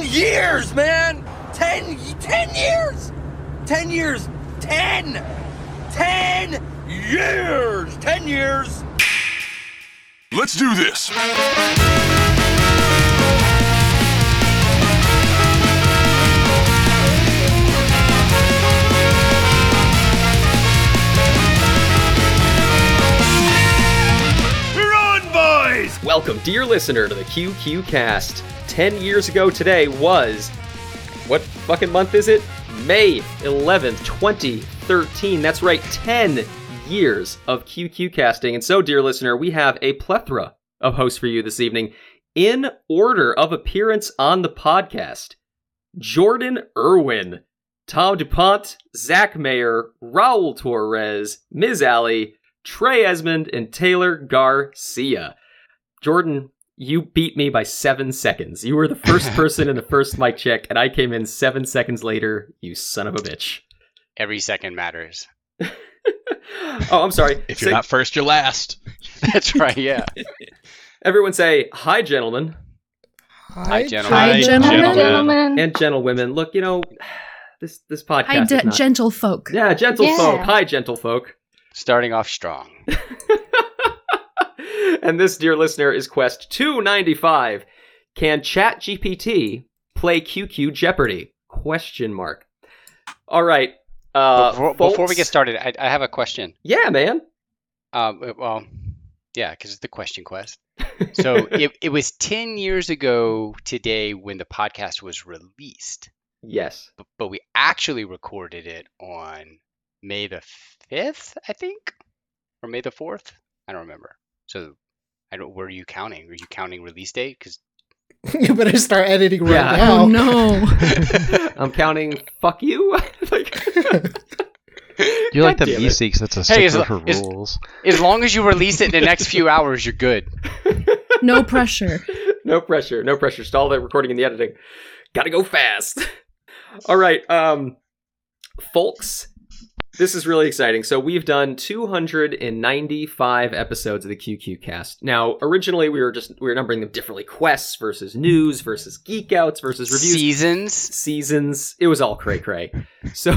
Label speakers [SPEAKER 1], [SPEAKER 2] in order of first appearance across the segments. [SPEAKER 1] years, man! Ten, ten years! Ten years! Ten! Ten years! Ten years!
[SPEAKER 2] Let's do this.
[SPEAKER 3] Run, boys!
[SPEAKER 4] Welcome, dear listener, to the QQ Cast. Ten years ago today was. What fucking month is it? May 11th, 2013. That's right, 10 years of QQ casting. And so, dear listener, we have a plethora of hosts for you this evening in order of appearance on the podcast Jordan Irwin, Tom DuPont, Zach Mayer, Raul Torres, Ms. Alley, Trey Esmond, and Taylor Garcia. Jordan, you beat me by seven seconds. You were the first person in the first mic check, and I came in seven seconds later, you son of a bitch.
[SPEAKER 5] Every second matters.
[SPEAKER 4] Oh, I'm sorry.
[SPEAKER 6] If you're
[SPEAKER 4] Say-
[SPEAKER 6] not first, you're last.
[SPEAKER 5] That's right, yeah.
[SPEAKER 4] Everyone say, hi, gentlemen
[SPEAKER 5] Hi, gentlemen.
[SPEAKER 6] Hi, gentlemen.
[SPEAKER 4] and gentlewomen. Look, you know, this this podcast
[SPEAKER 7] Hi,
[SPEAKER 4] is
[SPEAKER 7] de-
[SPEAKER 4] not...
[SPEAKER 7] gentle folk.
[SPEAKER 4] Yeah, gentlefolk.
[SPEAKER 8] Yeah.
[SPEAKER 4] Hi, gentlefolk.
[SPEAKER 5] Starting off strong.
[SPEAKER 4] and this, dear listener, is Quest 295. Can ChatGPT play QQ Jeopardy? Question mark. All right. Uh,
[SPEAKER 5] before,
[SPEAKER 4] folks-
[SPEAKER 5] before we get started, I, I have a question.
[SPEAKER 4] Yeah, man.
[SPEAKER 5] Um, uh, well, yeah, because it's the question quest. So it, it was 10 years ago today when the podcast was released,
[SPEAKER 4] Yes.
[SPEAKER 5] but, but we actually recorded it on May the 5th, I think, or May the 4th. I don't remember. So I don't, were you counting? Were you counting release date? Because
[SPEAKER 9] you better start editing right
[SPEAKER 4] Yeah.
[SPEAKER 9] now.
[SPEAKER 7] Oh no.
[SPEAKER 4] I'm counting fuck you. like,
[SPEAKER 10] You like
[SPEAKER 4] God
[SPEAKER 10] the
[SPEAKER 4] damn it.
[SPEAKER 10] B-Seeks, that's a
[SPEAKER 5] Hey, is-
[SPEAKER 10] stickler for
[SPEAKER 5] is-
[SPEAKER 10] rules.
[SPEAKER 5] as long as you release it in the next few hours, you're good.
[SPEAKER 7] No pressure.
[SPEAKER 4] no pressure, no pressure. Stall the recording and the editing. Gotta go fast. All right, um, folks, this is really exciting. So we've done 295 episodes of the QQ Cast. Now, originally we were just we were numbering them differently: quests versus news versus geek outs versus reviews
[SPEAKER 5] Seasons.
[SPEAKER 4] seasons. It was all cray cray. So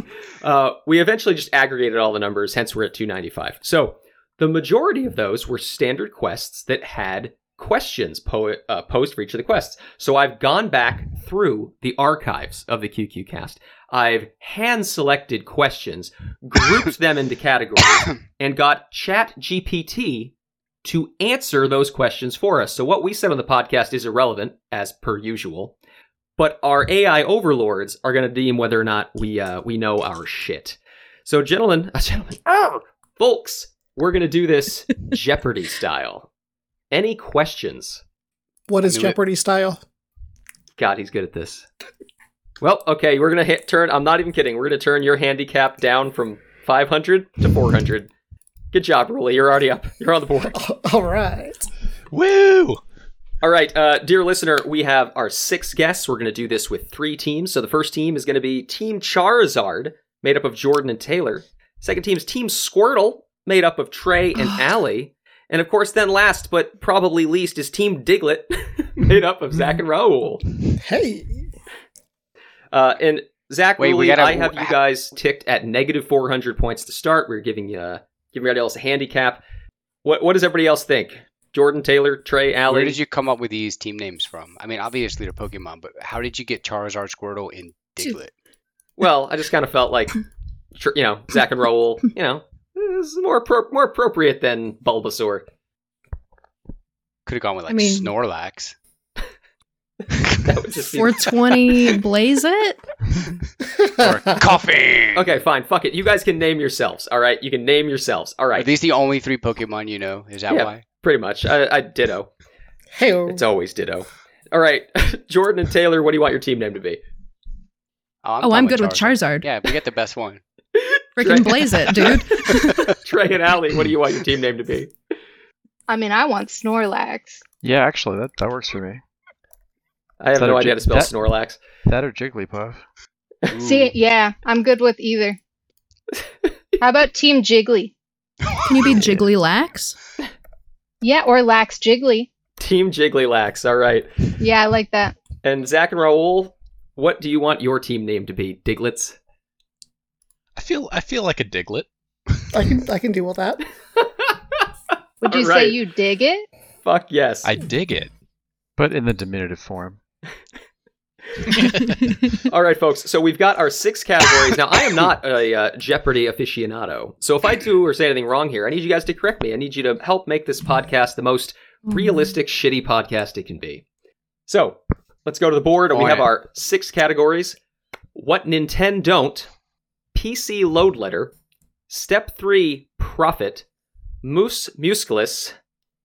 [SPEAKER 4] uh, we eventually just aggregated all the numbers, hence we're at 295. So the majority of those were standard quests that had questions po- uh, posed for each of the quests. So I've gone back through the archives of the QQ cast. I've hand selected questions, grouped them into categories, and got ChatGPT to answer those questions for us. So what we said on the podcast is irrelevant, as per usual but our AI overlords are going to deem whether or not we uh, we know our shit. So, gentlemen, uh, gentlemen, oh, folks, we're going to do this Jeopardy style. Any questions?
[SPEAKER 9] What is
[SPEAKER 5] I knew it.
[SPEAKER 9] Jeopardy style?
[SPEAKER 4] God, he's good at this. Well, okay, we're going to hit turn. I'm not even kidding. We're going to turn your handicap down from 500 to 400. Good job, Ruli. You're already up. You're on the board.
[SPEAKER 9] All right.
[SPEAKER 6] Woo!
[SPEAKER 4] All right, uh, dear listener, we have our six guests. We're going to do this with three teams. So the first team is going to be Team Charizard, made up of Jordan and Taylor. Second team is Team Squirtle, made up of Trey and Allie. And of course, then last but probably least is Team Diglett, made up of Zach and Raoul.
[SPEAKER 9] Hey.
[SPEAKER 4] Uh, and Zach,
[SPEAKER 5] Wait, we
[SPEAKER 4] Woolley,
[SPEAKER 5] gotta-
[SPEAKER 4] I have you guys ticked at negative 400 points to start. We're giving uh, giving everybody else a handicap. What what does everybody else think? Jordan, Taylor, Trey, Allie.
[SPEAKER 5] Where did you come up with these team names from? I mean, obviously they're Pokemon, but how did you get Charizard, Squirtle, and Diglett?
[SPEAKER 4] Well, I just kind of felt like, tr- you know, Zach and Raoul, you know, this is more appro- more appropriate than Bulbasaur.
[SPEAKER 5] Could have gone with
[SPEAKER 7] I
[SPEAKER 5] like
[SPEAKER 7] mean-
[SPEAKER 5] Snorlax.
[SPEAKER 4] That would just be
[SPEAKER 7] 420 blaze it?
[SPEAKER 5] or coffee.
[SPEAKER 4] okay. Fine, fuck it. You guys can name yourselves. All right, you can name yourselves. All
[SPEAKER 5] Are
[SPEAKER 4] right,
[SPEAKER 5] these the only three Pokemon you know? Is that
[SPEAKER 4] Yeah.
[SPEAKER 5] why?
[SPEAKER 4] pretty much. I, I ditto.
[SPEAKER 9] Hey.
[SPEAKER 4] It's always ditto. All right, Jordan and Taylor, what do you want your team name to be?
[SPEAKER 5] I'm
[SPEAKER 7] oh,
[SPEAKER 5] fine
[SPEAKER 7] I'm good with Charizard.
[SPEAKER 5] Yeah, we get the best one.
[SPEAKER 4] Right.
[SPEAKER 7] Freaking blaze it, dude.
[SPEAKER 4] Trey and Allie, what do you want your team name to be?
[SPEAKER 8] I mean, I want Snorlax.
[SPEAKER 10] Yeah, actually, that, that works for me.
[SPEAKER 4] I have
[SPEAKER 10] Is that
[SPEAKER 4] no
[SPEAKER 10] a
[SPEAKER 4] idea how to
[SPEAKER 10] J-
[SPEAKER 4] spell
[SPEAKER 10] that-
[SPEAKER 4] Snorlax.
[SPEAKER 10] That or Jigglypuff.
[SPEAKER 8] See, yeah, I'm good with either. How about Team Jiggly?
[SPEAKER 7] Can you be Jiggly Lax?
[SPEAKER 8] Yeah, or Lax Jiggly.
[SPEAKER 4] Team Jigglylax. All right.
[SPEAKER 8] Yeah, I like that.
[SPEAKER 4] And Zach and Raul, what do you want your team name to be? Diglets?
[SPEAKER 6] I feel I feel like a diglet.
[SPEAKER 9] I can I can deal with that.
[SPEAKER 8] Would you say
[SPEAKER 4] Alright.
[SPEAKER 8] you dig it?
[SPEAKER 4] Fuck yes.
[SPEAKER 6] I dig it.
[SPEAKER 10] but in the diminutive form.
[SPEAKER 4] All right, folks. So we've got our six categories. Now, I am not a uh, Jeopardy aficionado. So if I do or say anything wrong here, I need you guys to correct me. I need you to help make this podcast the most realistic, shitty podcast it can be. So let's go to the board. and We
[SPEAKER 5] On
[SPEAKER 4] have
[SPEAKER 5] it.
[SPEAKER 4] our six categories What Nintendo Don't, PC Load Letter, Step 3 Profit, Moose Musculus,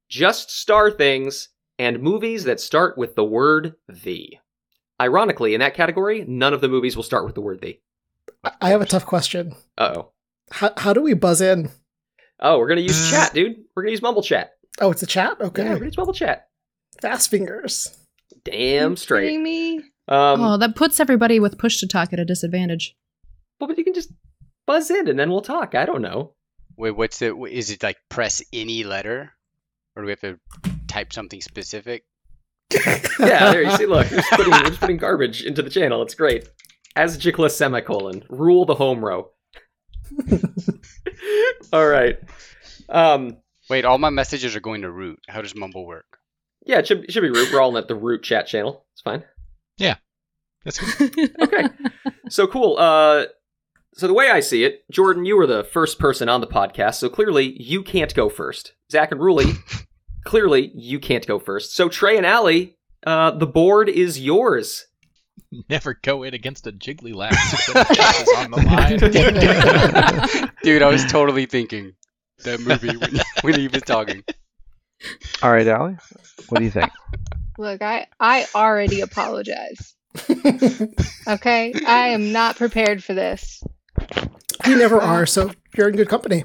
[SPEAKER 4] Just Star Things, and movies that start with the word the. Ironically, in that category, none of the movies will start with the word the.
[SPEAKER 9] I- I have a tough question.
[SPEAKER 4] Uh oh.
[SPEAKER 9] How how do we buzz in?
[SPEAKER 4] Oh, we're gonna use chat, dude. We're gonna use mumble chat.
[SPEAKER 9] Oh, it's a chat.
[SPEAKER 4] Yeah, we're
[SPEAKER 9] Okay,
[SPEAKER 4] gonna use mumble chat.
[SPEAKER 9] fast fingers.
[SPEAKER 4] Damn straight.
[SPEAKER 8] Kidding me?
[SPEAKER 4] Um,
[SPEAKER 7] oh, that puts everybody with push to talk at a disadvantage.
[SPEAKER 4] well, but you can just buzz in and then we'll talk. I don't know.
[SPEAKER 5] Wait, what's the? wh- Is it like press any letter, or do we have to type something specific?
[SPEAKER 4] Yeah, there you see. Look, we're just putting, we're just putting garbage into the channel. It's great. As Jikla semicolon rule the home row. All right. Um.
[SPEAKER 5] Wait, all my messages are going to root. How does Mumble work?
[SPEAKER 4] Yeah, it should, it should be root. We're all in the root chat channel. It's fine.
[SPEAKER 6] That's good.
[SPEAKER 4] okay. So cool. Uh, so the way I see it, Jordan, you were the first person on the podcast, so clearly you can't go first. Zach and Ruli, clearly you can't go first. So Trey and Allie, uh, the board is yours.
[SPEAKER 6] Never go in against a jiggly lax. is on the line.
[SPEAKER 5] Dude, I was totally thinking that movie when, when he was talking.
[SPEAKER 8] Uh,
[SPEAKER 10] All right, Allie, what do you think?
[SPEAKER 8] Look, I I already apologize. okay, I am not prepared for this.
[SPEAKER 9] You never are, so you're in good company.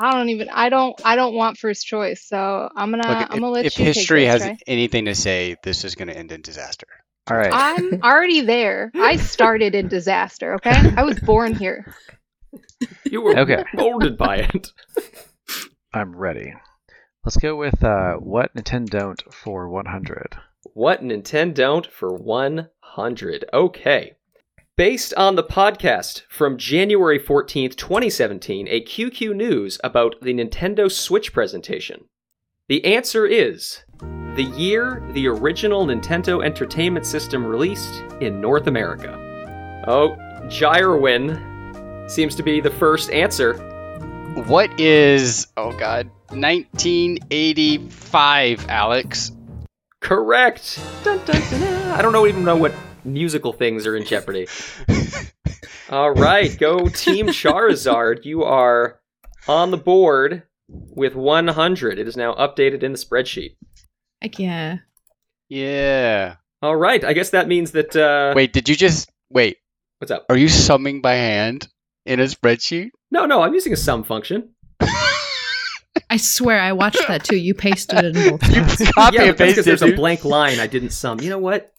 [SPEAKER 8] I don't even. I don't. I don't want first choice. So I'm gonna.
[SPEAKER 5] Look,
[SPEAKER 8] I'm gonna let
[SPEAKER 5] if
[SPEAKER 8] you.
[SPEAKER 5] history
[SPEAKER 8] take
[SPEAKER 5] has
[SPEAKER 8] this, Trey.
[SPEAKER 5] anything to say, this is going to end in disaster.
[SPEAKER 10] All right.
[SPEAKER 8] I'm already there. I started in disaster. Okay, I was born here.
[SPEAKER 4] You were
[SPEAKER 10] Okay.
[SPEAKER 4] molded by it.
[SPEAKER 10] I'm ready. Let's go with uh, what Nintendo don't for 100.
[SPEAKER 4] What Nintendo don't for 100. Okay. Based on the podcast from January 14th, 2017, a QQ News about the Nintendo Switch presentation. The answer is the year the original Nintendo Entertainment System released in North America. Oh, Gyrowin seems to be the first answer.
[SPEAKER 5] What is? Oh God, 1985, Alex.
[SPEAKER 4] Correct. Dun, dun, dun, dun. I don't know, even know what musical things are in Jeopardy. All right, go Team Charizard. You are on the board with 100. It is now updated in the spreadsheet.
[SPEAKER 7] Heck yeah.
[SPEAKER 5] yeah.
[SPEAKER 4] All right, I guess that means that. Uh,
[SPEAKER 5] Wait, did you just wait?
[SPEAKER 4] what's up?
[SPEAKER 5] Are you summing by hand in a spreadsheet?
[SPEAKER 4] No, no, I'm using a sum function.
[SPEAKER 7] I swear I watched that too. You pasted it in both spots.
[SPEAKER 5] Copy
[SPEAKER 4] yeah,
[SPEAKER 5] and
[SPEAKER 4] but that's
[SPEAKER 5] paste
[SPEAKER 4] because
[SPEAKER 5] it.
[SPEAKER 4] there's a
[SPEAKER 5] dude.
[SPEAKER 4] blank line I didn't sum. You know what?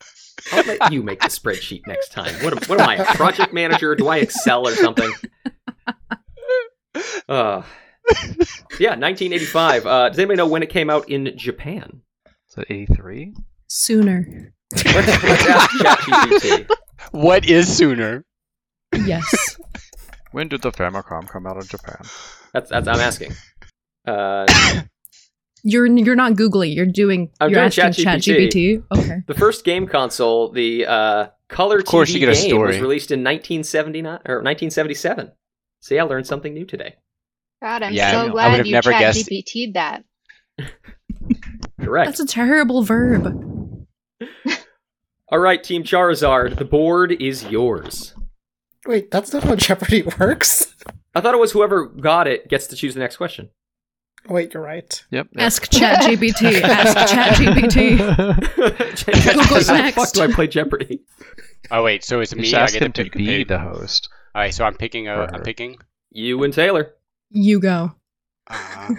[SPEAKER 4] I'll let you make the spreadsheet next time. What am, what am I, a project manager? Do I Excel or something? Uh, yeah, 1985. Uh, does anybody know when it came out in Japan?
[SPEAKER 10] So 83?
[SPEAKER 7] Sooner.
[SPEAKER 4] Let's, let's ask ChatGPT.
[SPEAKER 5] What is sooner?
[SPEAKER 7] Yes.
[SPEAKER 10] When did the Famicom come out in Japan?
[SPEAKER 4] That's that's I'm asking. Uh,
[SPEAKER 7] You're you're not googling. You're doing.
[SPEAKER 4] I'm
[SPEAKER 7] you're
[SPEAKER 4] doing
[SPEAKER 7] asking
[SPEAKER 4] ChatGPT.
[SPEAKER 7] ChatGPT. Okay.
[SPEAKER 4] the first game console, the uh, Color
[SPEAKER 5] Of course
[SPEAKER 4] TV
[SPEAKER 5] you get a
[SPEAKER 4] game,
[SPEAKER 5] story.
[SPEAKER 4] was released in 1979 or 1977. See, I learned something new today.
[SPEAKER 8] God, I'm
[SPEAKER 5] Yeah,
[SPEAKER 6] I
[SPEAKER 8] so
[SPEAKER 6] know. I
[SPEAKER 8] glad
[SPEAKER 5] would've
[SPEAKER 8] you
[SPEAKER 5] never
[SPEAKER 8] chat
[SPEAKER 5] guessed.
[SPEAKER 8] GPT'd that.
[SPEAKER 4] Correct.
[SPEAKER 7] That's a terrible verb.
[SPEAKER 4] All right, Team Charizard, the board is yours.
[SPEAKER 9] Wait, that's not how Jeopardy works.
[SPEAKER 4] I thought it was whoever got it gets to choose the next question.
[SPEAKER 9] Wait, you're right.
[SPEAKER 10] Yep. yep.
[SPEAKER 7] Ask ChatGPT. Ask ChatGPT.
[SPEAKER 4] Google's
[SPEAKER 7] next.
[SPEAKER 4] Fuck, do I play Jeopardy?
[SPEAKER 5] Oh wait, so it's
[SPEAKER 10] You
[SPEAKER 5] me.
[SPEAKER 10] should
[SPEAKER 5] I
[SPEAKER 10] ask
[SPEAKER 5] get to
[SPEAKER 10] him to
[SPEAKER 5] pick.
[SPEAKER 10] be
[SPEAKER 5] pick.
[SPEAKER 10] the host.
[SPEAKER 5] All right, so I'm picking. A,
[SPEAKER 10] Or-
[SPEAKER 5] I'm picking.
[SPEAKER 4] You and Taylor.
[SPEAKER 7] You go.
[SPEAKER 5] Uh,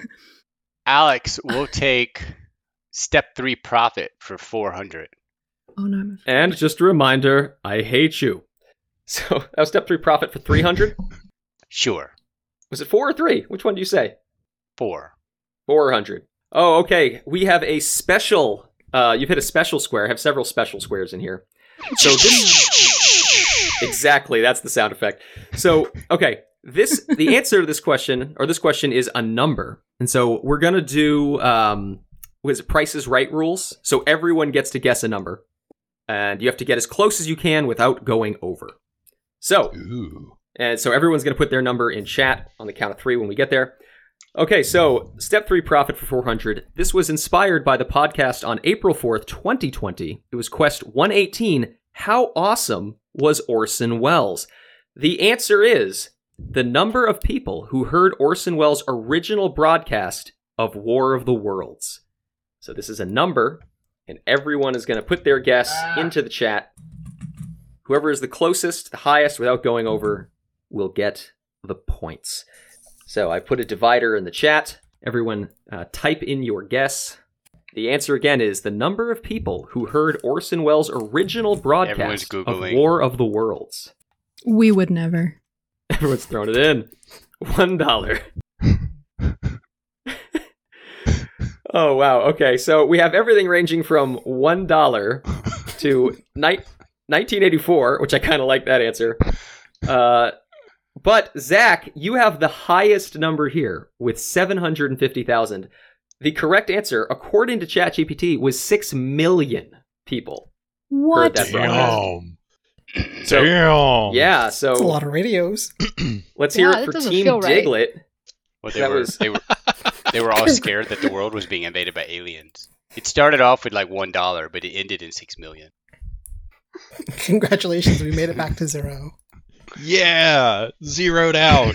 [SPEAKER 5] Alex will take step three profit for four hundred.
[SPEAKER 7] Oh no. I'm-
[SPEAKER 4] And just a reminder, I hate you. So that was step three profit for 300.
[SPEAKER 5] Sure,
[SPEAKER 4] Was it four or three? Which one do you say?
[SPEAKER 5] four.
[SPEAKER 4] 400. Oh, okay. We have a special Uh, you've hit a special square. I have several special squares in here. So this exactly that's the sound effect. So okay, this the answer to this question or this question is a number, and so we're gonna do um, what is it? Prices Right rules. So everyone gets to guess a number, and you have to get as close as you can without going over. So
[SPEAKER 6] Ooh.
[SPEAKER 4] and so everyone's going to put their number in chat on the count of three when we get there. Okay, so step three profit for 400. This was inspired by the podcast on April 4th, 2020. It was Quest 118 How Awesome Was Orson Welles? The answer is the number of people who heard Orson Welles' original broadcast of War of the Worlds. So this is a number, and everyone is going to put their guess into the chat. Whoever is the closest, the highest, without going over, will get the points. So I put a divider in the chat. Everyone, uh, type in your guess. The answer again is the number of people who heard Orson Welles' original
[SPEAKER 5] Everyone's
[SPEAKER 4] broadcast of
[SPEAKER 5] Googling.
[SPEAKER 4] War of the Worlds.
[SPEAKER 7] We would never.
[SPEAKER 4] Everyone's thrown it in. One dollar. oh wow. Okay, so we have everything ranging from one dollar to ni- 1984, which I kind of like that answer. Uh, but Zach, you have the highest number here with 750,000. The correct answer, according to ChatGPT, was six million people.
[SPEAKER 7] What?
[SPEAKER 4] that
[SPEAKER 7] the-
[SPEAKER 6] Damn.
[SPEAKER 4] So-
[SPEAKER 6] Damn.
[SPEAKER 4] Yeah. So
[SPEAKER 9] That's a lot of radios.
[SPEAKER 4] let's hear
[SPEAKER 8] Yeah,
[SPEAKER 4] it
[SPEAKER 8] that
[SPEAKER 4] for
[SPEAKER 8] doesn't
[SPEAKER 4] Team
[SPEAKER 8] feel right.
[SPEAKER 4] Diglett.
[SPEAKER 5] Well, they
[SPEAKER 4] That
[SPEAKER 5] were
[SPEAKER 4] was-
[SPEAKER 5] they were they were all scared that the world was being invaded by aliens. It started off with like one dollar, but it ended in six million.
[SPEAKER 9] Congratulations, we made it back to zero.
[SPEAKER 6] Yeah. Zeroed
[SPEAKER 5] Oh,
[SPEAKER 6] out.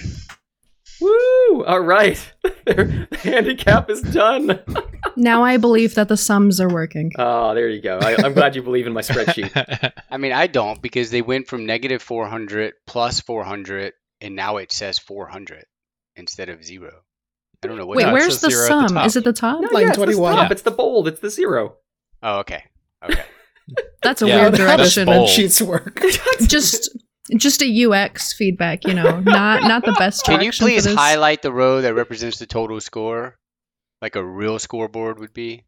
[SPEAKER 4] Woo! All right, their handicap is done.
[SPEAKER 7] Now I believe that the sums are working.
[SPEAKER 4] Oh, there you go. I, I'm glad you believe in my spreadsheet.
[SPEAKER 5] I mean, I don't because they went from negative four hundred plus four hundred, and now it says four hundred instead of zero. I don't know what.
[SPEAKER 7] Wait,
[SPEAKER 6] it
[SPEAKER 7] where's
[SPEAKER 6] says
[SPEAKER 7] the
[SPEAKER 6] zero at the
[SPEAKER 7] sum?
[SPEAKER 6] top.
[SPEAKER 7] Is it the top?
[SPEAKER 4] No,
[SPEAKER 9] Line
[SPEAKER 4] yeah, it's the
[SPEAKER 9] 21.
[SPEAKER 4] stop. It's the bold. It's the zero.
[SPEAKER 5] Oh, okay, okay.
[SPEAKER 7] That's a
[SPEAKER 6] Yeah,
[SPEAKER 7] weird
[SPEAKER 9] Not how the
[SPEAKER 6] that's
[SPEAKER 7] direction.
[SPEAKER 6] bold.
[SPEAKER 9] spreadsheets work.
[SPEAKER 7] Just just a UX feedback, you know, not not the best
[SPEAKER 5] Can you
[SPEAKER 7] direction for
[SPEAKER 5] please
[SPEAKER 7] this.
[SPEAKER 5] highlight the row that represents the total score, like a real scoreboard would be?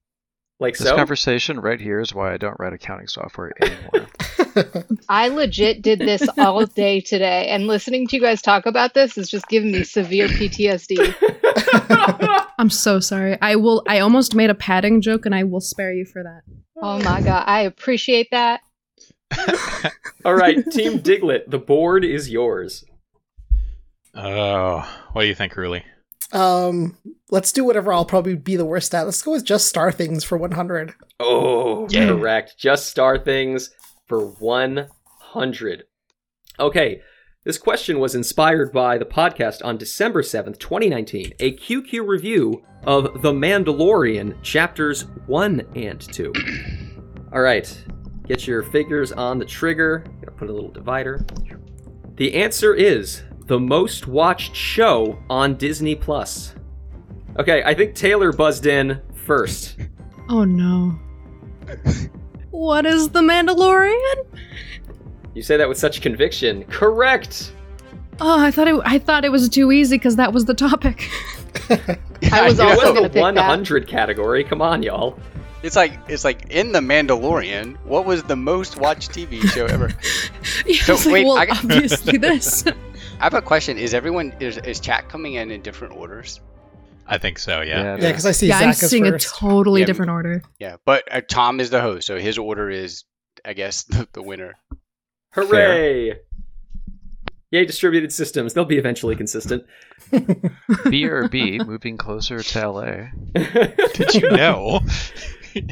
[SPEAKER 4] Like
[SPEAKER 10] This
[SPEAKER 4] so.
[SPEAKER 10] conversation right here is why I don't write accounting software anymore.
[SPEAKER 8] I legit did this all day today, and listening to you guys talk about this is just giving me severe PTSD.
[SPEAKER 7] I'm so sorry. I will. I almost made a padding joke, and I will spare you for that.
[SPEAKER 8] Oh my god, I appreciate that.
[SPEAKER 4] All right, Team Diglett. The board is yours.
[SPEAKER 6] oh, what do you think, Ruli?
[SPEAKER 9] um, let's do whatever I'll probably be the worst at. Let's go with just star things for 100.
[SPEAKER 4] Oh,
[SPEAKER 6] Yeah.
[SPEAKER 4] correct. Just star things for 100. Okay, this question was inspired by the podcast on December 7th, 2019, a QQ review of The Mandalorian, chapters 1 and 2. All right, get your figures on the trigger. Gonna put a little divider. The answer is the most watched show on Disney Plus. Okay, I think Taylor buzzed in first.
[SPEAKER 7] Oh no. What is the Mandalorian?
[SPEAKER 4] You say that with such conviction. Correct.
[SPEAKER 7] Oh, I thought it. I thought it was too easy because that was the topic.
[SPEAKER 8] I was
[SPEAKER 4] It
[SPEAKER 8] also
[SPEAKER 4] was
[SPEAKER 8] gonna
[SPEAKER 4] the
[SPEAKER 8] pick that.
[SPEAKER 4] 100 category. Come on, y'all.
[SPEAKER 5] It's like it's like in the Mandalorian. What was the most watched TV show ever?
[SPEAKER 7] Yeah,
[SPEAKER 5] So,
[SPEAKER 7] I was like,
[SPEAKER 5] wait,
[SPEAKER 7] well,
[SPEAKER 5] I got-
[SPEAKER 7] obviously this.
[SPEAKER 5] I have a question. Is everyone is, is chat coming in in different orders?
[SPEAKER 6] I think so. Yeah.
[SPEAKER 9] Yeah, because I see
[SPEAKER 7] yeah,
[SPEAKER 9] Zach
[SPEAKER 7] I'm
[SPEAKER 9] is
[SPEAKER 7] seeing a
[SPEAKER 9] first.
[SPEAKER 7] totally
[SPEAKER 5] Yeah, me-
[SPEAKER 7] different order.
[SPEAKER 5] Yeah, but uh, Tom is the host, so his order is, I guess, the, the winner.
[SPEAKER 4] Hooray. Yay, distributed systems. They'll be eventually consistent.
[SPEAKER 10] BRB moving closer to LA.
[SPEAKER 6] Did you know? in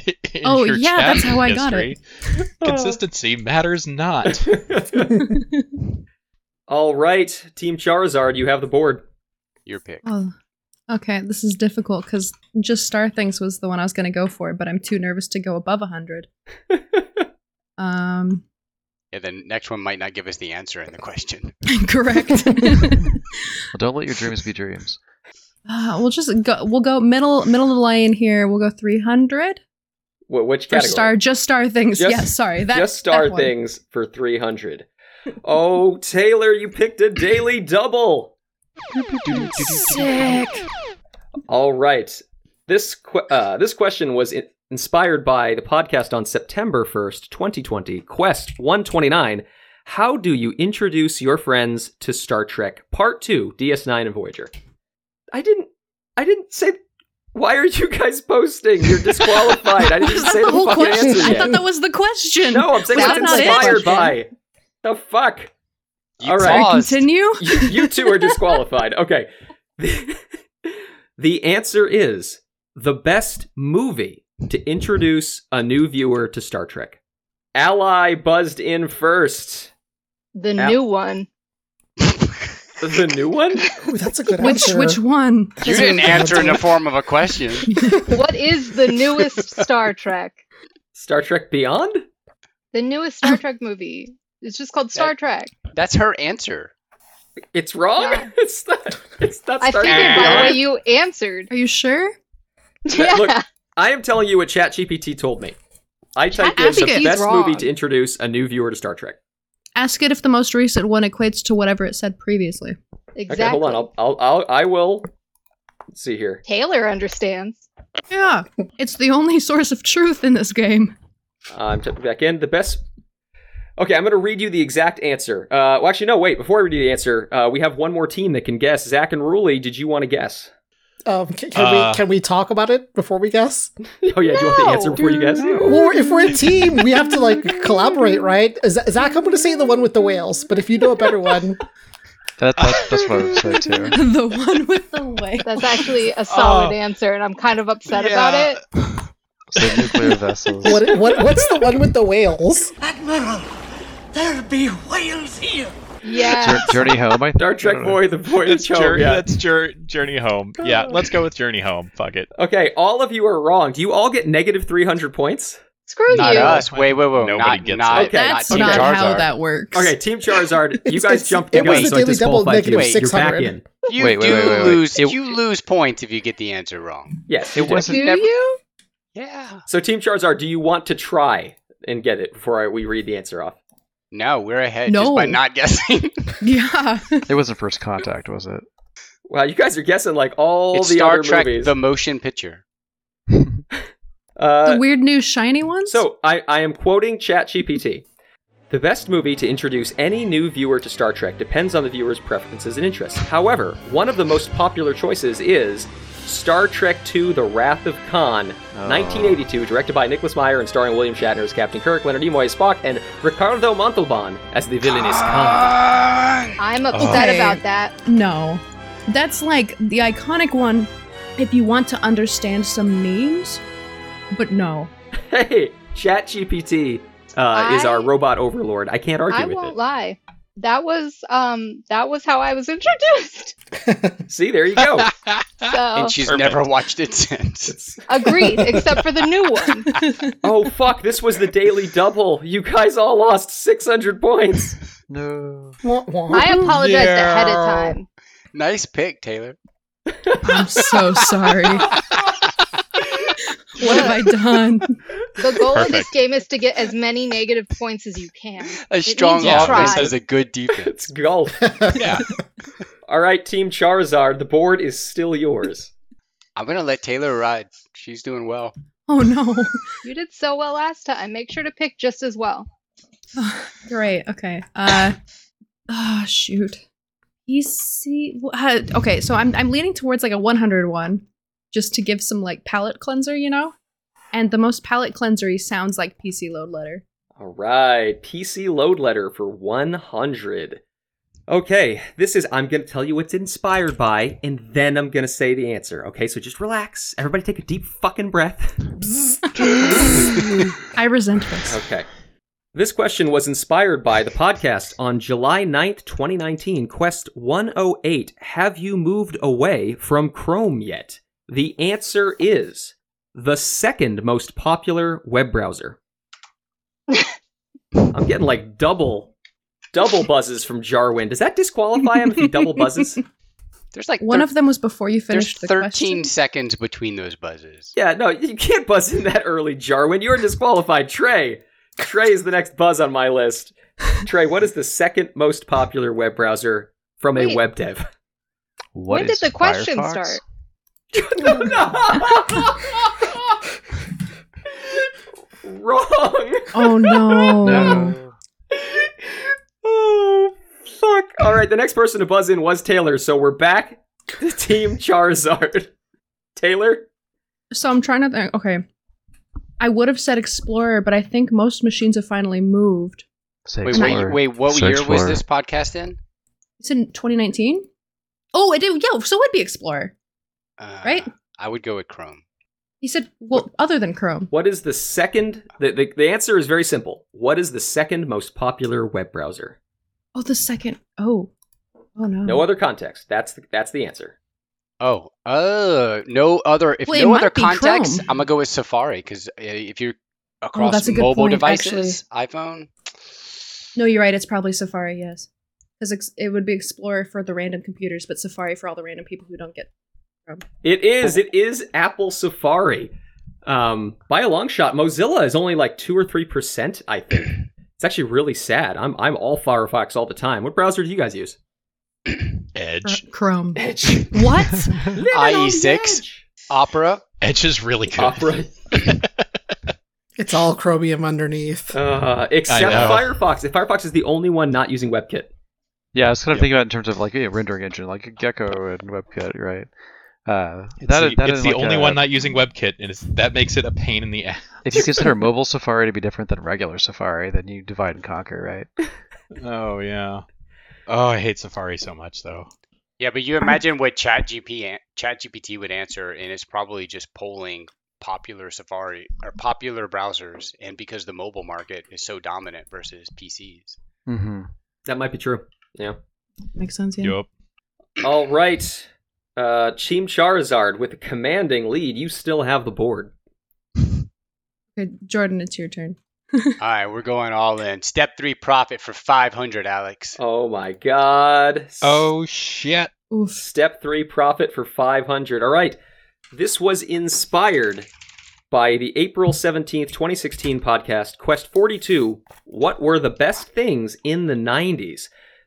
[SPEAKER 7] Oh,
[SPEAKER 6] your
[SPEAKER 7] yeah,
[SPEAKER 6] chat
[SPEAKER 7] that's how I got it. Oh.
[SPEAKER 6] history, Consistency matters not.
[SPEAKER 4] All right, Team Charizard, you have the board.
[SPEAKER 5] Your pick.
[SPEAKER 7] Oh, okay. This is difficult because just Star Things was the one I was going to go for, but I'm too nervous to go above 100. um,
[SPEAKER 5] Yeah, the next one might not give us the answer in the question.
[SPEAKER 7] correct.
[SPEAKER 10] Well, don't let your dreams be dreams.
[SPEAKER 7] Uh, we'll just go. We'll go middle middle of the lane here. We'll go 300
[SPEAKER 4] Wh- which
[SPEAKER 7] for
[SPEAKER 4] category?
[SPEAKER 7] star just star things.
[SPEAKER 4] Just-
[SPEAKER 7] Yes, sorry. That,
[SPEAKER 4] Just star
[SPEAKER 7] that one.
[SPEAKER 4] things for 300. Oh, Taylor, you picked a daily double.
[SPEAKER 7] Sick.
[SPEAKER 4] All right. This qu- uh, this question was in- inspired by the podcast on September 1st, 2020, Quest 129. How do you introduce your friends to Star Trek Part 2, DS9 and Voyager? I didn't I didn't say why are you guys posting? You're disqualified. I didn't
[SPEAKER 7] That's
[SPEAKER 4] say
[SPEAKER 7] the
[SPEAKER 4] the,
[SPEAKER 7] whole
[SPEAKER 4] fucking
[SPEAKER 7] question.
[SPEAKER 4] answer
[SPEAKER 7] I
[SPEAKER 4] yet.
[SPEAKER 7] thought that was the question.
[SPEAKER 4] No, I'm saying
[SPEAKER 7] Was
[SPEAKER 4] that's
[SPEAKER 7] that not it?
[SPEAKER 4] inspired by. The fuck?
[SPEAKER 5] You
[SPEAKER 4] All
[SPEAKER 7] Sorry,
[SPEAKER 4] right.
[SPEAKER 5] paused.
[SPEAKER 7] continue.
[SPEAKER 4] you, you two are disqualified. Okay. The, the answer is the best movie to introduce a new viewer to Star Trek. Ally buzzed in first.
[SPEAKER 8] The
[SPEAKER 4] Yeah.
[SPEAKER 8] new one.
[SPEAKER 4] The new one?
[SPEAKER 9] Ooh, that's a good
[SPEAKER 7] Which
[SPEAKER 9] answer.
[SPEAKER 7] which one?
[SPEAKER 5] You
[SPEAKER 9] That's a
[SPEAKER 5] didn't
[SPEAKER 9] really good
[SPEAKER 5] answer in the
[SPEAKER 9] answer.
[SPEAKER 5] form of a question.
[SPEAKER 8] What is the newest Star Trek?
[SPEAKER 4] Star Trek Beyond?
[SPEAKER 8] The newest Star Trek movie. It's just called Star Trek.
[SPEAKER 5] That's her answer.
[SPEAKER 4] It's wrong.
[SPEAKER 8] Yeah.
[SPEAKER 4] It's not. It's not
[SPEAKER 8] I
[SPEAKER 4] Star
[SPEAKER 8] figured
[SPEAKER 4] Trek
[SPEAKER 8] by the way
[SPEAKER 4] Beyond.
[SPEAKER 8] you answered.
[SPEAKER 7] Are you sure?
[SPEAKER 8] Yeah.
[SPEAKER 4] Look, I am telling you what ChatGPT told me. I typed in the
[SPEAKER 7] ChatGPT 's
[SPEAKER 4] best
[SPEAKER 8] wrong.
[SPEAKER 4] movie to introduce a new viewer to Star Trek.
[SPEAKER 7] Ask it if the most recent one equates to whatever it said previously.
[SPEAKER 8] exactly.
[SPEAKER 4] Okay, hold on. I'll, I'll, I'll, I will. Let's see here.
[SPEAKER 8] Taylor understands.
[SPEAKER 7] Yeah, it's the only source of truth in this game.
[SPEAKER 4] Uh, I'm typing back in. The best. Okay, I'm going to read you the exact answer. Uh, well, actually, no, wait. Before I read you the answer, uh, we have one more team that can guess. Zach and Ruli, did you want to guess?
[SPEAKER 9] Um, can, can
[SPEAKER 6] Uh,
[SPEAKER 9] we can we talk about it before we guess?
[SPEAKER 4] Oh, yeah, do you want the
[SPEAKER 8] No.
[SPEAKER 4] answer before you guess?
[SPEAKER 9] Well, if we're a team, we have to like collaborate, right? Z- Zach, I'm going to say the one with the whales, but if you know a better one,
[SPEAKER 10] That, that, that's what I would say too.
[SPEAKER 7] the one with the way.
[SPEAKER 8] That's actually a solid answer, and I'm kind of upset about it.
[SPEAKER 10] So nuclear vessels.
[SPEAKER 9] what, what what's the one with the whales?
[SPEAKER 1] Admiral, there be whales here.
[SPEAKER 8] Yeah.
[SPEAKER 10] Jour- Journey home, I think.
[SPEAKER 4] Star Trek Boy, the
[SPEAKER 6] It's
[SPEAKER 4] Voyage Home.
[SPEAKER 6] journey,
[SPEAKER 4] Yeah.
[SPEAKER 6] That's jour- Journey Home. Yeah, let's go with Journey Home. Fuck it.
[SPEAKER 4] Okay, all of you are wrong. Do you all get negative 300 points?
[SPEAKER 8] Screw
[SPEAKER 5] Not
[SPEAKER 8] you.
[SPEAKER 5] us. Wait, wait, wait.
[SPEAKER 6] Nobody
[SPEAKER 5] not,
[SPEAKER 6] gets
[SPEAKER 5] not,
[SPEAKER 6] it.
[SPEAKER 4] Okay,
[SPEAKER 7] That's
[SPEAKER 5] Team
[SPEAKER 7] not how
[SPEAKER 5] Charizard.
[SPEAKER 7] that works.
[SPEAKER 4] Okay, Team Charizard, you
[SPEAKER 9] It's-
[SPEAKER 4] guys
[SPEAKER 9] it's-
[SPEAKER 4] jumped the
[SPEAKER 9] it
[SPEAKER 4] gun,
[SPEAKER 9] was the
[SPEAKER 4] so it
[SPEAKER 9] Daily Double
[SPEAKER 4] disqualified you.
[SPEAKER 9] negative
[SPEAKER 4] You're back
[SPEAKER 9] 600.
[SPEAKER 4] in.
[SPEAKER 5] You
[SPEAKER 10] Wait, wait,
[SPEAKER 5] do
[SPEAKER 10] wait, wait, wait.
[SPEAKER 5] lose.
[SPEAKER 10] It-
[SPEAKER 5] you lose points if you get the answer wrong.
[SPEAKER 4] Yes,
[SPEAKER 10] It
[SPEAKER 8] Do
[SPEAKER 10] wasn't.
[SPEAKER 8] you?
[SPEAKER 5] Yeah.
[SPEAKER 4] So, Team Charizard, do you want to try and get it before I, we read the answer off?
[SPEAKER 5] No, we're ahead just
[SPEAKER 7] No.
[SPEAKER 5] by not guessing.
[SPEAKER 7] Yeah.
[SPEAKER 10] It wasn't first contact, was it?
[SPEAKER 4] Wow, you guys are guessing like all
[SPEAKER 5] it's
[SPEAKER 4] the
[SPEAKER 5] Star
[SPEAKER 4] other
[SPEAKER 5] Trek,
[SPEAKER 4] movies.
[SPEAKER 5] the motion picture.
[SPEAKER 4] uh,
[SPEAKER 7] the weird new shiny ones?
[SPEAKER 4] So I, I am quoting ChatGPT. The best movie to introduce any new viewer to Star Trek depends on the viewer's preferences and interests. However, one of the most popular choices is Star Trek II The Wrath of Khan, 1982, directed by Nicholas Meyer and starring William Shatner as Captain Kirk, Leonard Nimoy as Spock, and Ricardo Montalban as the villainous Khan.
[SPEAKER 8] I'm upset
[SPEAKER 7] Okay.
[SPEAKER 8] about that.
[SPEAKER 7] No. That's like the iconic one if you want to understand some memes, but no.
[SPEAKER 4] Hey, ChatGPT uh, is
[SPEAKER 8] I-
[SPEAKER 4] our robot overlord. I can't argue
[SPEAKER 8] I
[SPEAKER 4] with
[SPEAKER 8] won't
[SPEAKER 4] it.
[SPEAKER 8] lie. That was um that was how I was introduced.
[SPEAKER 4] See, there you go.
[SPEAKER 8] So Oh.
[SPEAKER 5] and she's
[SPEAKER 6] Perfect.
[SPEAKER 5] never watched it since.
[SPEAKER 8] agreed, except for the new one.
[SPEAKER 4] oh fuck! This was the daily double. You guys all lost 600 points.
[SPEAKER 10] No.
[SPEAKER 9] Wah, wah.
[SPEAKER 8] I apologized ahead of
[SPEAKER 5] Yeah.
[SPEAKER 8] time.
[SPEAKER 5] Nice pick, Taylor.
[SPEAKER 7] I'm so sorry. what have I done?
[SPEAKER 8] The goal of this
[SPEAKER 6] Perfect.
[SPEAKER 8] game is to get as many negative points as you can.
[SPEAKER 5] A
[SPEAKER 8] needs
[SPEAKER 5] strong
[SPEAKER 8] to
[SPEAKER 5] offense
[SPEAKER 8] try.
[SPEAKER 5] is a good defense.
[SPEAKER 4] It's golf.
[SPEAKER 6] Yeah.
[SPEAKER 4] All right, Team Charizard, the board is still yours.
[SPEAKER 5] I'm gonna let Taylor ride. She's doing well.
[SPEAKER 7] Oh no.
[SPEAKER 8] You did so well last time. Make sure to pick just as well.
[SPEAKER 7] Great. Okay. Uh oh shoot. You see uh, okay, so I'm I'm leaning towards like a 101 just to give some like palette cleanser, you know? And the most palette cleansery sounds like PC load letter.
[SPEAKER 4] All right, PC load letter for 100. Okay, this is, I'm going to tell you what's inspired by, and then I'm going to say the answer. Okay, so just relax. Everybody take a deep fucking breath.
[SPEAKER 7] I resent this.
[SPEAKER 4] Okay. This question was inspired by the podcast on July 9th, 2019, Quest 108. Have you moved away from Chrome yet? The answer is the second most popular web browser. I'm getting like double double buzzes from Jarwin. Does that disqualify him if he double buzzes?
[SPEAKER 5] There's like
[SPEAKER 7] One
[SPEAKER 5] thir-
[SPEAKER 7] of them was before you
[SPEAKER 5] there's
[SPEAKER 7] finished the
[SPEAKER 5] 13
[SPEAKER 7] question.
[SPEAKER 5] seconds between those buzzes.
[SPEAKER 4] Yeah, no, you can't buzz in that early, Jarwin. You're disqualified. Trey. Trey is the next buzz on my list. Trey, what is the second most popular web browser from a
[SPEAKER 8] Wait.
[SPEAKER 4] web dev?
[SPEAKER 10] What
[SPEAKER 8] when did
[SPEAKER 10] is
[SPEAKER 8] the question
[SPEAKER 10] Firefox?
[SPEAKER 8] start?
[SPEAKER 4] No, no. wrong.
[SPEAKER 7] Oh no.
[SPEAKER 10] No.
[SPEAKER 4] oh fuck! All right, the next person to buzz in was Taylor, so we're back to Team Charizard. Taylor,
[SPEAKER 7] So I'm trying to think. Okay. I would have said explorer, but I think most machines have finally moved.
[SPEAKER 10] Say
[SPEAKER 5] Wait, wait,
[SPEAKER 10] Explorer.
[SPEAKER 5] wait, what
[SPEAKER 10] Search
[SPEAKER 5] year was
[SPEAKER 10] for-
[SPEAKER 5] this podcast in?
[SPEAKER 7] It's in 2019. Oh, it did. Yeah, so it'd be explorer.
[SPEAKER 5] Uh,
[SPEAKER 7] Right.
[SPEAKER 5] I would go with Chrome.
[SPEAKER 7] He said, well, other than Chrome.
[SPEAKER 4] what is the second? The, the the answer is very simple. What is the second most popular web browser?
[SPEAKER 7] Oh, the second. Oh. Oh no.
[SPEAKER 6] Mm-hmm.
[SPEAKER 4] No other context. That's the, that's the answer.
[SPEAKER 5] Oh, uh, no other. If
[SPEAKER 7] Well, it
[SPEAKER 5] no
[SPEAKER 7] might
[SPEAKER 5] other
[SPEAKER 7] be
[SPEAKER 5] context,
[SPEAKER 7] Chrome. Oh,
[SPEAKER 5] I'm gonna go with Safari because if you're across
[SPEAKER 7] that's a good
[SPEAKER 5] mobile
[SPEAKER 7] point,
[SPEAKER 5] devices, iPhone.
[SPEAKER 7] No, you're right. It's probably Safari, yes. Because ex- it would be Explorer for the random computers, but Safari for all the random people who don't get.
[SPEAKER 4] It is. It is Apple Safari. Um, by a long shot, Mozilla is only like two or three percent. I think it's actually really sad. I'm I'm all Firefox all the time. What browser do you guys use?
[SPEAKER 6] Edge.
[SPEAKER 7] Chrome.
[SPEAKER 4] Edge.
[SPEAKER 7] What?
[SPEAKER 6] E
[SPEAKER 5] IE6. Opera.
[SPEAKER 6] Edge is really good.
[SPEAKER 4] Opera.
[SPEAKER 9] It's all chromium underneath.
[SPEAKER 4] Uh, except
[SPEAKER 6] know.
[SPEAKER 4] Firefox. If Firefox is the only one not using WebKit.
[SPEAKER 10] Yeah, I was kind of
[SPEAKER 6] Yep.
[SPEAKER 10] thinking about it in terms of like a rendering engine, like Gecko and WebKit, right? Uh,
[SPEAKER 6] It's
[SPEAKER 10] that,
[SPEAKER 6] the,
[SPEAKER 10] that
[SPEAKER 6] it's
[SPEAKER 10] and,
[SPEAKER 6] the
[SPEAKER 10] like,
[SPEAKER 6] only
[SPEAKER 10] uh,
[SPEAKER 6] one not using WebKit, and it's, that makes it a pain in the ass.
[SPEAKER 10] If you consider mobile Safari to be different than regular Safari, then you divide and conquer, right?
[SPEAKER 6] Oh yeah. Oh, I hate Safari so much though.
[SPEAKER 5] Yeah, but you imagine what ChatGP an- ChatGPT would answer, and it's probably just polling popular Safari or popular browsers, and because the mobile market is so dominant versus PCs.
[SPEAKER 10] Mm-hmm.
[SPEAKER 4] That might be true.
[SPEAKER 7] Makes sense, yeah.
[SPEAKER 6] Yup.
[SPEAKER 4] All right. Uh, Team Charizard with a commanding lead. You still have the board.
[SPEAKER 7] Okay, Jordan, it's your turn.
[SPEAKER 5] All right, we're going all in. Step three profit for five hundred, Alex.
[SPEAKER 4] Oh my God. S-
[SPEAKER 6] Oh shit.
[SPEAKER 7] Oof.
[SPEAKER 4] Step three profit for 500. All right. This was inspired by the April 17th, 2016 podcast, Quest 42 What Were the Best Things in the 90s?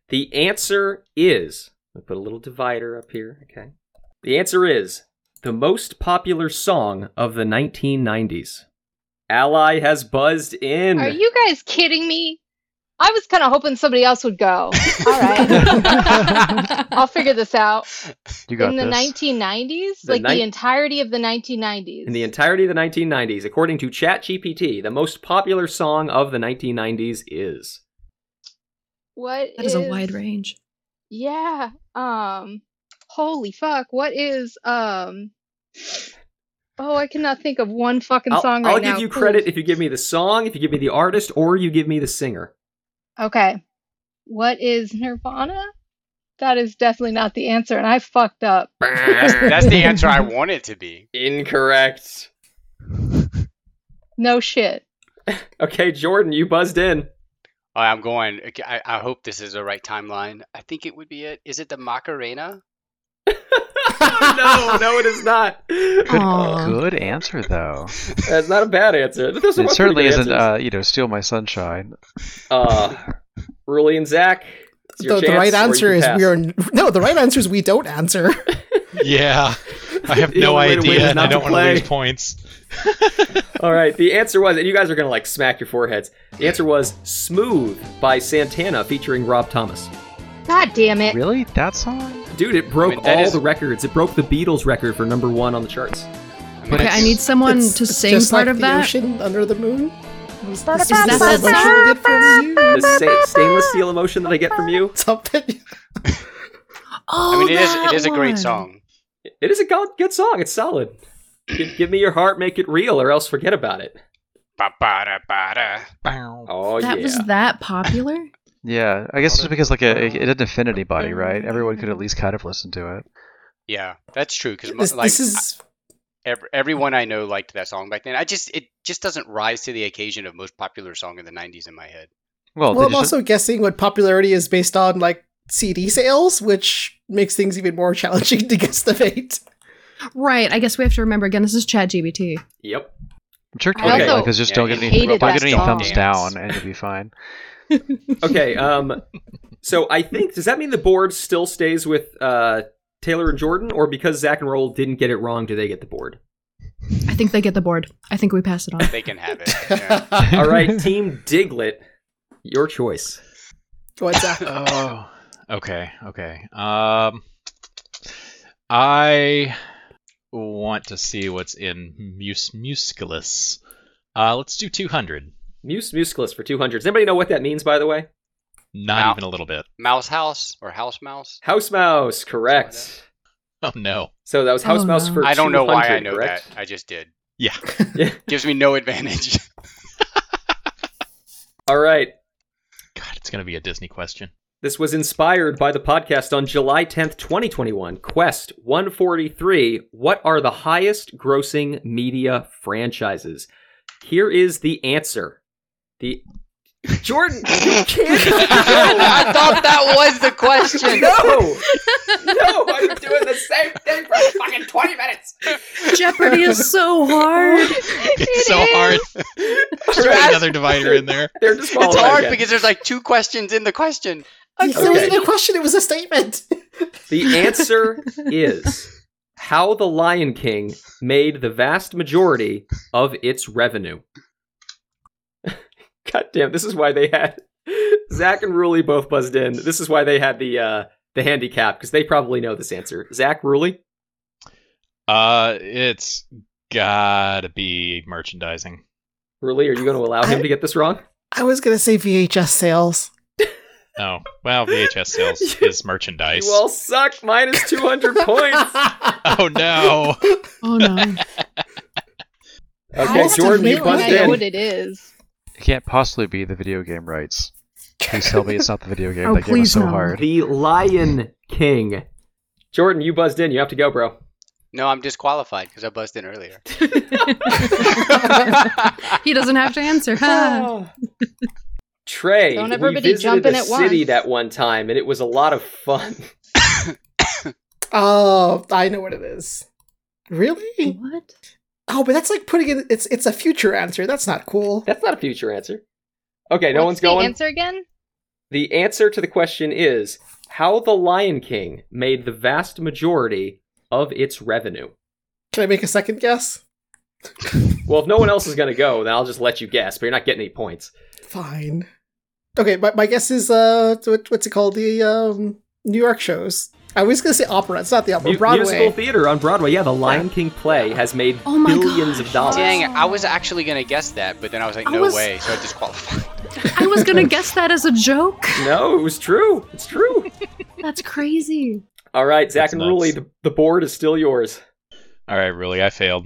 [SPEAKER 4] The answer is I put a little divider up here. Okay. The answer is the most popular song of the 1990s. Ally has buzzed in.
[SPEAKER 8] Are you guys kidding me? I was kind of hoping somebody else would go. All right. I'll figure this out.
[SPEAKER 10] You got
[SPEAKER 8] In the
[SPEAKER 10] this.
[SPEAKER 8] 1990s?
[SPEAKER 4] The
[SPEAKER 8] like
[SPEAKER 4] nine-
[SPEAKER 8] the entirety of the 1990s.
[SPEAKER 4] In the entirety of the 1990s, according to ChatGPT, the most popular song of the 1990s is.
[SPEAKER 8] what
[SPEAKER 7] That is a wide range.
[SPEAKER 8] Yeah. Um holy fuck, what is um Oh, I cannot think of one fucking
[SPEAKER 4] I'll,
[SPEAKER 8] song right
[SPEAKER 4] I'll
[SPEAKER 8] now.
[SPEAKER 4] give you
[SPEAKER 8] Please.
[SPEAKER 4] credit if you give me the song, if you give me the artist, or you give me the singer.
[SPEAKER 8] Okay. What is Nirvana? That is definitely not the answer, and I fucked up.
[SPEAKER 5] That's, that's the answer I want it to be.
[SPEAKER 4] Incorrect.
[SPEAKER 8] No shit.
[SPEAKER 4] Okay, Jordan, you buzzed in.
[SPEAKER 5] All right, I'm going. okay, I, I hope this is the right timeline. I think it would be it. Is it the Macarena?
[SPEAKER 4] no, no, it is not.
[SPEAKER 7] Aw.
[SPEAKER 10] Good answer though.
[SPEAKER 4] That's not a bad answer. Those are
[SPEAKER 10] it
[SPEAKER 4] both
[SPEAKER 10] certainly
[SPEAKER 4] pretty good
[SPEAKER 10] isn't,
[SPEAKER 4] answers.
[SPEAKER 10] uh, you know, steal my sunshine.
[SPEAKER 4] Uh, Ruli and Zach. it's your
[SPEAKER 9] The, the
[SPEAKER 4] chance,
[SPEAKER 9] right
[SPEAKER 4] or you
[SPEAKER 9] answer
[SPEAKER 4] can
[SPEAKER 9] is
[SPEAKER 4] pass.
[SPEAKER 9] we are n- no. The right answer is we don't answer.
[SPEAKER 6] Yeah. I have
[SPEAKER 4] The
[SPEAKER 6] no
[SPEAKER 4] only way to win is
[SPEAKER 6] idea, and I
[SPEAKER 4] not to
[SPEAKER 6] don't want to
[SPEAKER 4] play.
[SPEAKER 6] lose points.
[SPEAKER 4] All right, the answer was, and you guys are gonna like smack your foreheads. The answer was "Smooth" by Santana featuring Rob Thomas.
[SPEAKER 8] God damn it.
[SPEAKER 10] Really? That song?
[SPEAKER 4] Dude, it broke
[SPEAKER 5] I mean, that
[SPEAKER 4] all
[SPEAKER 5] is-
[SPEAKER 4] the records. It broke the Beatles record for number one on the charts.
[SPEAKER 5] I mean,
[SPEAKER 7] Okay, I
[SPEAKER 5] it's-
[SPEAKER 7] need someone
[SPEAKER 9] It's-
[SPEAKER 7] to
[SPEAKER 9] it's
[SPEAKER 7] sing
[SPEAKER 9] just
[SPEAKER 7] part
[SPEAKER 9] like
[SPEAKER 7] of
[SPEAKER 9] the
[SPEAKER 7] that.
[SPEAKER 9] Ocean under the moon. Is
[SPEAKER 7] Is that that song?
[SPEAKER 4] The sa- stainless steel emotion that I get from you.
[SPEAKER 9] Something.
[SPEAKER 7] Oh,
[SPEAKER 5] I mean, it is.
[SPEAKER 7] that
[SPEAKER 5] It is a
[SPEAKER 7] one.
[SPEAKER 5] great song.
[SPEAKER 4] It is a go- good song. It's solid. Give, give me your heart, make it real, or else forget about it.
[SPEAKER 5] Ba ba da ba da.
[SPEAKER 4] Oh
[SPEAKER 7] that
[SPEAKER 4] yeah.
[SPEAKER 7] was that popular?
[SPEAKER 10] Yeah, I guess
[SPEAKER 6] Hold
[SPEAKER 10] it's
[SPEAKER 6] it.
[SPEAKER 10] because like a, it it didn't offend anybody, right? Everyone could at least kind of listen to it.
[SPEAKER 5] Yeah, that's true. Because
[SPEAKER 9] This,
[SPEAKER 5] like
[SPEAKER 9] this is
[SPEAKER 5] ev- everyone I know liked that song back then. I just it just doesn't rise to the occasion of most popular song in the '90s in my head.
[SPEAKER 9] well.
[SPEAKER 10] Well, did
[SPEAKER 9] I'm
[SPEAKER 10] you-
[SPEAKER 9] also guessing what popularity is based on, like CD sales, which makes things even more challenging to guesstimate.
[SPEAKER 7] Right. I guess we have to remember again. This is ChatGPT.
[SPEAKER 4] Yep.
[SPEAKER 10] I'm sure
[SPEAKER 8] I
[SPEAKER 10] Twitter
[SPEAKER 4] also
[SPEAKER 10] like is just
[SPEAKER 5] Yeah,
[SPEAKER 10] don't get
[SPEAKER 5] he
[SPEAKER 10] any
[SPEAKER 8] hated
[SPEAKER 10] don't get
[SPEAKER 8] that
[SPEAKER 10] any
[SPEAKER 8] song.
[SPEAKER 10] thumbs
[SPEAKER 5] Dance.
[SPEAKER 10] down, and you'll be fine.
[SPEAKER 4] Okay. Um. So I think does that mean the board still stays with uh Taylor and Jordan, or because Zach and Roll didn't get it wrong, do they get the board?
[SPEAKER 7] I think they get the board. I think we pass it on.
[SPEAKER 5] They can have it. Yeah.
[SPEAKER 4] All right, Team Diglett, your choice.
[SPEAKER 9] What's that?
[SPEAKER 6] oh. Okay. Okay. Um. I want to see what's in Mus Musculus. Uh, let's do 200.
[SPEAKER 4] Muse Musculus for 200. Does anybody know what that means, by the way?
[SPEAKER 6] Not
[SPEAKER 5] Wow.
[SPEAKER 6] even a little bit.
[SPEAKER 5] Mouse house or house mouse?
[SPEAKER 4] House Mouse, correct.
[SPEAKER 6] Oh no.
[SPEAKER 4] So that was House
[SPEAKER 7] Oh,
[SPEAKER 4] Mouse
[SPEAKER 7] no.
[SPEAKER 4] for
[SPEAKER 5] I don't know why I
[SPEAKER 4] 200,
[SPEAKER 5] know
[SPEAKER 4] correct?
[SPEAKER 5] that. I just did.
[SPEAKER 6] Yeah.
[SPEAKER 5] Gives me no advantage.
[SPEAKER 4] All right.
[SPEAKER 6] God, it's gonna be a Disney question.
[SPEAKER 4] This was inspired by the podcast on July 10th, 2021. Quest 143 What are the highest grossing media franchises? Here is the answer. The Jordan, you can't.
[SPEAKER 8] I thought that was the question.
[SPEAKER 4] No! No! I've been doing the same thing for fucking 20 minutes!
[SPEAKER 7] Jeopardy is so hard.
[SPEAKER 6] It's so hard. Just
[SPEAKER 4] Right.
[SPEAKER 6] Put another divider in there.
[SPEAKER 4] They're just
[SPEAKER 5] it's
[SPEAKER 4] following
[SPEAKER 5] hard
[SPEAKER 4] again.
[SPEAKER 5] because there's like two questions in the question.
[SPEAKER 9] It wasn't a question, it was a statement.
[SPEAKER 4] The answer is how the Lion King made the vast majority of its revenue. God damn, this is why they had Zach and Ruli both buzzed in. This is why they had the uh the handicap, because they probably know this answer. Zach Ruli?
[SPEAKER 6] Uh, it's gotta be merchandising.
[SPEAKER 4] Ruli, are you gonna allow him to get this wrong?
[SPEAKER 9] I was gonna say VHS sales.
[SPEAKER 6] Oh, well, VHS sales is merchandise.
[SPEAKER 4] You all suck, minus two hundred points.
[SPEAKER 6] Oh no.
[SPEAKER 7] Oh no.
[SPEAKER 4] Okay,
[SPEAKER 9] That's
[SPEAKER 4] Jordan, you
[SPEAKER 9] amazing.
[SPEAKER 8] I
[SPEAKER 4] buzzed
[SPEAKER 8] know what
[SPEAKER 4] in.
[SPEAKER 8] it is.
[SPEAKER 10] It can't possibly be the video game rights. Please tell me it's not the video game
[SPEAKER 7] Oh,
[SPEAKER 10] that gave us
[SPEAKER 7] please
[SPEAKER 10] so
[SPEAKER 7] no.
[SPEAKER 10] hard.
[SPEAKER 4] The Lion King. Jordan, you buzzed in. You have to go, bro.
[SPEAKER 5] No, I'm disqualified because I buzzed in earlier.
[SPEAKER 7] he doesn't have to answer.
[SPEAKER 4] Oh.
[SPEAKER 7] huh?
[SPEAKER 4] Trey,
[SPEAKER 8] Don't
[SPEAKER 4] we
[SPEAKER 8] everybody
[SPEAKER 4] visited
[SPEAKER 8] jump in
[SPEAKER 4] the
[SPEAKER 8] at
[SPEAKER 4] city
[SPEAKER 8] once.
[SPEAKER 4] that one time, and it was a lot of fun.
[SPEAKER 9] Oh, I know what it is. Really?
[SPEAKER 7] what?
[SPEAKER 9] Oh, but that's like putting it. It's it's a future answer. That's not cool.
[SPEAKER 4] That's not a future answer. Okay, no
[SPEAKER 8] What's
[SPEAKER 4] one's
[SPEAKER 8] the
[SPEAKER 4] going.
[SPEAKER 8] Answer again.
[SPEAKER 4] the answer to the question is how the Lion King made the vast majority of its revenue.
[SPEAKER 9] Can I make a second guess?
[SPEAKER 4] Well, if no one else is going to go, then I'll just let you guess, but you're not getting any points.
[SPEAKER 9] Fine. Okay, my, my guess is uh, what, what's it called? The um, New York shows. I was gonna say opera. It's not the opera.
[SPEAKER 4] Mu- musical
[SPEAKER 9] Broadway.
[SPEAKER 4] theater on Broadway. Yeah, the Lion King play has made
[SPEAKER 7] Oh my
[SPEAKER 4] billions of
[SPEAKER 7] gosh.
[SPEAKER 4] dollars.
[SPEAKER 5] Dang, it, I was actually gonna guess that, but then I was like,
[SPEAKER 7] I
[SPEAKER 5] no
[SPEAKER 7] was-
[SPEAKER 5] way, so I disqualified.
[SPEAKER 7] I was gonna guess that as a joke.
[SPEAKER 4] No, it was true. It's true.
[SPEAKER 7] That's crazy.
[SPEAKER 4] All right, Zach
[SPEAKER 6] That's
[SPEAKER 4] and
[SPEAKER 6] nuts.
[SPEAKER 4] Ruli, the, the board is still yours.
[SPEAKER 6] All right, really, I failed.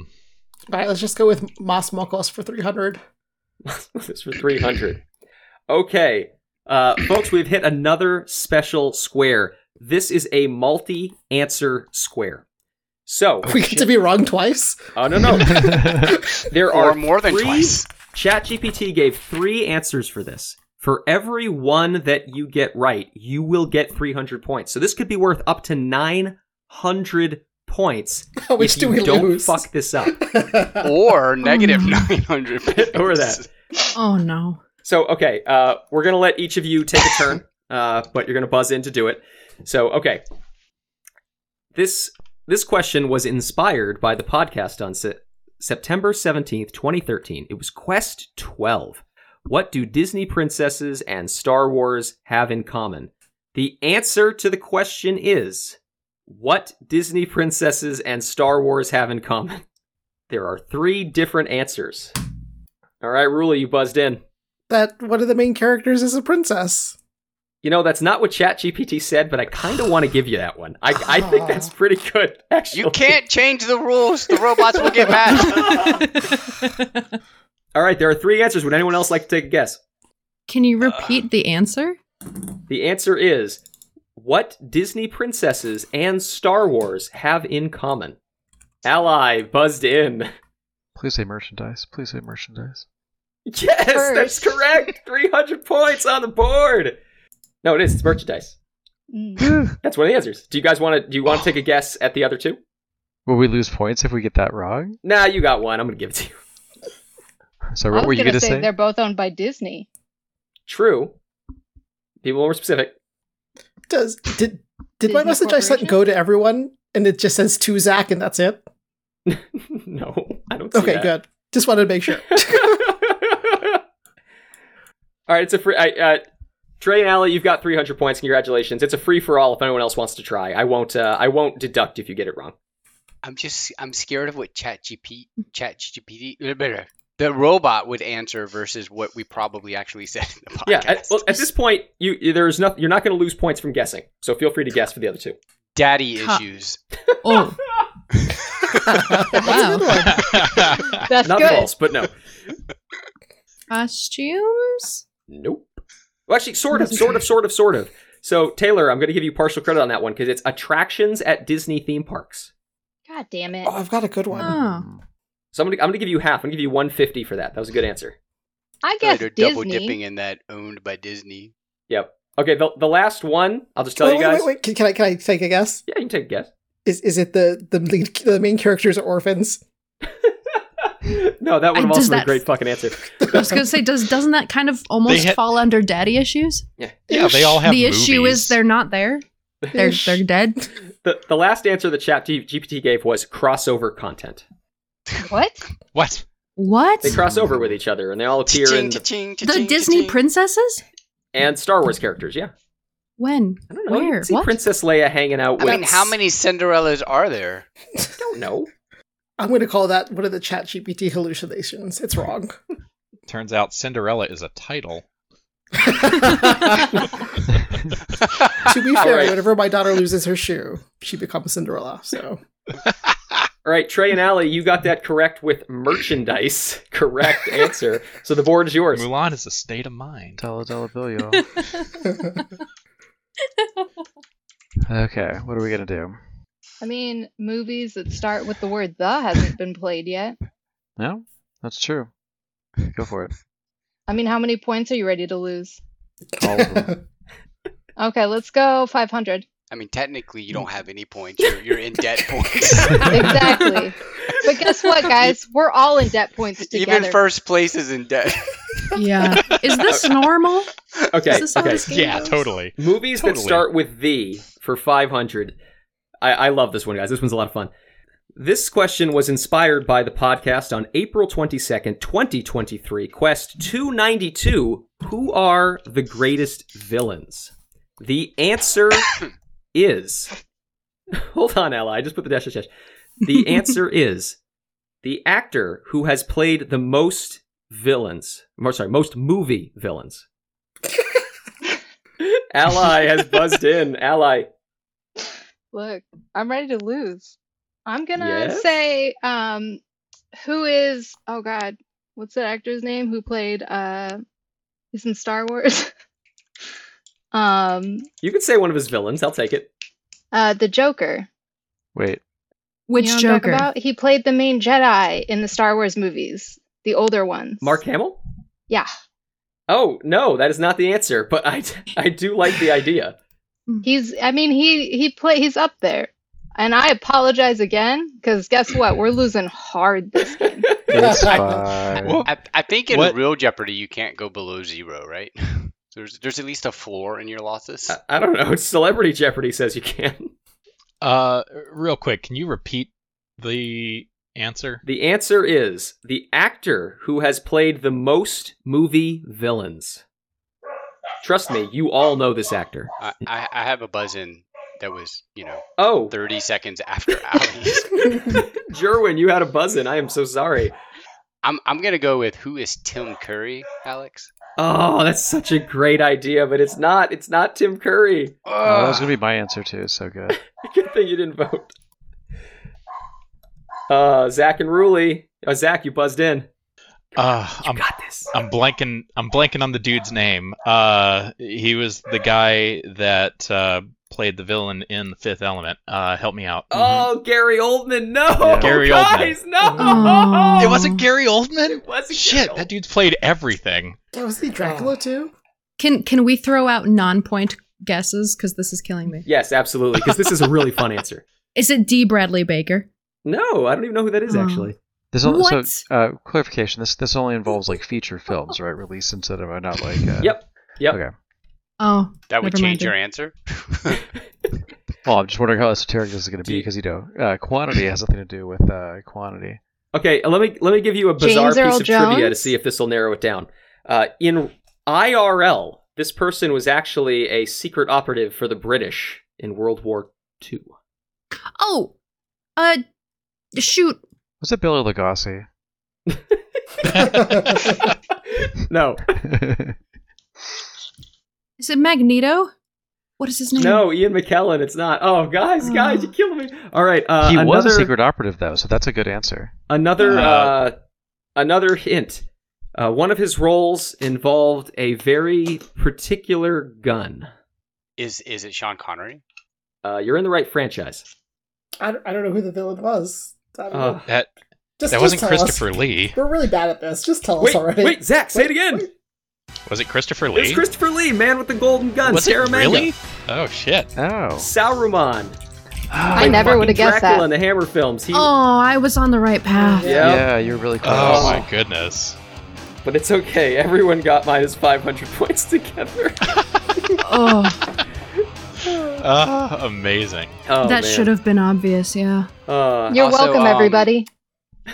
[SPEAKER 9] All right, let's just go with Mas Mokos for three hundred.
[SPEAKER 4] this for 300 okay uh, folks we've hit another special square this is a multi-answer square so
[SPEAKER 9] We get to be wrong twice.
[SPEAKER 4] oh no no there
[SPEAKER 5] Or
[SPEAKER 4] are
[SPEAKER 5] more than
[SPEAKER 4] three,
[SPEAKER 5] twice.
[SPEAKER 4] ChatGPT gave three answers for this. For every one that you get right, you will get 300 points. So this could be worth up to 900 points.
[SPEAKER 9] How much
[SPEAKER 4] if
[SPEAKER 9] do
[SPEAKER 4] you
[SPEAKER 9] we
[SPEAKER 4] don't
[SPEAKER 9] lose?
[SPEAKER 4] fuck this up.
[SPEAKER 5] Or negative
[SPEAKER 7] no.
[SPEAKER 5] 900.
[SPEAKER 4] Or that.
[SPEAKER 7] Oh no.
[SPEAKER 4] So okay, uh, we're gonna let each of you take a turn, uh, but you're gonna buzz in to do it. So okay, this this question was inspired by the podcast on se- September seventeenth, twenty thirteen. It was Quest twelve. What do Disney princesses and Star Wars have in common? The answer to the question is what Disney princesses and Star Wars have in common. There are three different answers. All right, Rula, you buzzed in.
[SPEAKER 9] that one of the main characters is a princess.
[SPEAKER 4] You know, that's not what ChatGPT said, but I kind of want to give you that one. I, I think that's pretty good, actually.
[SPEAKER 5] You can't change the rules. The robots will get mad.
[SPEAKER 4] All right, there are three answers. Would anyone else like to take a guess?
[SPEAKER 7] Can
[SPEAKER 6] Uh.
[SPEAKER 7] you repeat the answer?
[SPEAKER 4] The answer is what Disney princesses and Star Wars have in common? Ally buzzed in.
[SPEAKER 10] Please say merchandise. Please say merchandise.
[SPEAKER 4] Yes, that's
[SPEAKER 8] First.
[SPEAKER 4] correct. 300 points on the board. No, it is. It's merchandise.
[SPEAKER 8] Mm.
[SPEAKER 4] That's one of the answers. Do you guys want to do you want to take a guess at the other two?
[SPEAKER 10] Will we lose points if we get that wrong?
[SPEAKER 4] Nah, you got one. I'm going to give it to you.
[SPEAKER 10] So
[SPEAKER 8] I
[SPEAKER 10] what
[SPEAKER 8] was
[SPEAKER 10] were you
[SPEAKER 8] gonna
[SPEAKER 10] gonna
[SPEAKER 8] say,
[SPEAKER 10] say?
[SPEAKER 8] they're both owned by Disney.
[SPEAKER 4] True. People were specific.
[SPEAKER 9] Does did did my
[SPEAKER 8] Disney
[SPEAKER 9] message I sent
[SPEAKER 8] Corporation?
[SPEAKER 9] go to everyone and it just says to Zach and that's it?
[SPEAKER 4] no, I don't see
[SPEAKER 9] Okay,
[SPEAKER 4] that.
[SPEAKER 9] good. Just wanted to make sure.
[SPEAKER 4] all right, it's a free. I, uh, Trey and Allie, you've got 300 points. Congratulations! It's a free for all. If anyone else wants to try, I won't. Uh, I won't deduct if you get it wrong.
[SPEAKER 5] I'm just I'm scared of what ChatGPT ChatGPT the robot would answer versus what we probably actually said in the podcast.
[SPEAKER 4] Yeah. At, well, at this point, you you- there's nothing. You're not going to lose points from guessing. So feel free to guess for the other two.
[SPEAKER 5] Daddy
[SPEAKER 7] Huh.
[SPEAKER 5] issues.
[SPEAKER 7] Oh,
[SPEAKER 9] That's a good one.
[SPEAKER 8] That's
[SPEAKER 4] not
[SPEAKER 8] good.
[SPEAKER 4] false, but no.
[SPEAKER 7] costumes.
[SPEAKER 4] Nope. Well, actually, sort of, sort of, sort of, sort of. So Taylor, I'm going to give you partial credit on that one because it's attractions at Disney theme parks.
[SPEAKER 8] God damn it.
[SPEAKER 9] Oh, I've got a good one.
[SPEAKER 7] Oh,
[SPEAKER 10] Mm.
[SPEAKER 4] So I'm going to I'm going to give you half. I'm going to give you 150 for that. That was a good answer.
[SPEAKER 8] I
[SPEAKER 5] They're
[SPEAKER 8] guess
[SPEAKER 5] double
[SPEAKER 8] Disney.
[SPEAKER 5] dipping in that owned by Disney.
[SPEAKER 4] Yep. Okay. The the last one, I'll just tell
[SPEAKER 9] wait,
[SPEAKER 4] you
[SPEAKER 9] wait,
[SPEAKER 4] guys.
[SPEAKER 9] wait, wait. Can, can I can I take a guess?
[SPEAKER 4] Yeah, you can take a guess.
[SPEAKER 9] Is is it the the lead, the main characters are orphans?
[SPEAKER 4] no, that would have
[SPEAKER 7] does
[SPEAKER 4] also been a
[SPEAKER 7] that-
[SPEAKER 4] great fucking answer.
[SPEAKER 7] I was gonna say, does doesn't that kind of almost
[SPEAKER 6] hit-
[SPEAKER 7] fall under daddy issues?
[SPEAKER 6] yeah, they all have
[SPEAKER 7] the issue
[SPEAKER 6] movies.
[SPEAKER 7] is they're not there. They're they're dead.
[SPEAKER 4] The, the last answer that Chat GPT gave was crossover content.
[SPEAKER 8] What?
[SPEAKER 6] What?
[SPEAKER 7] What?
[SPEAKER 4] They cross over with each other, and they all appear in
[SPEAKER 5] Cha-ching,
[SPEAKER 4] the,
[SPEAKER 5] cha-ching,
[SPEAKER 7] The
[SPEAKER 5] cha-ching,
[SPEAKER 7] Disney
[SPEAKER 5] cha-ching.
[SPEAKER 7] princesses?
[SPEAKER 4] and Star Wars characters. Yeah,
[SPEAKER 7] When?
[SPEAKER 4] I don't know. You
[SPEAKER 7] Where?
[SPEAKER 4] can see
[SPEAKER 7] What?
[SPEAKER 4] Princess Leia hanging out
[SPEAKER 5] I
[SPEAKER 4] with.
[SPEAKER 5] mean, how many Cinderellas are there?
[SPEAKER 4] I don't know.
[SPEAKER 9] I'm going to call that one of the chat GPT hallucinations. It's wrong.
[SPEAKER 6] Turns out Cinderella is a title.
[SPEAKER 9] to be fair,
[SPEAKER 4] Alright.
[SPEAKER 9] whenever my daughter loses her shoe, she becomes Cinderella. So
[SPEAKER 4] All right, Trey and Allie, you got that correct with merchandise. Correct answer. So the board is yours.
[SPEAKER 6] Mulan is a state of mind.
[SPEAKER 10] Dollar dollar bill, y'all. okay, what are we gonna do?
[SPEAKER 8] I mean, movies that start with the word the hasn't been played yet.
[SPEAKER 10] No, that's true. Go for it.
[SPEAKER 8] I mean, how many points are you ready to lose?
[SPEAKER 10] All of them.
[SPEAKER 8] Okay, let's go 500.
[SPEAKER 5] I mean, technically, you don't have any points. You're, you're in debt points.
[SPEAKER 8] Exactly. but guess what, guys? We're all in debt points together.
[SPEAKER 5] Even first place is in debt.
[SPEAKER 7] Yeah. Is this normal?
[SPEAKER 4] Okay,
[SPEAKER 7] Is this how
[SPEAKER 4] okay.
[SPEAKER 7] this game
[SPEAKER 6] Yeah,
[SPEAKER 7] goes?
[SPEAKER 6] totally.
[SPEAKER 4] Movies that
[SPEAKER 6] Totally.
[SPEAKER 4] start with the for 500. I, I love this one, guys. This one's a lot of fun. This question was inspired by the podcast on April 22nd, 2023, Quest 292. Who are the greatest villains? The answer is. Hold on, Ally. I just put the dash dash dash. The answer is the actor who has played the most villains. More, sorry, most movie villains. Ally has buzzed in. Ally.
[SPEAKER 8] Look, I'm ready to lose. I'm gonna
[SPEAKER 4] Yes?
[SPEAKER 8] say, um, who is? Oh God, what's that actor's name who played? Uh, he's in Star Wars. um,
[SPEAKER 4] You could say one of his villains. I'll take it.
[SPEAKER 8] uh, the Joker.
[SPEAKER 10] Wait,
[SPEAKER 7] Which
[SPEAKER 8] you know what I'm talking
[SPEAKER 7] Joker?
[SPEAKER 8] About? He played the main Jedi in the Star Wars movies, the older ones.
[SPEAKER 4] Mark Hamill?
[SPEAKER 8] Yeah,
[SPEAKER 4] Oh, no, that is not the answer, but I, I do like the idea.
[SPEAKER 8] he's. I mean, he he play. He's up there. And I apologize again, because guess what? We're losing hard this game.
[SPEAKER 10] it's
[SPEAKER 9] I-
[SPEAKER 10] fine.
[SPEAKER 6] Well,
[SPEAKER 5] I, I think in
[SPEAKER 6] What-
[SPEAKER 5] real Jeopardy, you can't go below zero, right? There's there's at least a floor in your losses.
[SPEAKER 10] Uh,
[SPEAKER 4] I, I don't know. Celebrity Jeopardy says you can.
[SPEAKER 6] Uh, real quick, can you repeat the answer?
[SPEAKER 4] The answer is the actor who has played the most movie villains. Trust me, you all know this actor.
[SPEAKER 5] I, I, I have a buzz in that was you know
[SPEAKER 4] Oh,
[SPEAKER 5] 30 seconds after Ali's.
[SPEAKER 4] Jerwin, you had a buzz in. I am so sorry.
[SPEAKER 5] I'm I'm gonna go with who is Tim Curry, Alex.
[SPEAKER 4] Oh, that's such a great idea, but it's not. It's not Tim Curry.
[SPEAKER 10] Oh,
[SPEAKER 5] uh,
[SPEAKER 10] that was gonna be my answer too. So good.
[SPEAKER 4] Good thing you didn't vote. Uh, Zach and Ruli. Oh, Zach, you buzzed in.
[SPEAKER 6] Uh, I'm
[SPEAKER 4] Got this.
[SPEAKER 6] I'm blanking. I'm blanking on the dude's name. Uh, he was the guy that uh, played the villain in The Fifth Element. Uh, help me out. Mhm.
[SPEAKER 4] Oh, Gary Oldman, no!
[SPEAKER 10] Yeah.
[SPEAKER 6] Gary Oldman.
[SPEAKER 4] guys,
[SPEAKER 7] Oh.
[SPEAKER 4] no!
[SPEAKER 6] Mm-hmm. it wasn't Gary Oldman.
[SPEAKER 4] It wasn't
[SPEAKER 6] Shit,
[SPEAKER 4] Gary
[SPEAKER 6] that
[SPEAKER 4] Oldman.
[SPEAKER 6] dude's played everything.
[SPEAKER 9] that was the Dracula too.
[SPEAKER 7] Can can we throw out non-point guesses? Because this is killing me.
[SPEAKER 4] Yes, absolutely, because this is a really fun answer.
[SPEAKER 7] Is it D. Bradley Baker?
[SPEAKER 4] No, I don't even know who that
[SPEAKER 8] Hmm.
[SPEAKER 4] is,
[SPEAKER 7] Oh.
[SPEAKER 4] actually.
[SPEAKER 10] This only,
[SPEAKER 7] What?
[SPEAKER 10] so uh, clarification. This this only involves like feature films, right? Released in cinema, not like uh,
[SPEAKER 4] Yep, yep.
[SPEAKER 10] Okay.
[SPEAKER 7] Oh,
[SPEAKER 5] That would
[SPEAKER 7] Never mind
[SPEAKER 5] change your answer.
[SPEAKER 10] Well, I'm just wondering how esoteric this is going to
[SPEAKER 4] Do
[SPEAKER 10] be
[SPEAKER 4] you-
[SPEAKER 10] because you know uh, quantity has nothing to do with uh, quantity.
[SPEAKER 4] Okay, let me let me give you a bizarre
[SPEAKER 8] James Earl
[SPEAKER 4] piece of trivia to
[SPEAKER 8] Jones?
[SPEAKER 4] see if this will narrow it down. Uh, in IRL, this person was actually a secret operative for the British in World War II.
[SPEAKER 7] Oh, uh, shoot.
[SPEAKER 10] Was it Billy Lugosi?
[SPEAKER 4] No,
[SPEAKER 7] Is it Magneto? What is his name?
[SPEAKER 4] no, Ian McKellen, it's not. Oh, guys, guys,
[SPEAKER 7] Oh.
[SPEAKER 4] you're killing me. All right, uh,
[SPEAKER 10] he was a
[SPEAKER 4] another-
[SPEAKER 10] secret operative, though, so that's a good answer.
[SPEAKER 4] Another
[SPEAKER 6] Uh,
[SPEAKER 4] uh, another hint. Uh, one of his roles involved a very particular gun.
[SPEAKER 5] Is is it Sean Connery?
[SPEAKER 4] Uh, you're in the right franchise.
[SPEAKER 9] I don't, I don't know who the villain was. I don't
[SPEAKER 4] Uh,
[SPEAKER 9] know.
[SPEAKER 6] That
[SPEAKER 9] Just,
[SPEAKER 6] that
[SPEAKER 9] just
[SPEAKER 6] wasn't
[SPEAKER 9] tell
[SPEAKER 6] Christopher
[SPEAKER 9] Us.
[SPEAKER 6] Lee.
[SPEAKER 9] We're really bad at this. Just tell us
[SPEAKER 4] Wait,
[SPEAKER 9] already.
[SPEAKER 4] wait, Zach, say it again.
[SPEAKER 9] Wait,
[SPEAKER 6] Was it Christopher
[SPEAKER 4] It was
[SPEAKER 6] Lee?
[SPEAKER 4] Christopher Lee, man with the golden gun.
[SPEAKER 6] Was it
[SPEAKER 4] Scaramanga.
[SPEAKER 6] really? Oh shit.
[SPEAKER 10] Oh.
[SPEAKER 4] Sauron.
[SPEAKER 8] I
[SPEAKER 4] Like
[SPEAKER 8] never
[SPEAKER 4] fucking
[SPEAKER 8] would've guessed
[SPEAKER 4] Dracula
[SPEAKER 8] that.
[SPEAKER 4] in the Hammer films. He,
[SPEAKER 7] Oh, I was on the right path.
[SPEAKER 4] Yeah.
[SPEAKER 10] Yeah, you're really close.
[SPEAKER 6] Oh my goodness.
[SPEAKER 4] But it's okay. Everyone got minus 500 points together.
[SPEAKER 7] Oh,
[SPEAKER 6] Ah, amazing.
[SPEAKER 4] Oh,
[SPEAKER 7] that
[SPEAKER 4] man.
[SPEAKER 7] should have been obvious. Yeah.
[SPEAKER 4] Uh,
[SPEAKER 8] You're
[SPEAKER 5] also,
[SPEAKER 8] welcome,
[SPEAKER 5] um,
[SPEAKER 8] everybody.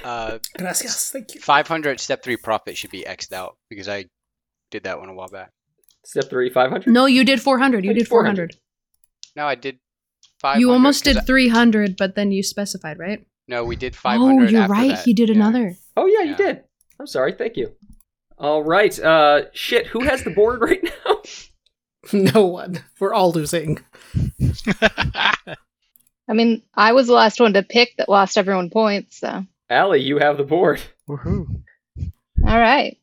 [SPEAKER 5] Uh,
[SPEAKER 9] Gracias. Thank you.
[SPEAKER 5] 500 step three profit should be xed out because I did that one a while back.
[SPEAKER 4] step three, 500.
[SPEAKER 7] No, you did 400. You
[SPEAKER 4] I did
[SPEAKER 7] did 400.
[SPEAKER 5] No, I did. 500
[SPEAKER 7] You almost
[SPEAKER 5] 'cause
[SPEAKER 7] did
[SPEAKER 5] I-
[SPEAKER 7] 300, but then you specified, right?
[SPEAKER 5] no, we did 500.
[SPEAKER 7] Oh, you're
[SPEAKER 5] after
[SPEAKER 7] right.
[SPEAKER 5] that.
[SPEAKER 7] He did
[SPEAKER 5] Yeah.
[SPEAKER 7] another.
[SPEAKER 4] Oh, yeah, you
[SPEAKER 5] Yeah.
[SPEAKER 4] did. I'm sorry. Thank you. All right. Uh, shit, who has the board right now?
[SPEAKER 9] No one. We're all losing.
[SPEAKER 8] I mean, I was the last one to pick that lost everyone points, so.
[SPEAKER 4] Allie, you have the board.
[SPEAKER 10] Woohoo.
[SPEAKER 8] All right.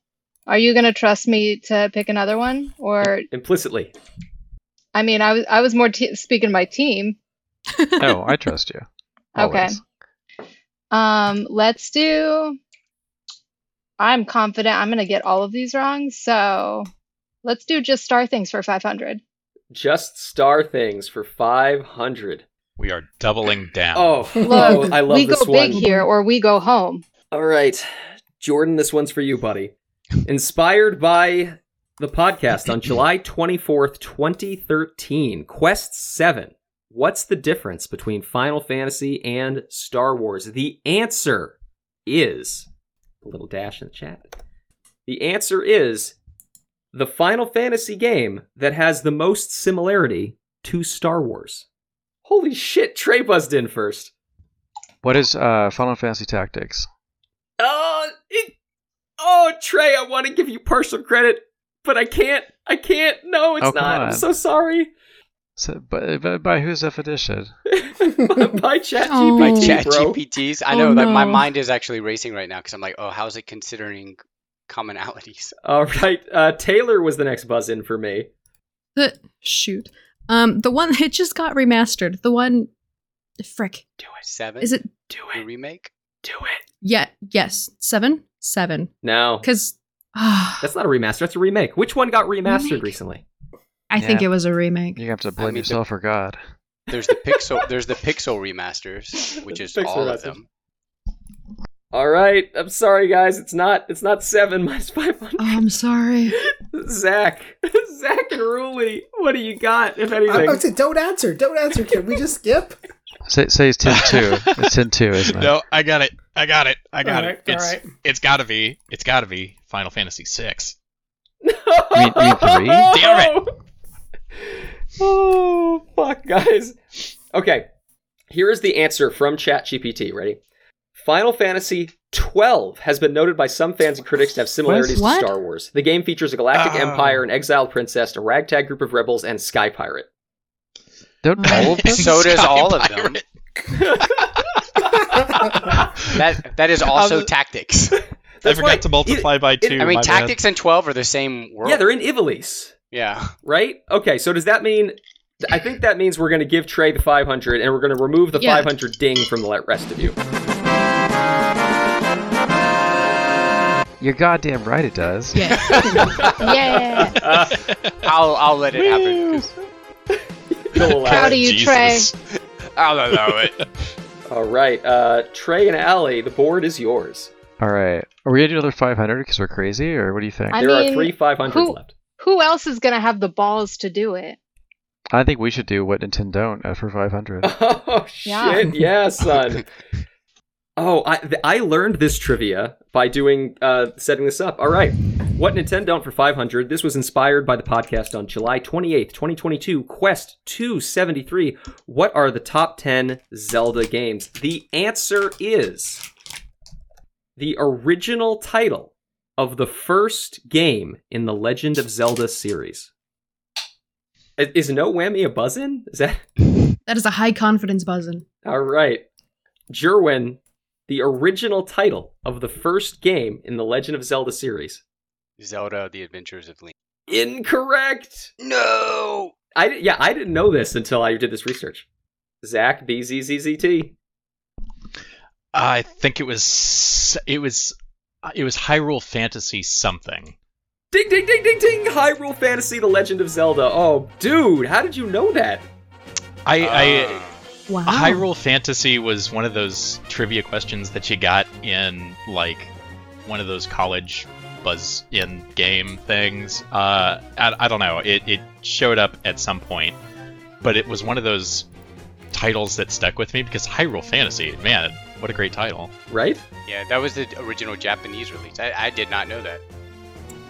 [SPEAKER 8] Are you going to trust me to pick another one? Or,
[SPEAKER 4] Implicitly.
[SPEAKER 8] I mean, I was, I was more te- speaking to my team.
[SPEAKER 10] No, Oh, I trust you.
[SPEAKER 8] Okay.
[SPEAKER 10] Always.
[SPEAKER 8] Um, let's do. I'm confident I'm going to get all of these wrong. So let's do just star things for 500.
[SPEAKER 4] Just star things for 500.
[SPEAKER 6] we are doubling down.
[SPEAKER 4] Oh,
[SPEAKER 8] Look,
[SPEAKER 4] I love
[SPEAKER 8] we
[SPEAKER 4] this
[SPEAKER 8] go
[SPEAKER 4] one.
[SPEAKER 8] big here or we go home.
[SPEAKER 4] All right. Jordan, this one's for you, buddy. Inspired by the podcast on July 24th, 2013, Quest 7. What's the difference between Final Fantasy and Star Wars? The answer is a little dash in the chat. The answer is the Final Fantasy game that has the most similarity to Star Wars. Holy shit, Trey buzzed in first.
[SPEAKER 10] What is uh, Final Fantasy Tactics?
[SPEAKER 4] Oh, it, oh, Trey, I want to give you partial credit, but I can't. I can't. No, it's
[SPEAKER 10] Oh, come
[SPEAKER 4] not. I'm
[SPEAKER 10] on.
[SPEAKER 4] so sorry.
[SPEAKER 10] So, by, by, by whose definition?
[SPEAKER 4] By chat
[SPEAKER 7] Oh.
[SPEAKER 5] My
[SPEAKER 7] Ooh.
[SPEAKER 5] chat
[SPEAKER 4] bro.
[SPEAKER 5] GPTs. I
[SPEAKER 7] Oh,
[SPEAKER 5] know that my
[SPEAKER 7] no.
[SPEAKER 5] mind is actually racing right now because I'm like, oh, how's it considering commonalities?
[SPEAKER 4] All right, uh, Taylor was the next buzz in for me.
[SPEAKER 7] The shoot. Um, the one it just got remastered. The one, frick.
[SPEAKER 5] Do it. Seven.
[SPEAKER 7] Is it?
[SPEAKER 4] Do
[SPEAKER 5] the remake?
[SPEAKER 4] Do it.
[SPEAKER 7] Yeah. Yes. Seven. Seven.
[SPEAKER 4] No,
[SPEAKER 7] Because. ah,
[SPEAKER 4] that's not a remaster. That's a remake. Which one got remastered
[SPEAKER 7] Remake.
[SPEAKER 4] recently?
[SPEAKER 7] I think
[SPEAKER 10] Yeah.
[SPEAKER 7] it was a remake.
[SPEAKER 10] You have to blame
[SPEAKER 5] mean, the-
[SPEAKER 10] yourself or God.
[SPEAKER 5] There's the pixel. there's the pixel remasters, which is
[SPEAKER 4] Pixel
[SPEAKER 5] all
[SPEAKER 4] remasters.
[SPEAKER 5] of them.
[SPEAKER 4] All right, I'm sorry, guys. It's not. It's not seven minus five
[SPEAKER 7] Oh,
[SPEAKER 4] hundred.
[SPEAKER 7] I'm sorry.
[SPEAKER 4] Zach, Zach and Ruli, what do you got? If
[SPEAKER 9] I, I
[SPEAKER 4] anything,
[SPEAKER 9] would say, don't answer. Don't answer. Can we just skip?
[SPEAKER 10] Say, say it's 10 2. It's 10 2, isn't it?
[SPEAKER 6] No, I got it. I got it. I got
[SPEAKER 9] Alright,
[SPEAKER 6] it. It's
[SPEAKER 9] alright.
[SPEAKER 6] it's got to be. It's got to be Final Fantasy 6.
[SPEAKER 10] You mean- you mean three?
[SPEAKER 6] Damn
[SPEAKER 4] it! Oh fuck, guys. Okay, here is the answer from ChatGPT. Ready? Final Fantasy twelve has been noted by some fans and critics to have similarities
[SPEAKER 7] What?
[SPEAKER 4] to Star Wars. The game features a galactic
[SPEAKER 6] Oh.
[SPEAKER 4] empire, an exiled princess, a ragtag group of rebels, and sky pirate.
[SPEAKER 10] Don't all of them?
[SPEAKER 5] So does
[SPEAKER 6] Sky
[SPEAKER 5] all of them.
[SPEAKER 6] Pirate.
[SPEAKER 5] That that is also tactics.
[SPEAKER 6] I forgot to multiply by two.
[SPEAKER 4] it-
[SPEAKER 5] I mean,
[SPEAKER 6] my bad.
[SPEAKER 5] tactics and twelve are the same world.
[SPEAKER 4] Yeah, they're in Ivalice,
[SPEAKER 5] yeah.
[SPEAKER 4] right? Okay, so does that mean? I think that means we're going to give Trey the 500, and we're going to remove the
[SPEAKER 7] Yeah.
[SPEAKER 4] 500 ding from the rest of you.
[SPEAKER 10] You're goddamn right it does.
[SPEAKER 7] Yeah.
[SPEAKER 8] Yeah.
[SPEAKER 5] I'll I'll let it happen. 'cause
[SPEAKER 4] You'll allow
[SPEAKER 8] Proud
[SPEAKER 4] it.
[SPEAKER 8] of you,
[SPEAKER 6] Jesus.
[SPEAKER 5] I'll allow it.
[SPEAKER 4] All right, uh, Trey and Allie, the board is yours.
[SPEAKER 10] All right. Are we going to do another 500 because we're crazy, or what do you think?
[SPEAKER 8] I
[SPEAKER 4] there are
[SPEAKER 8] mean,
[SPEAKER 4] three 500s
[SPEAKER 8] who-
[SPEAKER 4] left.
[SPEAKER 8] Who else is going to have the balls to do it?
[SPEAKER 10] I think we should do what Nintendo don't uh, for 500.
[SPEAKER 4] Oh,
[SPEAKER 8] Yeah.
[SPEAKER 4] shit, yeah, son. Oh, I th- I learned this trivia by doing uh, setting this up. All right, what Nintendo Don't for five hundred? This was inspired by the podcast on July twenty eighth, twenty twenty two. Quest two seventy three. What are the top ten Zelda games? The answer is the original title of the first game in the Legend of Zelda series. I- Is no whammy a buzzin? Is that
[SPEAKER 7] That is a high confidence buzzin.
[SPEAKER 4] all right? Jerwin, the original title of the first game in the Legend of Zelda series.
[SPEAKER 5] Zelda: The Adventures of Link.
[SPEAKER 4] Incorrect.
[SPEAKER 5] No.
[SPEAKER 4] I di- yeah, I didn't know this until I did this research. Zach B Z Z Z T.
[SPEAKER 6] I think it was it was it was Hyrule Fantasy something.
[SPEAKER 4] Ding ding ding ding ding. Hyrule Fantasy: The Legend of Zelda. Oh, dude, how did you know that?
[SPEAKER 6] I, I
[SPEAKER 4] Uh.
[SPEAKER 5] Ah.
[SPEAKER 7] Wow.
[SPEAKER 6] Hyrule Fantasy was one of those trivia questions that you got in like one of those college buzz in game things. Uh, I, I don't know. It, it showed up at some point, but it was one of those titles that stuck with me because Hyrule Fantasy, man, what a great title.
[SPEAKER 4] Right?
[SPEAKER 5] yeah, that was the original Japanese release. I, I did not know that.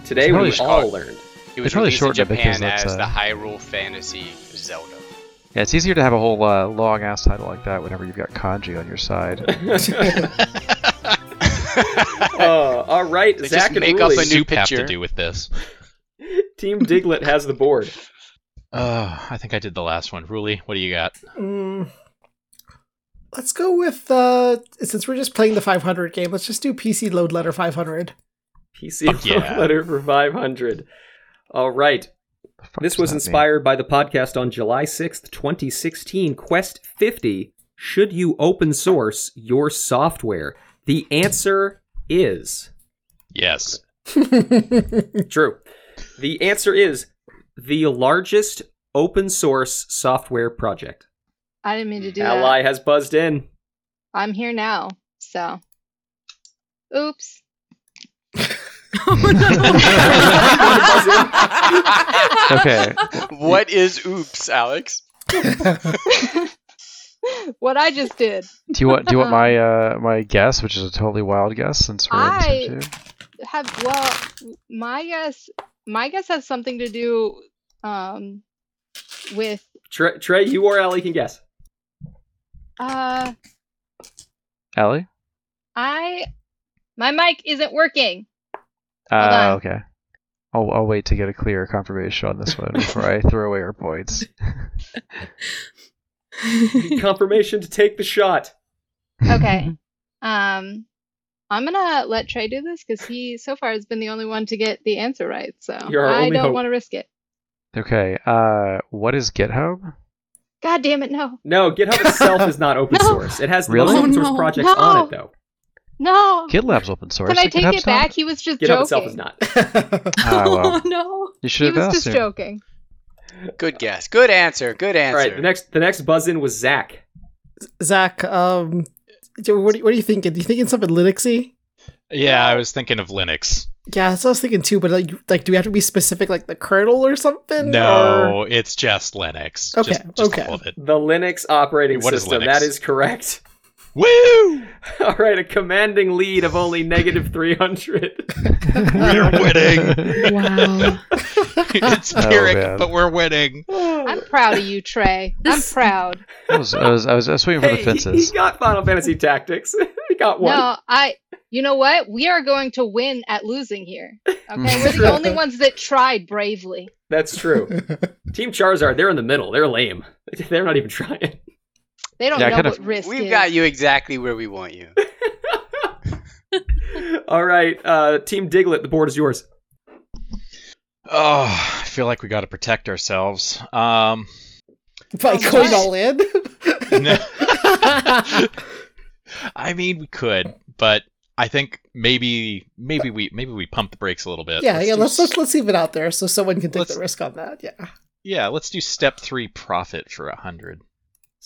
[SPEAKER 4] Today
[SPEAKER 10] Probably
[SPEAKER 4] we
[SPEAKER 10] should
[SPEAKER 4] all
[SPEAKER 5] call it-
[SPEAKER 4] learned.
[SPEAKER 5] It was
[SPEAKER 10] probably
[SPEAKER 5] released in
[SPEAKER 10] shortened it because
[SPEAKER 5] Japan
[SPEAKER 10] that's,
[SPEAKER 5] as
[SPEAKER 10] uh,
[SPEAKER 5] the Hyrule Fantasy Zelda.
[SPEAKER 10] Yeah, it's easier to have a whole uh, long ass title like that whenever you've got kanji on your side.
[SPEAKER 4] Uh, all right,
[SPEAKER 5] They
[SPEAKER 4] Zach
[SPEAKER 5] just
[SPEAKER 4] and
[SPEAKER 5] make up
[SPEAKER 4] Uli,
[SPEAKER 5] a new
[SPEAKER 6] Soup have to
[SPEAKER 5] picture.
[SPEAKER 6] do with this.
[SPEAKER 4] Team Diglett has the board.
[SPEAKER 6] Uh, I think I did the last one. Ruli, what do you got?
[SPEAKER 9] Mm. Let's go with uh since we're just playing the 500 game, let's just do PC load letter 500.
[SPEAKER 4] PC
[SPEAKER 6] Fuck yeah.
[SPEAKER 4] letter for 500. All right,
[SPEAKER 10] The fuck
[SPEAKER 4] This
[SPEAKER 10] does
[SPEAKER 4] was
[SPEAKER 10] that mean?
[SPEAKER 4] inspired by the podcast on July 6th, 2016, Quest 50. Should you open source your software? The answer is
[SPEAKER 6] Yes.
[SPEAKER 4] true. The answer is the largest open source software project.
[SPEAKER 8] I didn't mean to do
[SPEAKER 4] Ally
[SPEAKER 8] that.
[SPEAKER 4] has buzzed in.
[SPEAKER 8] I'm here now, so. Oops.
[SPEAKER 10] Okay.
[SPEAKER 5] what is oops, Alex?
[SPEAKER 8] what I just did.
[SPEAKER 10] Do you want do you want my uh, my guess, which is a totally wild guess, since we're
[SPEAKER 8] I-
[SPEAKER 10] in Gen two?
[SPEAKER 8] Have well, my guess. My guess has something to do, um, with
[SPEAKER 4] Tre- Trey, you or Ally can guess.
[SPEAKER 8] uh.
[SPEAKER 10] Allie?
[SPEAKER 8] I my mic isn't working.
[SPEAKER 10] Uh,
[SPEAKER 8] on.
[SPEAKER 10] okay. I'll, I'll wait to get a clear confirmation on this one before I throw away our points.
[SPEAKER 4] Ah, Confirmation to take the shot.
[SPEAKER 8] Okay.
[SPEAKER 10] Mm-hmm.
[SPEAKER 8] um I'm gonna let Trey do this because he so far has been the only one to get the answer right. So
[SPEAKER 4] You're our
[SPEAKER 8] I
[SPEAKER 4] only
[SPEAKER 8] don't
[SPEAKER 4] hope.
[SPEAKER 8] want to risk it.
[SPEAKER 10] okay. Uh, what is GitHub?
[SPEAKER 8] God damn it, no.
[SPEAKER 4] No, GitHub itself is not open
[SPEAKER 8] No.
[SPEAKER 4] source. It has the
[SPEAKER 10] Really?
[SPEAKER 4] most open
[SPEAKER 7] Oh,
[SPEAKER 4] source
[SPEAKER 7] no.
[SPEAKER 4] projects on it,
[SPEAKER 8] No.
[SPEAKER 4] though.
[SPEAKER 8] No.
[SPEAKER 10] GitLab's open source.
[SPEAKER 8] Can I
[SPEAKER 10] but
[SPEAKER 8] take
[SPEAKER 10] GitHub's
[SPEAKER 8] it back?
[SPEAKER 10] Not...
[SPEAKER 8] He was just
[SPEAKER 4] GitHub
[SPEAKER 8] joking.
[SPEAKER 4] itself is not.
[SPEAKER 10] Ah, well,
[SPEAKER 7] oh no.
[SPEAKER 10] you
[SPEAKER 8] He
[SPEAKER 10] should have
[SPEAKER 8] was
[SPEAKER 10] asked
[SPEAKER 8] just
[SPEAKER 10] him.
[SPEAKER 8] joking.
[SPEAKER 5] Good guess. Good answer. Good
[SPEAKER 4] All
[SPEAKER 5] answer.
[SPEAKER 4] right, the next the next buzz in was Zach.
[SPEAKER 9] Zach, um do- what are, what are you thinking? Do you thinking something Linuxy?
[SPEAKER 6] Yeah, I was thinking of Linux.
[SPEAKER 9] Yeah, that's what I was thinking too, but like like do we have to be specific like the kernel or something?
[SPEAKER 6] No, it's just Linux.
[SPEAKER 9] Okay,
[SPEAKER 6] Just, just
[SPEAKER 9] okay.
[SPEAKER 6] all of it.
[SPEAKER 4] The Linux operating
[SPEAKER 6] What is
[SPEAKER 4] system.
[SPEAKER 6] Linux?
[SPEAKER 4] That is correct.
[SPEAKER 6] Woo!
[SPEAKER 4] All right, a commanding lead of only negative 300.
[SPEAKER 6] We're winning.
[SPEAKER 7] Wow.
[SPEAKER 6] it's
[SPEAKER 10] Oh,
[SPEAKER 6] Pyrrhic,
[SPEAKER 10] man.
[SPEAKER 6] but we're winning.
[SPEAKER 8] I'm proud of you, Trey. I'm
[SPEAKER 7] This-
[SPEAKER 8] proud.
[SPEAKER 10] I was, I was, I was, I was swinging for
[SPEAKER 4] hey,
[SPEAKER 10] the
[SPEAKER 4] he- he
[SPEAKER 10] fences.
[SPEAKER 4] got Final Fantasy Tactics. he got one.
[SPEAKER 8] No, I you know what? We are going to win at losing here. Okay.
[SPEAKER 10] Mm.
[SPEAKER 8] We're the only ones that tried bravely.
[SPEAKER 4] That's true. Team Charizard, they're in the middle. They're lame. They're not even trying.
[SPEAKER 8] They don't
[SPEAKER 10] Yeah, I
[SPEAKER 8] know
[SPEAKER 10] kinda-
[SPEAKER 8] what risk
[SPEAKER 5] We've
[SPEAKER 8] is.
[SPEAKER 5] got you exactly where we want you.
[SPEAKER 4] All right, uh, Team Diglett, the board is yours.
[SPEAKER 6] Oh, I feel like we got to protect ourselves. Um,
[SPEAKER 9] By
[SPEAKER 8] Oh,
[SPEAKER 9] going
[SPEAKER 8] what?
[SPEAKER 9] all in.
[SPEAKER 6] no. I mean, we could, but I think maybe, maybe we, maybe we pump the brakes a little bit.
[SPEAKER 9] yeah, yeah,
[SPEAKER 6] do
[SPEAKER 9] let's,
[SPEAKER 6] s-
[SPEAKER 9] let's let's leave it out there so someone can take
[SPEAKER 6] Let's-
[SPEAKER 9] the risk on that. Yeah.
[SPEAKER 6] yeah, let's do step three profit for a hundred.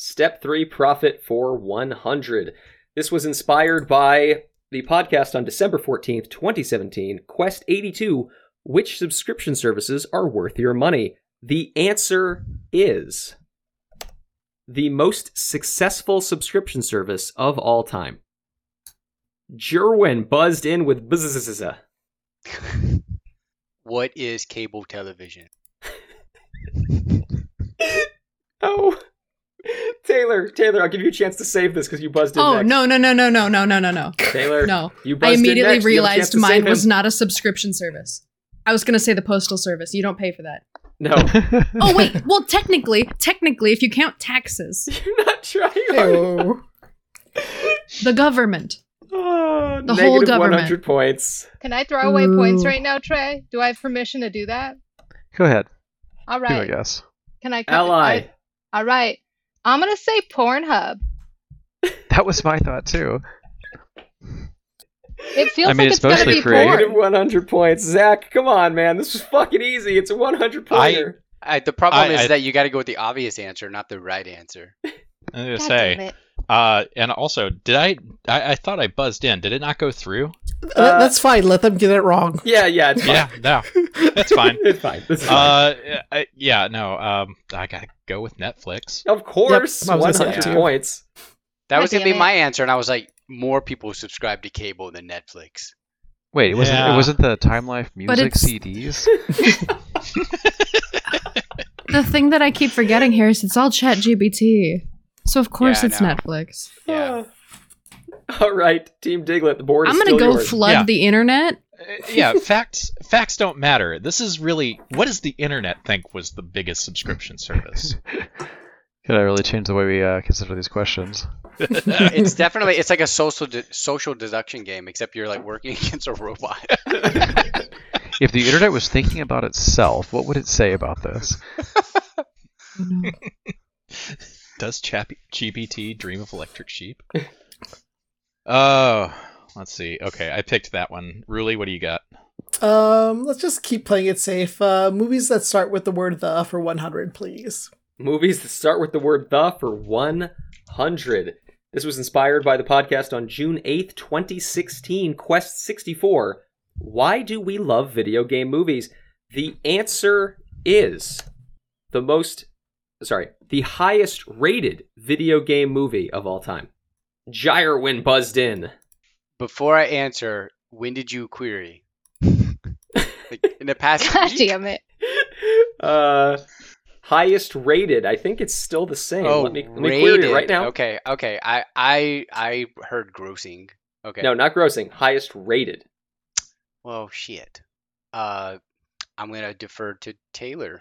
[SPEAKER 4] Step 3 Profit for 100. This was inspired by the podcast on December 14th, 2017, Quest 82. Which subscription services are worth your money? The answer is the most successful subscription service of all time. Jerwin buzzed in with bzzz.
[SPEAKER 5] What is cable television?
[SPEAKER 4] Oh, Taylor, Taylor, I'll give you a chance to save this because you buzzed in.
[SPEAKER 7] Oh
[SPEAKER 4] next.
[SPEAKER 7] no no no no no no no no no
[SPEAKER 4] Taylor,
[SPEAKER 7] no!
[SPEAKER 4] you buzzed
[SPEAKER 7] I
[SPEAKER 4] in next.
[SPEAKER 7] immediately
[SPEAKER 4] You have a chance
[SPEAKER 7] realized
[SPEAKER 4] to
[SPEAKER 7] mine
[SPEAKER 4] save him.
[SPEAKER 7] was not a subscription service. I was gonna say the postal service. You don't pay for that.
[SPEAKER 4] No,
[SPEAKER 7] Oh wait, well technically, technically, if you count taxes,
[SPEAKER 4] you're not trying. hard
[SPEAKER 9] Ew.
[SPEAKER 7] the government.
[SPEAKER 4] Oh,
[SPEAKER 7] The whole
[SPEAKER 4] negative
[SPEAKER 7] government.
[SPEAKER 4] 100 points.
[SPEAKER 8] Can I throw away points
[SPEAKER 7] Ooh.
[SPEAKER 8] right now, Trey? Do I have permission to do that?
[SPEAKER 10] Go ahead.
[SPEAKER 8] All
[SPEAKER 10] Do I
[SPEAKER 8] right.
[SPEAKER 10] guess?
[SPEAKER 8] Can I?
[SPEAKER 4] Ally.
[SPEAKER 8] I- all right. I'm gonna say Pornhub.
[SPEAKER 10] That was my thought too.
[SPEAKER 8] It feels
[SPEAKER 10] I mean,
[SPEAKER 8] like it's gonna
[SPEAKER 10] especially
[SPEAKER 8] be
[SPEAKER 10] for a-
[SPEAKER 8] porn.
[SPEAKER 4] Negative 100 points. Zach, come on, man. This was fucking easy. It's a 100 pointer.
[SPEAKER 5] I, the problem
[SPEAKER 6] I-
[SPEAKER 5] is
[SPEAKER 6] I-
[SPEAKER 5] that you got to go with the obvious answer, not the right answer.
[SPEAKER 6] I'm gonna
[SPEAKER 8] God damn
[SPEAKER 6] say.
[SPEAKER 8] it.
[SPEAKER 6] Uh, and also, did I, I? I thought I buzzed in. Did it not go through?
[SPEAKER 9] Th- that's fine. Let them get it wrong.
[SPEAKER 4] Yeah, yeah, it's fine.
[SPEAKER 6] Yeah, no, that's fine.
[SPEAKER 4] It's fine. This is fine.
[SPEAKER 6] Uh, I, yeah, no. Um, I gotta go with Netflix.
[SPEAKER 4] Of course,
[SPEAKER 9] Yep, I was gonna say
[SPEAKER 4] 100
[SPEAKER 6] that too.
[SPEAKER 4] points.
[SPEAKER 5] That
[SPEAKER 8] God
[SPEAKER 5] was gonna
[SPEAKER 8] damn
[SPEAKER 5] be
[SPEAKER 8] it.
[SPEAKER 5] my answer, and I was like, more people subscribe to cable than Netflix.
[SPEAKER 10] Wait, it wasn't
[SPEAKER 6] Yeah.
[SPEAKER 10] it wasn't the Time Life music
[SPEAKER 7] it's-
[SPEAKER 10] CDs?
[SPEAKER 7] The thing that I keep forgetting here is it's all Chat GBT. So of course
[SPEAKER 5] Yeah, I
[SPEAKER 7] it's
[SPEAKER 5] know.
[SPEAKER 7] Netflix.
[SPEAKER 5] Yeah.
[SPEAKER 4] All right, Team Diglett, the board is
[SPEAKER 7] I'm gonna
[SPEAKER 4] still
[SPEAKER 7] go
[SPEAKER 4] yours.
[SPEAKER 7] flood
[SPEAKER 6] Yeah.
[SPEAKER 7] the internet.
[SPEAKER 6] Uh, yeah, facts. Facts don't matter. This is really what does the internet think was the biggest subscription service?
[SPEAKER 10] Could I really change the way we uh, consider these questions?
[SPEAKER 5] it's definitely it's like a social de- social deduction game, except you're like working against a robot.
[SPEAKER 10] If the internet was thinking about itself, what would it say about this?
[SPEAKER 7] Oh, no.
[SPEAKER 6] Does Chap- GPT dream of electric sheep? Oh, let's see. Okay, I picked that one. Ruli, what do you got?
[SPEAKER 9] Um, let's just keep playing it safe. Uh, movies that start with the word "the" for 100, please.
[SPEAKER 4] Movies that start with the word the for 100. This was inspired by the podcast on June 8th, 2016, Quest 64. Why do we love video game movies? The answer is the most, sorry, the highest rated video game movie of all time. Gyrewin buzzed in.
[SPEAKER 5] Before I answer, when did you query? like, in the past
[SPEAKER 8] God
[SPEAKER 5] week?
[SPEAKER 8] damn it.
[SPEAKER 4] Uh, highest rated. I think it's still the same.
[SPEAKER 5] Oh,
[SPEAKER 4] let me, let me query it
[SPEAKER 5] rated.
[SPEAKER 4] right now.
[SPEAKER 5] Okay, okay. I I I heard grossing. Okay.
[SPEAKER 4] No, not grossing. Highest rated.
[SPEAKER 5] Well, shit. Uh, I'm gonna defer to Taylor.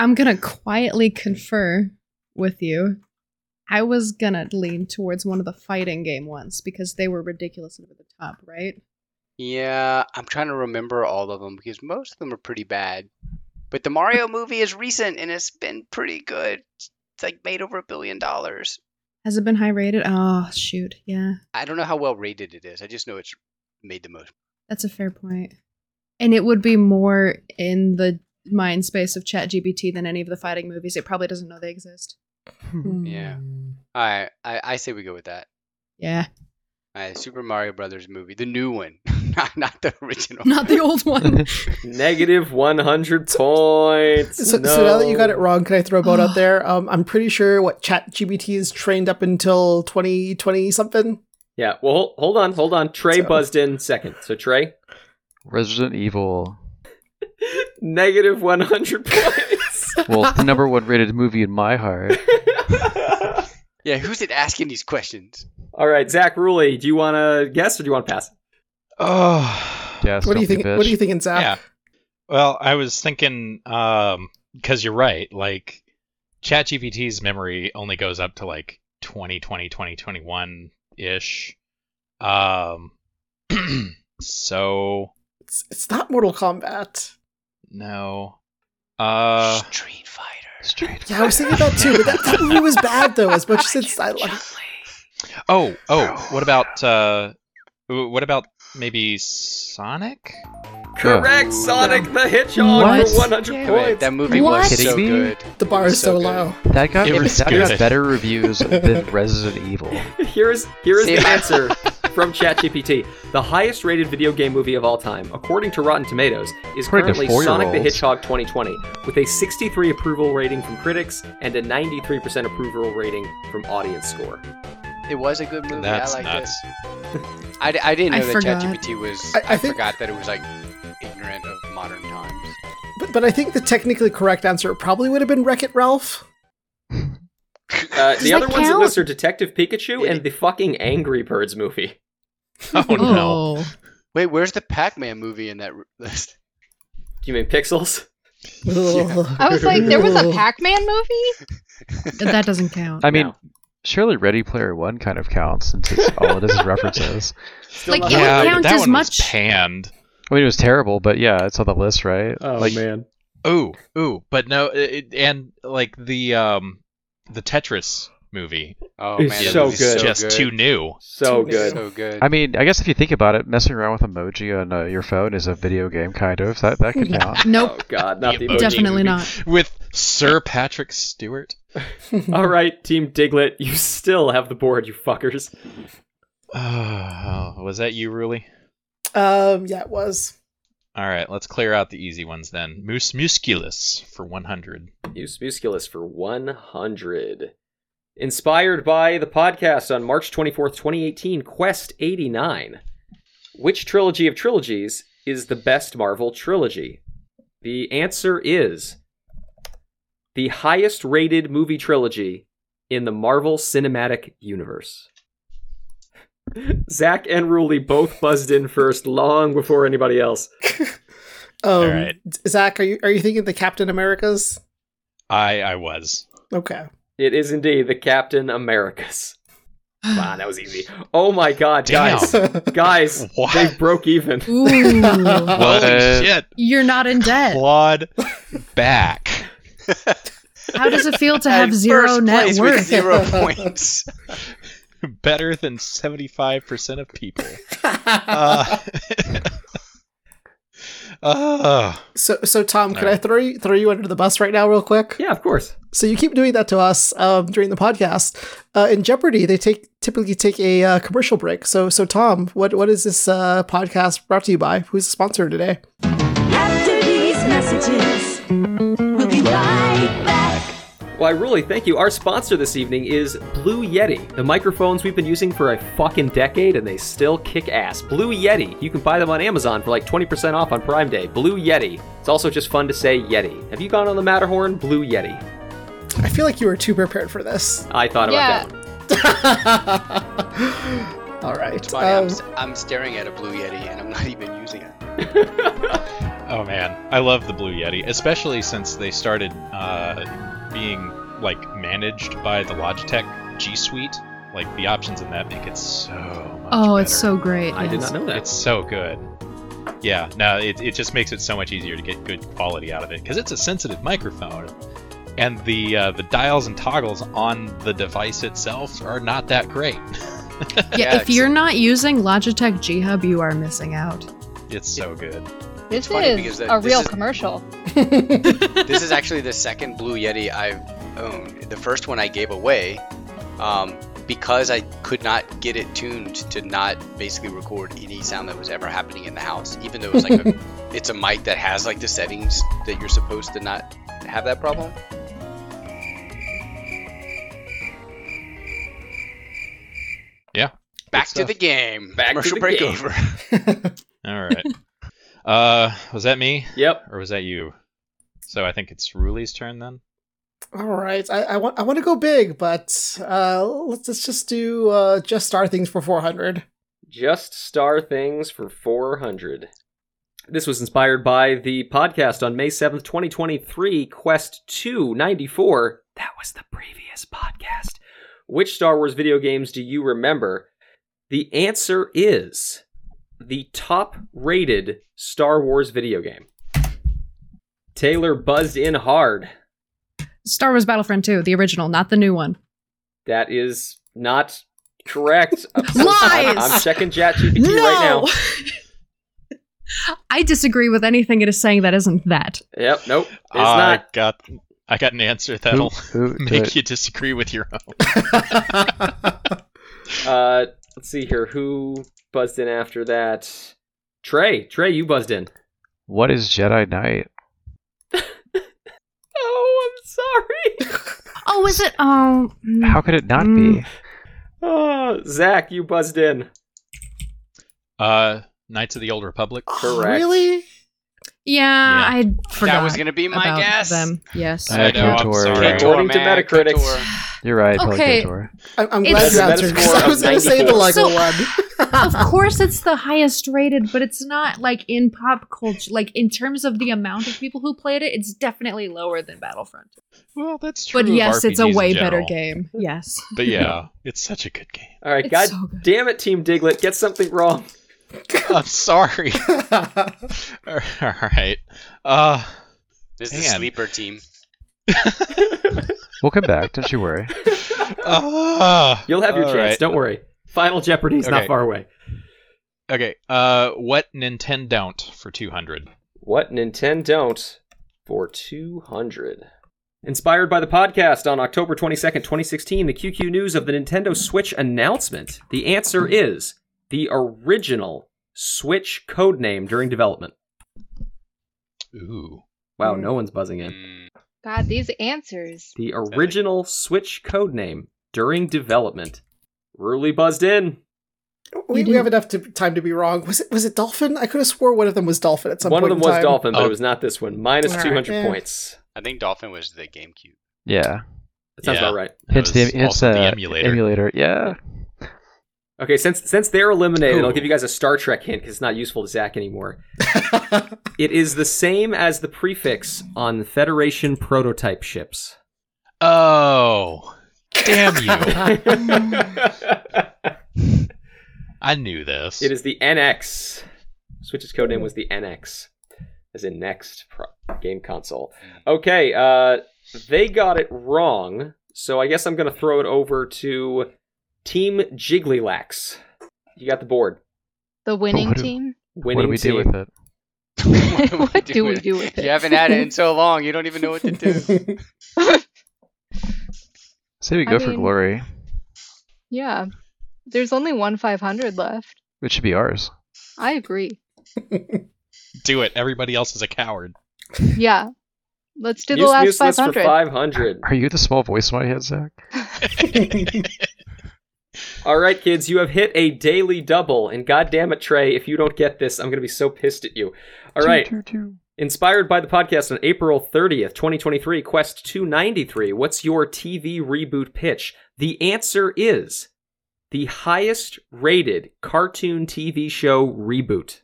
[SPEAKER 7] I'm gonna quietly confer with you. I was gonna lean towards one of the fighting game ones because they were ridiculous and over the top, right?
[SPEAKER 5] yeah, I'm trying to remember all of them because most of them are pretty bad. But the Mario movie is recent and it's been pretty good. It's like made over a billion dollars.
[SPEAKER 7] Has it been high rated? Oh shoot, yeah,
[SPEAKER 5] I don't know how well rated it is. I just know it's made the most.
[SPEAKER 7] that's a fair point. And it would be more in the mind space of ChatGPT than any of the fighting movies. It probably doesn't know they exist.
[SPEAKER 5] Yeah.
[SPEAKER 9] Hmm.
[SPEAKER 5] All right, I I say we go with that.
[SPEAKER 7] Yeah,
[SPEAKER 5] All right, Super Mario Brothers movie, the new one, not not the original.
[SPEAKER 7] not the old one.
[SPEAKER 4] Negative 100 points.
[SPEAKER 9] So,
[SPEAKER 4] no.
[SPEAKER 9] so now that you got it wrong, can I throw a bone
[SPEAKER 7] Oh.
[SPEAKER 9] out there? Um, I'm pretty sure what ChatGPT is trained up until 2020 something.
[SPEAKER 4] Yeah, well, hol- hold on, hold on. Trey
[SPEAKER 9] So-
[SPEAKER 4] buzzed in second. So, Trey,
[SPEAKER 10] Resident Evil.
[SPEAKER 4] negative 100 points.
[SPEAKER 10] Well, it's the number one rated movie in my heart.
[SPEAKER 5] Yeah, who's it asking these questions?
[SPEAKER 4] All right, Zach Ruley, do you want to guess or do you want to pass?
[SPEAKER 6] Oh,
[SPEAKER 10] Yes.
[SPEAKER 9] What do you
[SPEAKER 10] don't be
[SPEAKER 9] think?
[SPEAKER 10] a
[SPEAKER 9] What do you
[SPEAKER 10] bitch.
[SPEAKER 9] thinking, Zach?
[SPEAKER 6] yeah. Well, I was thinking um because you're right. Like ChatGPT's memory only goes up to like 2020, 2021 ish. Um, so
[SPEAKER 9] It's, it's not Mortal Kombat.
[SPEAKER 6] no. Uh,
[SPEAKER 5] Street Fighter.
[SPEAKER 10] Straight.
[SPEAKER 9] Yeah, I was thinking that too, but that, that movie was bad though. As much as it's, I love.
[SPEAKER 6] oh, oh. What about uh, w- what about maybe Sonic?
[SPEAKER 4] Correct, Sonic the Hedgehog
[SPEAKER 10] What?
[SPEAKER 4] for 100
[SPEAKER 5] Damn it,
[SPEAKER 4] points.
[SPEAKER 5] that movie
[SPEAKER 7] What?
[SPEAKER 5] was so
[SPEAKER 10] Kidding me?
[SPEAKER 5] good.
[SPEAKER 9] The bar
[SPEAKER 5] It's
[SPEAKER 9] is so,
[SPEAKER 5] so good.
[SPEAKER 9] low.
[SPEAKER 10] That got
[SPEAKER 6] It was
[SPEAKER 10] that got
[SPEAKER 6] good.
[SPEAKER 10] better reviews than Resident Evil.
[SPEAKER 4] Here's here is the
[SPEAKER 5] Yeah.
[SPEAKER 4] answer from ChatGPT. The highest rated video game movie of all time, according to Rotten Tomatoes, is
[SPEAKER 10] According to
[SPEAKER 4] currently Sonic the
[SPEAKER 10] four-year-olds.
[SPEAKER 4] Hedgehog 2020, with a 63 approval rating from critics and a 93% approval rating from audience score.
[SPEAKER 5] It was a good movie.
[SPEAKER 6] That's
[SPEAKER 5] I liked
[SPEAKER 6] nuts.
[SPEAKER 5] it. I, d- I didn't
[SPEAKER 7] I
[SPEAKER 5] know that
[SPEAKER 7] forgot.
[SPEAKER 5] ChatGPT was.
[SPEAKER 9] I-
[SPEAKER 5] I,
[SPEAKER 9] I think-
[SPEAKER 5] forgot that it was like ignorant of modern times.
[SPEAKER 9] But, but I think the technically correct answer probably would have been Wreck It Ralph.
[SPEAKER 4] Uh,
[SPEAKER 7] Does
[SPEAKER 4] the
[SPEAKER 7] that
[SPEAKER 4] other ones that
[SPEAKER 7] count?
[SPEAKER 4] list are Detective Pikachu and the fucking Angry Birds movie.
[SPEAKER 6] Oh no.
[SPEAKER 5] Wait, where's the Pac-Man movie in that r- list?
[SPEAKER 4] Do you mean Pixels?
[SPEAKER 8] I was like, there was a Pac-Man movie.
[SPEAKER 7] that doesn't count.
[SPEAKER 10] I mean,
[SPEAKER 4] No.
[SPEAKER 10] surely Ready Player One kind of counts since it's, all it is is references.
[SPEAKER 7] like it
[SPEAKER 6] yeah,
[SPEAKER 7] would
[SPEAKER 6] but
[SPEAKER 7] count
[SPEAKER 6] that
[SPEAKER 7] as
[SPEAKER 6] one was
[SPEAKER 7] much.
[SPEAKER 6] panned.
[SPEAKER 10] I mean, it was terrible, but yeah, it's on the list, right? like,
[SPEAKER 4] man.
[SPEAKER 6] Ooh, ooh, but no, it, and like the um, the Tetris movie
[SPEAKER 5] Oh
[SPEAKER 4] It's
[SPEAKER 5] man, that
[SPEAKER 6] is
[SPEAKER 4] so
[SPEAKER 5] movie's
[SPEAKER 4] good.
[SPEAKER 6] just too new.
[SPEAKER 4] So
[SPEAKER 9] Too
[SPEAKER 4] good.
[SPEAKER 5] So good.
[SPEAKER 10] I mean, I guess if you think about it, messing around with emoji on uh, your phone is a video game, kind of. That that could count.
[SPEAKER 7] Nope,
[SPEAKER 4] Oh god, not
[SPEAKER 6] The
[SPEAKER 4] the
[SPEAKER 6] emoji.
[SPEAKER 4] emoji.
[SPEAKER 6] movie.
[SPEAKER 7] definitely not.
[SPEAKER 6] with Sir Patrick Stewart.
[SPEAKER 4] All right, Team Diglett, you still have the board, you fuckers.
[SPEAKER 6] Oh, was that you, Ruli?
[SPEAKER 9] Um, yeah, it was.
[SPEAKER 6] All right, let's clear out the easy ones then. Moose musculus for 100.
[SPEAKER 4] Use Musculus for 100. Inspired by the podcast on March 24th, 2018, Quest 89. Which trilogy of trilogies is the best Marvel trilogy? The answer is the highest rated movie trilogy in the Marvel Cinematic Universe. Zach and Ruli both buzzed in first long before anybody else.
[SPEAKER 9] Um,
[SPEAKER 6] right.
[SPEAKER 9] Zach, are you are you thinking the Captain Americas?
[SPEAKER 6] I I was.
[SPEAKER 9] Okay.
[SPEAKER 4] It is indeed the Captain Americas. Wow, that was easy. Oh my god,
[SPEAKER 6] Damn.
[SPEAKER 4] guys. Guys,
[SPEAKER 6] What?
[SPEAKER 4] they broke even.
[SPEAKER 7] Ooh,
[SPEAKER 6] Holy
[SPEAKER 10] Uh,
[SPEAKER 6] shit.
[SPEAKER 7] you're not in debt.
[SPEAKER 6] Claude back.
[SPEAKER 7] How does it feel to
[SPEAKER 5] And
[SPEAKER 7] have zero
[SPEAKER 5] first
[SPEAKER 7] net
[SPEAKER 5] place With
[SPEAKER 7] worth?
[SPEAKER 5] zero points.
[SPEAKER 6] Better than 75% of people. Uh, oh,
[SPEAKER 9] So so Tom, can I
[SPEAKER 6] Alright.
[SPEAKER 9] throw you, throw you under the bus right now, real quick?
[SPEAKER 4] Yeah, of course.
[SPEAKER 9] So you keep doing that to us um, during the podcast. Uh, in Jeopardy, they take typically take a uh, commercial break. So so Tom, what what is this uh, podcast brought to you by? Who's the sponsor today?
[SPEAKER 3] After these messages, we'll be right back.
[SPEAKER 4] Why, really, thank you. Our sponsor this evening is Blue Yeti, the microphones we've been using for a fucking decade and they still kick ass. Blue Yeti, you can buy them on Amazon for like 20% off on Prime Day. Blue Yeti. It's also just fun to say Yeti. Have you gone on the Matterhorn? Blue Yeti.
[SPEAKER 9] I feel like you were too prepared for this.
[SPEAKER 4] I thought
[SPEAKER 8] Yeah.
[SPEAKER 4] about that. one.
[SPEAKER 9] All right.
[SPEAKER 5] It's funny. I'm,
[SPEAKER 9] um,
[SPEAKER 5] s- I'm staring at a blue yeti and I'm not even using it.
[SPEAKER 6] oh man. I love the Blue Yeti, especially since they started uh, being like managed by the Logitech G Suite. Like the options in that make it so much
[SPEAKER 7] Oh, it's
[SPEAKER 6] better.
[SPEAKER 7] so great.
[SPEAKER 4] I did
[SPEAKER 7] yes.
[SPEAKER 4] not know that.
[SPEAKER 6] It's so good. Yeah, no, it, it just makes it so much easier to get good quality out of it because it's a sensitive microphone, and the uh, the dials and toggles on the device itself are not that great.
[SPEAKER 7] Yeah,
[SPEAKER 5] Yeah,
[SPEAKER 7] if you're not using Logitech G Hub, you are missing out.
[SPEAKER 6] It's so good.
[SPEAKER 8] This
[SPEAKER 5] funny
[SPEAKER 8] is
[SPEAKER 5] because that-
[SPEAKER 8] a
[SPEAKER 5] this
[SPEAKER 8] real
[SPEAKER 5] is-
[SPEAKER 8] commercial.
[SPEAKER 5] this is actually the second Blue Yeti I've owned. The first one I gave away um, because I could not get it tuned to not basically record any sound that was ever happening in the house, even though it was like a, it's a mic that has like the settings that you're supposed to not have that problem.
[SPEAKER 6] Yeah,
[SPEAKER 5] Back
[SPEAKER 6] good
[SPEAKER 5] to
[SPEAKER 6] stuff.
[SPEAKER 5] the game.
[SPEAKER 4] Back to
[SPEAKER 5] Commercial
[SPEAKER 4] the
[SPEAKER 5] break
[SPEAKER 4] game.
[SPEAKER 5] over.
[SPEAKER 6] All right. uh, was that me
[SPEAKER 4] Yep.
[SPEAKER 6] or was that you? So I think it's Ruli's turn then.
[SPEAKER 9] all right. I, I want I want to go big, but uh, let's let's just do uh, just star things for four hundred.
[SPEAKER 4] Just Star Things for 400. This was inspired by the podcast on May 7th, 2023, Quest 294. That was the previous podcast. Which Star Wars video games do you remember? The answer is the top rated Star Wars video game. Taylor buzzed in hard.
[SPEAKER 7] Star Wars Battlefront 2, the original, not the new one.
[SPEAKER 4] That is not correct. I'm so-
[SPEAKER 7] Lies!
[SPEAKER 4] I'm checking ChatGPT right now.
[SPEAKER 7] I disagree with anything it is saying that isn't that.
[SPEAKER 4] Yep, nope. It's
[SPEAKER 6] I
[SPEAKER 4] not.
[SPEAKER 6] got I got an answer
[SPEAKER 10] Who-
[SPEAKER 6] that'll
[SPEAKER 10] who
[SPEAKER 6] make
[SPEAKER 10] did-
[SPEAKER 6] you disagree with your own.
[SPEAKER 4] Uh, let's see here. Who buzzed in after that? Trey. Trey, you buzzed in.
[SPEAKER 10] What is Jedi Knight?
[SPEAKER 4] Oh, I'm sorry.
[SPEAKER 7] Oh, is it? mm. Oh. mm.
[SPEAKER 10] How could it not
[SPEAKER 7] Mm.
[SPEAKER 10] be?
[SPEAKER 4] Oh, Zach, you buzzed in.
[SPEAKER 6] Uh, Knights of the Old Republic.
[SPEAKER 4] Correct.
[SPEAKER 9] Really?
[SPEAKER 7] Yeah, I forgot.
[SPEAKER 5] that was gonna be my
[SPEAKER 7] about
[SPEAKER 5] guess.
[SPEAKER 7] them. Yes.
[SPEAKER 10] I had
[SPEAKER 6] I know, I'm
[SPEAKER 10] Kotor.
[SPEAKER 6] sorry.
[SPEAKER 10] right.
[SPEAKER 5] Cantor,
[SPEAKER 4] According to
[SPEAKER 5] man,
[SPEAKER 4] Metacritic.
[SPEAKER 5] Cantor.
[SPEAKER 10] You're right.
[SPEAKER 7] Okay.
[SPEAKER 10] Okay. Kotor.
[SPEAKER 9] I- I'm glad
[SPEAKER 7] It's-
[SPEAKER 4] That's
[SPEAKER 9] you
[SPEAKER 4] a
[SPEAKER 9] answered because I
[SPEAKER 4] metaphor
[SPEAKER 9] was
[SPEAKER 4] of
[SPEAKER 9] going to say the
[SPEAKER 4] 94.
[SPEAKER 9] Lego
[SPEAKER 7] So- of course it's the highest rated but it's not like in pop culture like in terms of the amount of people who played it it's definitely lower than battlefront
[SPEAKER 6] Well, that's true.
[SPEAKER 7] but
[SPEAKER 6] of
[SPEAKER 7] yes it's a
[SPEAKER 6] RPGs in
[SPEAKER 7] way better
[SPEAKER 6] general.
[SPEAKER 7] game yes
[SPEAKER 6] But yeah, it's such a good game.
[SPEAKER 4] All right,
[SPEAKER 7] It's
[SPEAKER 4] God
[SPEAKER 7] so good.
[SPEAKER 4] damn it, Team Diglett, get something wrong.
[SPEAKER 6] I'm sorry.
[SPEAKER 9] one.
[SPEAKER 6] All right. Uh,
[SPEAKER 5] This is
[SPEAKER 6] Man.
[SPEAKER 5] a sleeper team.
[SPEAKER 10] We'll come back. Don't you worry.
[SPEAKER 6] uh,
[SPEAKER 4] You'll have your
[SPEAKER 6] all
[SPEAKER 4] chance.
[SPEAKER 6] right.
[SPEAKER 4] Don't worry. Final Jeopardy's not
[SPEAKER 6] Okay.
[SPEAKER 4] far away.
[SPEAKER 6] Okay. Uh, what Nintendo don't for 200?
[SPEAKER 4] What Nintendo don't for 200. Inspired by the podcast on October 22nd, 2016, the QQ News of the Nintendo Switch announcement. The answer is the original Switch codename during development.
[SPEAKER 6] Ooh.
[SPEAKER 4] Wow,
[SPEAKER 9] Hmm.
[SPEAKER 4] no one's buzzing in.
[SPEAKER 6] Hmm,
[SPEAKER 5] Mm,
[SPEAKER 8] God, these answers.
[SPEAKER 4] The original Switch codename during development. Ruli buzzed in.
[SPEAKER 9] we,
[SPEAKER 7] You
[SPEAKER 9] we
[SPEAKER 7] do.
[SPEAKER 9] have enough to, time to be wrong. Was it was it dolphin? I could have swore one of them was dolphin at some
[SPEAKER 4] One of
[SPEAKER 9] point.
[SPEAKER 4] them
[SPEAKER 9] in
[SPEAKER 4] was
[SPEAKER 9] time. Eh.
[SPEAKER 4] Dolphin, but
[SPEAKER 6] Oh.
[SPEAKER 4] it was not this one. Minus
[SPEAKER 7] Alright.
[SPEAKER 4] 200
[SPEAKER 9] Yeah.
[SPEAKER 4] points.
[SPEAKER 5] I think Dolphin was the GameCube.
[SPEAKER 10] Yeah.
[SPEAKER 4] That sounds
[SPEAKER 6] Yeah.
[SPEAKER 4] about right.
[SPEAKER 6] That
[SPEAKER 10] Hence the,
[SPEAKER 6] was
[SPEAKER 10] hence
[SPEAKER 6] also
[SPEAKER 10] the
[SPEAKER 6] the emulator.
[SPEAKER 10] Emulator. Yeah.
[SPEAKER 4] Okay, since since they're eliminated, I'll
[SPEAKER 6] Cool.
[SPEAKER 4] give you guys a Star Trek hint because it's not useful to Zach anymore. it is the same as the prefix on Federation prototype ships.
[SPEAKER 6] Oh. Damn you.
[SPEAKER 9] Hmm.
[SPEAKER 4] it
[SPEAKER 6] I knew this.
[SPEAKER 4] is the NX. Switch's codename was the NX, as in next pro- game console. Okay, uh, they got it wrong, so I guess I'm going to throw it over to Team Jigglylax. You got the board.
[SPEAKER 8] The winning
[SPEAKER 10] what do-
[SPEAKER 8] team.
[SPEAKER 4] Winning
[SPEAKER 10] what do we
[SPEAKER 4] team.
[SPEAKER 10] do with it?
[SPEAKER 8] what do we do with
[SPEAKER 5] You
[SPEAKER 8] it?
[SPEAKER 5] haven't had it in so long. You don't even know what to do.
[SPEAKER 10] Say we
[SPEAKER 8] I
[SPEAKER 10] go for
[SPEAKER 8] mean-
[SPEAKER 10] glory,
[SPEAKER 8] Yeah. There's only one 500 left.
[SPEAKER 10] which should be ours.
[SPEAKER 8] I agree.
[SPEAKER 6] Do it. Everybody else is a coward.
[SPEAKER 8] Yeah. Let's do the
[SPEAKER 4] Use-
[SPEAKER 8] last
[SPEAKER 4] useless
[SPEAKER 8] 500.
[SPEAKER 4] for 500.
[SPEAKER 10] Are you the small voice in my head, Zach?
[SPEAKER 4] All right, kids, you have hit a daily double, and goddamn it, Trey, if you don't get this, I'm going to be so pissed at you. All right,
[SPEAKER 10] Choo, choo, choo.
[SPEAKER 4] inspired by the podcast on April 30th, 2023, Quest 293, what's your TV reboot pitch? The answer is the highest rated cartoon TV show reboot.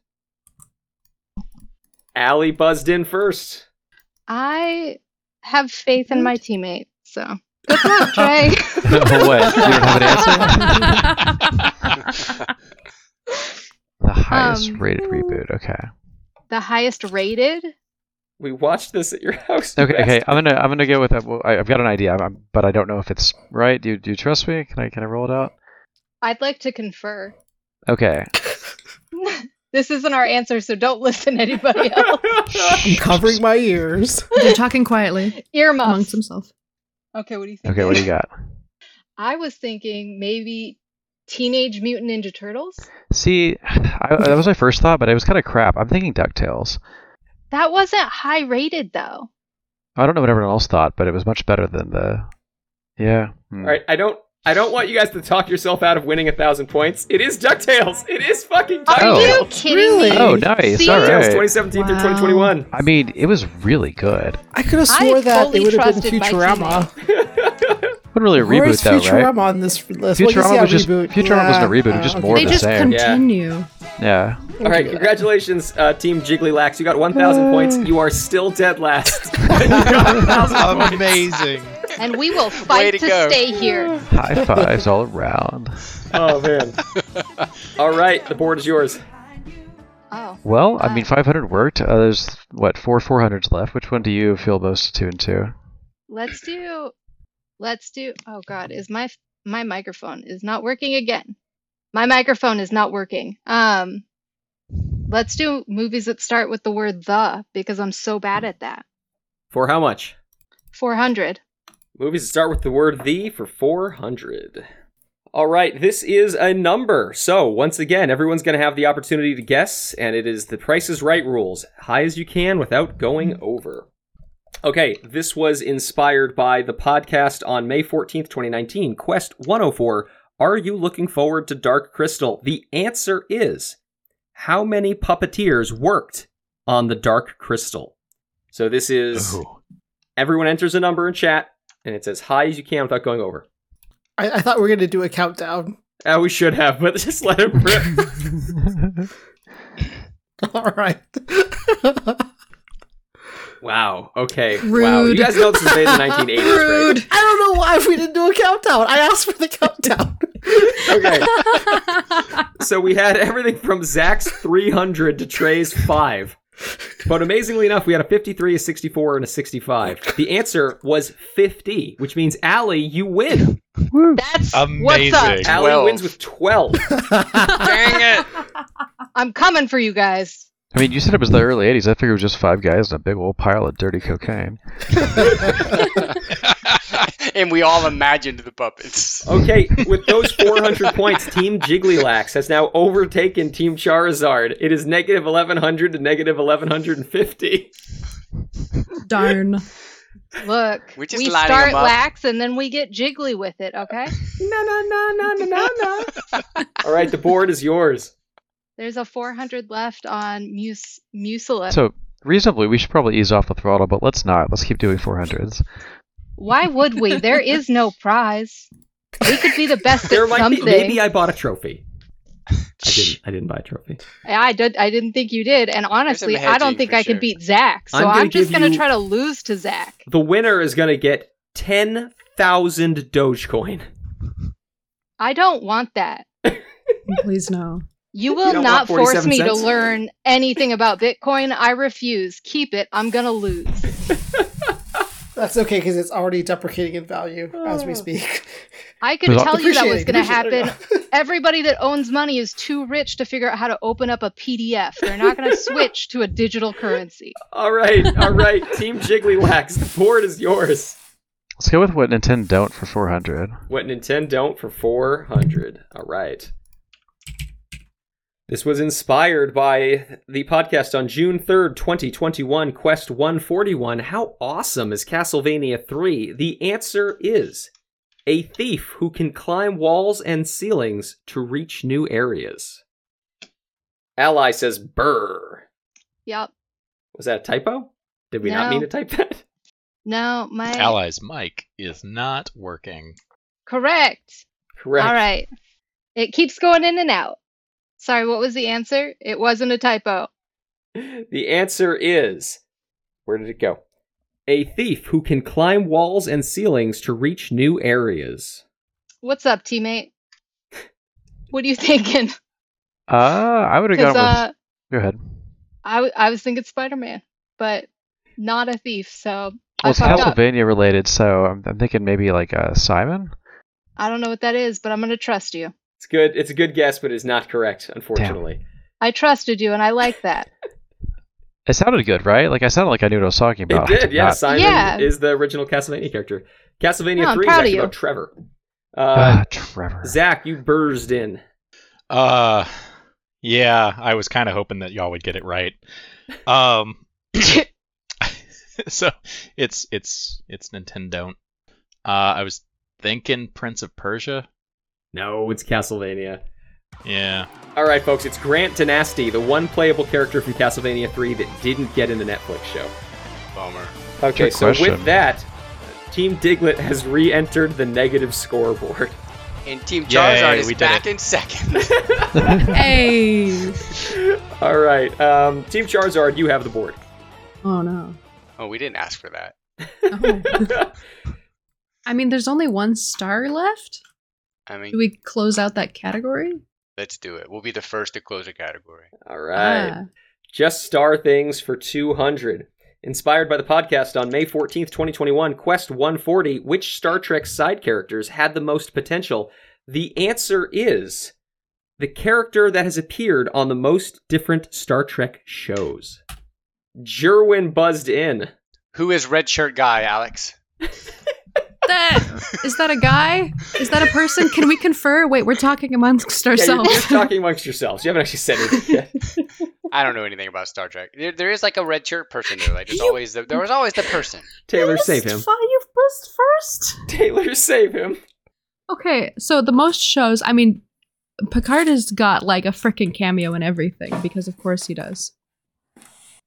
[SPEAKER 4] Allie buzzed in first.
[SPEAKER 8] I have faith in my teammate, so. Good luck, Trey.
[SPEAKER 10] No, what? You don't have an answer? The highest
[SPEAKER 8] Um,
[SPEAKER 10] rated reboot. Okay.
[SPEAKER 8] the highest rated?
[SPEAKER 4] We watched this at your house.
[SPEAKER 10] Okay.
[SPEAKER 4] Best.
[SPEAKER 10] Okay. I'm gonna. I'm gonna go with. Well, I, I've got an idea, i but I don't know if it's right. Do you, do you trust me? Can I? Can I roll it out?
[SPEAKER 8] I'd like to confer.
[SPEAKER 10] Okay.
[SPEAKER 8] This isn't our answer, so don't listen to anybody else.
[SPEAKER 9] I'm covering my ears.
[SPEAKER 7] they're talking quietly amongst
[SPEAKER 8] Earmuffs.
[SPEAKER 7] themselves
[SPEAKER 8] Okay, what do you think?
[SPEAKER 10] Okay. What do you got?
[SPEAKER 8] I was thinking maybe Teenage Mutant Ninja Turtles.
[SPEAKER 10] See, I, that was my first thought, but it was kind of crap. I'm thinking Ducktales.
[SPEAKER 8] That wasn't high rated though.
[SPEAKER 10] I don't know what everyone else thought, but it was much better than the. Yeah. hmm.
[SPEAKER 4] All right, I don't. I don't want you guys to talk yourself out of winning a thousand points. It is Ducktales. It is fucking
[SPEAKER 8] Are
[SPEAKER 10] Oh.
[SPEAKER 4] Ducktales.
[SPEAKER 8] you kidding
[SPEAKER 9] Really?
[SPEAKER 8] me?
[SPEAKER 10] Oh, nice.
[SPEAKER 8] See?
[SPEAKER 10] All
[SPEAKER 4] Ducktales
[SPEAKER 10] right.
[SPEAKER 4] 2017 through
[SPEAKER 7] Wow.
[SPEAKER 4] 2021.
[SPEAKER 10] I mean, it was really good.
[SPEAKER 9] I could have
[SPEAKER 8] I
[SPEAKER 9] swore that it
[SPEAKER 8] fully
[SPEAKER 9] would have
[SPEAKER 8] trusted
[SPEAKER 9] been
[SPEAKER 8] my
[SPEAKER 9] Futurama.
[SPEAKER 10] Would really a reboot
[SPEAKER 9] Where's
[SPEAKER 10] though,
[SPEAKER 9] Futurama
[SPEAKER 10] right?
[SPEAKER 9] on this list?
[SPEAKER 10] Futurama
[SPEAKER 9] well, I guess, yeah,
[SPEAKER 10] was just-
[SPEAKER 9] reboot.
[SPEAKER 10] Futurama
[SPEAKER 9] yeah.
[SPEAKER 10] wasn't a reboot, it was
[SPEAKER 9] uh,
[SPEAKER 10] just
[SPEAKER 9] okay.
[SPEAKER 10] more
[SPEAKER 7] they
[SPEAKER 10] the
[SPEAKER 7] just
[SPEAKER 10] same.
[SPEAKER 4] Yeah.
[SPEAKER 7] continue
[SPEAKER 10] Yeah.
[SPEAKER 4] All right, congratulations, uh, Team Jigglylax. You got 1,000 points. You are still dead last.
[SPEAKER 6] Amazing.
[SPEAKER 8] And we will fight
[SPEAKER 5] to
[SPEAKER 8] to,
[SPEAKER 5] go.
[SPEAKER 8] stay here.
[SPEAKER 10] High fives all around.
[SPEAKER 4] oh man. All right, the board is yours.
[SPEAKER 8] Oh.
[SPEAKER 10] Well, I mean, 500 worked. Uh, there's what four 400s left. Which one do you feel most attuned to?
[SPEAKER 8] Let's do let's do oh god, is my my microphone is not working again. My microphone is not working. Um let's do movies that start with the word the because I'm so bad at that.
[SPEAKER 4] For how much?
[SPEAKER 8] Four hundred.
[SPEAKER 4] Movies that start with the word "the" for 400. All right, this is a number. So once again, everyone's going to have the opportunity to guess, and it is the Price is Right rules: high as you can without going over. Okay, this was inspired by the podcast on May 14th, 2019, Quest 104 Are you looking forward to Dark Crystal? The answer is how many puppeteers worked on the Dark Crystal? So this is
[SPEAKER 6] Ooh.
[SPEAKER 4] everyone enters a number in chat and it's as high as you can without going over.
[SPEAKER 9] I, I thought we were going to do a countdown.
[SPEAKER 4] Uh, we should have, but just let it rip.
[SPEAKER 9] All right.
[SPEAKER 4] wow. Okay. Wow. You
[SPEAKER 7] Rude.
[SPEAKER 4] guys know this is made in the 1980s, right?
[SPEAKER 7] Rude.
[SPEAKER 9] I don't know why we didn't do a countdown. I asked for the countdown.
[SPEAKER 4] Okay. so we had everything from Zach's 300 to Trey's 5. But amazingly enough, we had a 53, a 64, and a 65. The answer was 50, which means Allie, you win.
[SPEAKER 8] That's
[SPEAKER 6] Amazing.
[SPEAKER 8] what's up.
[SPEAKER 4] Allie
[SPEAKER 5] 12.
[SPEAKER 4] wins with 12.
[SPEAKER 5] Dang it!
[SPEAKER 8] I'm coming for you guys.
[SPEAKER 10] I mean, you said it was the early 80s. I figured it was just five guys and a big old pile of dirty cocaine.
[SPEAKER 5] and we all imagined the puppets.
[SPEAKER 6] Oh,
[SPEAKER 4] Okay, with those 400 points, Team Jigglilax has now overtaken Team Charizard. It is negative 1100 to negative 1150.
[SPEAKER 7] Darn.
[SPEAKER 8] Look,
[SPEAKER 5] We're
[SPEAKER 8] we
[SPEAKER 5] just lining 'em
[SPEAKER 8] start
[SPEAKER 5] up.
[SPEAKER 8] lax and then we get jiggly with it. Okay.
[SPEAKER 4] Na na na na na na na. All right, the board is yours.
[SPEAKER 8] There's a 400 left on Mus Mucilip.
[SPEAKER 10] So, reasonably, we should probably ease off the throttle, but let's not. Let's keep doing 400s.
[SPEAKER 8] Why would we? There is no prize. We could be the best
[SPEAKER 4] There
[SPEAKER 8] at
[SPEAKER 4] might
[SPEAKER 8] something.
[SPEAKER 4] be, maybe I bought a trophy. I didn't. I didn't buy a trophy.
[SPEAKER 8] I did. I didn't think you did, and honestly, I
[SPEAKER 5] hedging
[SPEAKER 8] don't think
[SPEAKER 5] for
[SPEAKER 8] I can
[SPEAKER 5] sure.
[SPEAKER 8] beat Zach. So
[SPEAKER 4] I'm
[SPEAKER 8] I'm,
[SPEAKER 4] gonna
[SPEAKER 8] just
[SPEAKER 4] give
[SPEAKER 8] gonna
[SPEAKER 4] you-
[SPEAKER 8] try to lose to Zach.
[SPEAKER 4] The winner is gonna get ten thousand Dogecoin.
[SPEAKER 8] I don't want that.
[SPEAKER 7] Please no.
[SPEAKER 8] You
[SPEAKER 4] You
[SPEAKER 8] will
[SPEAKER 4] don't
[SPEAKER 8] not
[SPEAKER 4] want
[SPEAKER 8] force
[SPEAKER 4] 47
[SPEAKER 8] me to
[SPEAKER 4] cents?
[SPEAKER 8] learn anything about Bitcoin. I refuse. Keep it. I'm gonna lose.
[SPEAKER 9] That's okay because it's already deprecating in value as we speak.
[SPEAKER 8] I could
[SPEAKER 10] Well,
[SPEAKER 8] tell you that was
[SPEAKER 9] Appreciate it,
[SPEAKER 8] gonna
[SPEAKER 9] appreciate
[SPEAKER 8] happen.
[SPEAKER 9] it.
[SPEAKER 8] Everybody that owns money is too rich to figure out how to open up a PDF. They're not gonna switch to a digital currency.
[SPEAKER 4] All right, all right. Team Jigglylax, the board is yours.
[SPEAKER 10] Let's go with what Nintendo don't for 400.
[SPEAKER 4] What Nintendo don't for four hundred. All right. This was inspired by the podcast on June 3rd, 2021, Quest 141. How awesome is Castlevania 3? The answer is a thief who can climb walls and ceilings to reach new areas. Ally says burr.
[SPEAKER 8] Yep.
[SPEAKER 4] Was that a typo? Did we not
[SPEAKER 8] No.
[SPEAKER 4] mean to type that?
[SPEAKER 8] No, my
[SPEAKER 6] Allies mic is not working.
[SPEAKER 8] correct.
[SPEAKER 4] Correct.
[SPEAKER 8] All right. It keeps going in and out. Sorry, what was the answer? It wasn't a typo.
[SPEAKER 4] The answer is where did it go? A thief who can climb walls and ceilings to reach new areas.
[SPEAKER 8] What's up, teammate? What are you thinking?
[SPEAKER 10] Uh, I would have
[SPEAKER 8] Because
[SPEAKER 10] gone
[SPEAKER 8] uh,
[SPEAKER 10] with. Go ahead.
[SPEAKER 8] I, w- I was thinking Spider Man, but not a thief, so
[SPEAKER 10] Well,
[SPEAKER 8] I
[SPEAKER 10] it's
[SPEAKER 8] fucked up.
[SPEAKER 10] Castlevania related, so I'm, I'm thinking maybe like uh, Simon?
[SPEAKER 8] I don't know what that is, but I'm going to trust you.
[SPEAKER 4] It's good. It's a good guess, but it's not correct, unfortunately.
[SPEAKER 8] I trusted you, and I like that.
[SPEAKER 10] It sounded good, right? Like, I sounded like I knew what I was talking
[SPEAKER 4] It
[SPEAKER 10] about. I
[SPEAKER 4] did, yeah.
[SPEAKER 10] not.
[SPEAKER 4] Simon
[SPEAKER 8] Yeah.
[SPEAKER 4] is the original Castlevania character. Castlevania
[SPEAKER 8] No, I'm
[SPEAKER 4] 3 is
[SPEAKER 8] proud of
[SPEAKER 4] actually
[SPEAKER 8] you.
[SPEAKER 4] about Trevor.
[SPEAKER 10] Ah,
[SPEAKER 4] Uh,
[SPEAKER 10] Trevor.
[SPEAKER 4] Zach, you burzed in.
[SPEAKER 6] Uh, yeah, I was kind of hoping that y'all would get it right. Um, so it's it's it's Nintendo. Uh, I was thinking Prince of Persia.
[SPEAKER 4] No, it's Castlevania.
[SPEAKER 6] Yeah.
[SPEAKER 4] All right, folks, it's Grant Danasti, the one playable character from Castlevania 3 that didn't get in the Netflix show.
[SPEAKER 5] Bummer.
[SPEAKER 4] Okay,
[SPEAKER 10] Good
[SPEAKER 4] so with
[SPEAKER 10] question.
[SPEAKER 4] that, Team Diglett has re-entered the negative scoreboard.
[SPEAKER 5] And Team
[SPEAKER 6] Yay,
[SPEAKER 5] Charizard is
[SPEAKER 6] we did
[SPEAKER 5] back
[SPEAKER 6] it.
[SPEAKER 5] in second.
[SPEAKER 7] Hey.
[SPEAKER 4] All right, um, Team Charizard, you have the board.
[SPEAKER 7] Oh no.
[SPEAKER 5] oh, we didn't ask for that.
[SPEAKER 7] Oh. I mean, there's only one star left.
[SPEAKER 5] I mean,
[SPEAKER 7] Do we close out that category?
[SPEAKER 5] let's do it. We'll be the first to close a category.
[SPEAKER 4] All right,
[SPEAKER 7] Ah.
[SPEAKER 4] just star things for 200. Inspired by the podcast on May 14th, 2021, Quest 140, which Star Trek side characters had the most potential? The answer is the character that has appeared on the most different Star Trek shows. Jerwin buzzed in.
[SPEAKER 5] Who is red shirt guy, Alex?
[SPEAKER 7] That is that a guy? Is that a person? Can we confer? Wait, we're talking amongst
[SPEAKER 4] Yeah, you're
[SPEAKER 7] ourselves.
[SPEAKER 4] just talking amongst yourselves. You haven't actually said anything yet.
[SPEAKER 5] I don't know anything about Star Trek. There, there is like a red shirt person there. Like there's always the, there was always the person.
[SPEAKER 4] Taylor, save him.
[SPEAKER 7] Five first.
[SPEAKER 4] Taylor, save him.
[SPEAKER 7] Okay, so the most shows, I mean, Picard has got like a freaking cameo in everything because, of course, he does,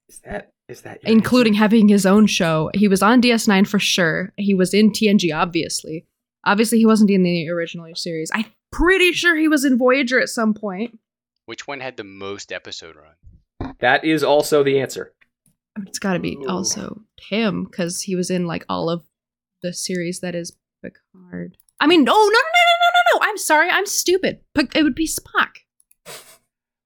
[SPEAKER 4] Is that is that your
[SPEAKER 7] including
[SPEAKER 4] answer?
[SPEAKER 7] having his own show. He was on DS9 for sure. He was in TNG, obviously. Obviously, he wasn't in the original series. I'm pretty sure he was in Voyager at some point.
[SPEAKER 5] Which one had the most episode run?
[SPEAKER 4] that is also the answer.
[SPEAKER 7] It's got to be
[SPEAKER 4] Ooh.
[SPEAKER 7] also him because he was in like all of the series that is Picard. I mean, no, no, no, no, no, no, no. I'm sorry, I'm stupid. Pic- It would be Spock.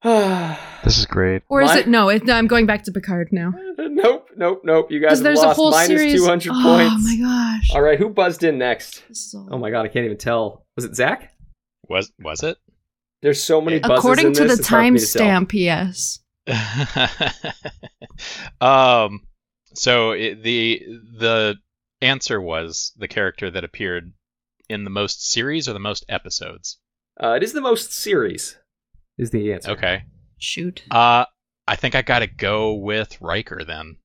[SPEAKER 4] nope,
[SPEAKER 10] This is great.
[SPEAKER 7] Or is
[SPEAKER 4] What?
[SPEAKER 7] it no? It, no, I'm going back to Picard now.
[SPEAKER 4] Uh, nope, nope. You guys
[SPEAKER 7] Because
[SPEAKER 4] have
[SPEAKER 7] there's
[SPEAKER 4] lost
[SPEAKER 7] a whole
[SPEAKER 4] minus
[SPEAKER 7] series.
[SPEAKER 4] 200
[SPEAKER 7] oh
[SPEAKER 4] points.
[SPEAKER 7] my gosh!
[SPEAKER 4] All right, who buzzed in next?
[SPEAKER 7] This is all-
[SPEAKER 4] Oh my god, I can't even tell. Was it Zach?
[SPEAKER 6] Was was it?
[SPEAKER 4] There's so many buzzes in
[SPEAKER 7] According to
[SPEAKER 4] this,
[SPEAKER 7] the
[SPEAKER 4] it's hard for me to tell.
[SPEAKER 7] timestamp, yes.
[SPEAKER 6] um, so it, the the answer was the character that appeared in the most series or the most episodes.
[SPEAKER 4] Uh, it is the most series. Is the answer?
[SPEAKER 6] Okay.
[SPEAKER 7] Shoot.
[SPEAKER 6] Uh, I think I gotta go with Riker then.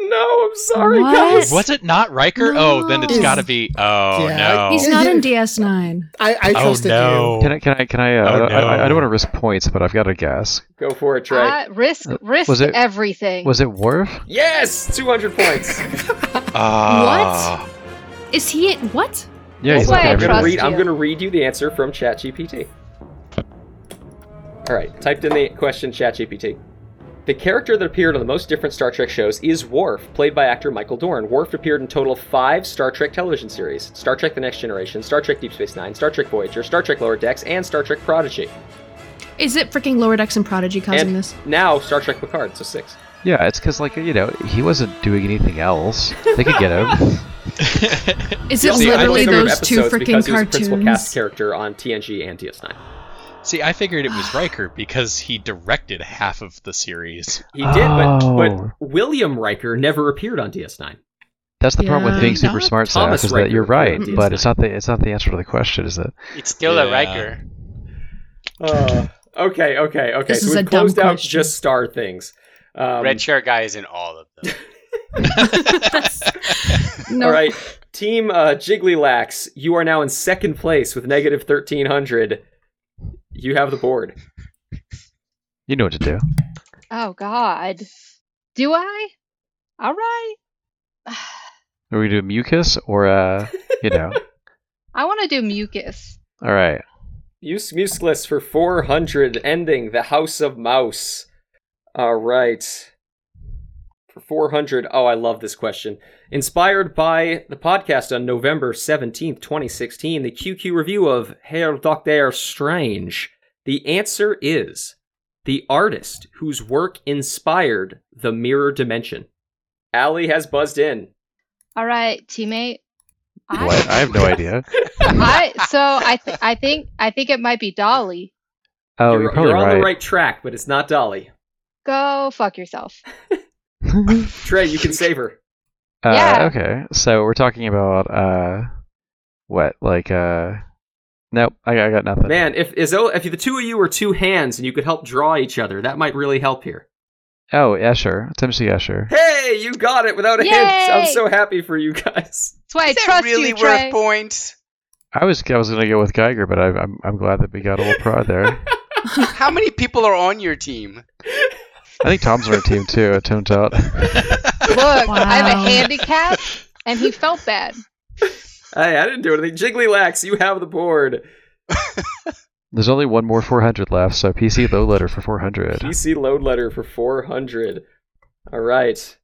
[SPEAKER 4] No, I'm sorry,
[SPEAKER 7] What?
[SPEAKER 4] guys.
[SPEAKER 6] Was it not Riker? Oh, then it's
[SPEAKER 9] No.
[SPEAKER 6] gotta be. Oh
[SPEAKER 9] Yeah.
[SPEAKER 6] no.
[SPEAKER 7] He's
[SPEAKER 9] Yeah,
[SPEAKER 7] not in
[SPEAKER 9] yeah.
[SPEAKER 7] DS9.
[SPEAKER 9] I, I
[SPEAKER 6] oh
[SPEAKER 9] trusted
[SPEAKER 6] no.
[SPEAKER 10] Can I? Can I? Can I? Uh,
[SPEAKER 6] Oh,
[SPEAKER 10] I, I, I
[SPEAKER 6] no.
[SPEAKER 10] don't want to risk points, but I've got a guess.
[SPEAKER 4] Go for it, Trey.
[SPEAKER 8] Uh, risk,
[SPEAKER 10] Uh,
[SPEAKER 8] risk
[SPEAKER 10] was it-
[SPEAKER 8] everything.
[SPEAKER 10] Was it Worf?
[SPEAKER 4] yes, 200 points.
[SPEAKER 6] Ah.
[SPEAKER 7] Is he? in- What?
[SPEAKER 10] Yeah,
[SPEAKER 8] That's
[SPEAKER 10] he's
[SPEAKER 8] why
[SPEAKER 10] not
[SPEAKER 8] I
[SPEAKER 4] I'm
[SPEAKER 10] in
[SPEAKER 4] gonna
[SPEAKER 8] trust
[SPEAKER 10] everything.
[SPEAKER 4] read. I'm
[SPEAKER 8] you.
[SPEAKER 4] gonna read you the answer from ChatGPT. All right, typed in the question ChatGPT. The character that appeared on the most different Star Trek shows is Worf, played by actor Michael Dorn. Worf appeared in total of five Star Trek television series: Star Trek: The Next Generation, Star Trek: Deep Space Nine, Star Trek Voyager, Star Trek Lower Decks, and Star Trek Prodigy.
[SPEAKER 7] Is it freaking Lower Decks and Prodigy causing
[SPEAKER 4] And
[SPEAKER 7] this?
[SPEAKER 4] now Star Trek Picard, so six.
[SPEAKER 10] Yeah, it's because like you know he wasn't doing anything else. They could get him.
[SPEAKER 7] Is it
[SPEAKER 4] See, I
[SPEAKER 7] literally
[SPEAKER 4] only remember
[SPEAKER 7] those two
[SPEAKER 4] episodes
[SPEAKER 7] freaking
[SPEAKER 4] because he was a Principal cast
[SPEAKER 7] cartoons?
[SPEAKER 4] character on TNG and DS9.
[SPEAKER 6] See, I figured it was Riker because he directed half of the series.
[SPEAKER 4] He did, but,
[SPEAKER 10] Oh.
[SPEAKER 4] but William Riker never appeared on DS9.
[SPEAKER 10] That's the problem
[SPEAKER 7] Yeah.
[SPEAKER 10] with being
[SPEAKER 6] Maybe
[SPEAKER 10] super
[SPEAKER 6] not
[SPEAKER 10] smart,
[SPEAKER 4] Thomas
[SPEAKER 10] Zach, is that
[SPEAKER 4] Riker
[SPEAKER 10] you're right,
[SPEAKER 4] appeared on
[SPEAKER 10] but
[SPEAKER 4] DS9.
[SPEAKER 10] it's not the it's not the answer to the question, is it?
[SPEAKER 5] It's still a
[SPEAKER 6] Yeah.
[SPEAKER 5] Riker.
[SPEAKER 4] Uh, okay, okay, okay.
[SPEAKER 7] This
[SPEAKER 4] so
[SPEAKER 7] is a
[SPEAKER 4] we've
[SPEAKER 7] dumb
[SPEAKER 4] closed out
[SPEAKER 7] question.
[SPEAKER 4] just star things. Um,
[SPEAKER 5] Red shirt guy is in all of them.
[SPEAKER 7] That's- no.
[SPEAKER 4] All right, team uh, Jigglylax, you are now in second place with negative thirteen hundred. You have the board.
[SPEAKER 10] You know what to do.
[SPEAKER 8] Oh God, do I? All right.
[SPEAKER 10] Are we gonna do mucus or uh you know?
[SPEAKER 8] I want to do mucus.
[SPEAKER 10] All right.
[SPEAKER 4] Use Museless for four hundred, ending the House of Mouse. All right. For 400. Oh, I love this question. Inspired by the podcast on November 17th, 2016, the QQ review of Herr Dr. Strange. The answer is the artist whose work inspired the mirror dimension. Allie has buzzed in.
[SPEAKER 8] All right, teammate. I,
[SPEAKER 10] What? I have no idea.
[SPEAKER 8] I so I th- I think I think it might be Dolly.
[SPEAKER 10] Oh, you're,
[SPEAKER 4] you're,
[SPEAKER 10] probably
[SPEAKER 4] you're on
[SPEAKER 10] right.
[SPEAKER 4] the right track, but it's not Dolly.
[SPEAKER 8] Go fuck yourself.
[SPEAKER 4] Trey, you can save her.
[SPEAKER 10] Uh,
[SPEAKER 8] Yeah.
[SPEAKER 10] Okay, so we're talking about uh, what? Like uh, nope. I, I got nothing.
[SPEAKER 4] Man, if is oh, if the two of you were two hands and you could help draw each other, that might really help here.
[SPEAKER 10] Oh, Escher. It's MC Escher.
[SPEAKER 4] Hey, you got it without a hint. I'm
[SPEAKER 8] Yay!
[SPEAKER 4] so happy for you guys.
[SPEAKER 8] That's why I
[SPEAKER 5] Is that
[SPEAKER 8] trust
[SPEAKER 5] really
[SPEAKER 8] you,
[SPEAKER 5] worth
[SPEAKER 8] Trey.
[SPEAKER 5] points?
[SPEAKER 10] I was I was gonna go with Geiger, but I, I'm I'm glad that we got old Prod there.
[SPEAKER 5] How many people are on your team?
[SPEAKER 10] I think Tom's on our team too. It turns out.
[SPEAKER 8] Look, I have
[SPEAKER 7] Wow.
[SPEAKER 8] a handicap, and he felt bad.
[SPEAKER 4] Hey, I didn't do anything. Jigglylax, you have the board.
[SPEAKER 10] There's only one more 400 left, so PC low letter for 400.
[SPEAKER 4] PC load letter for 400. All right.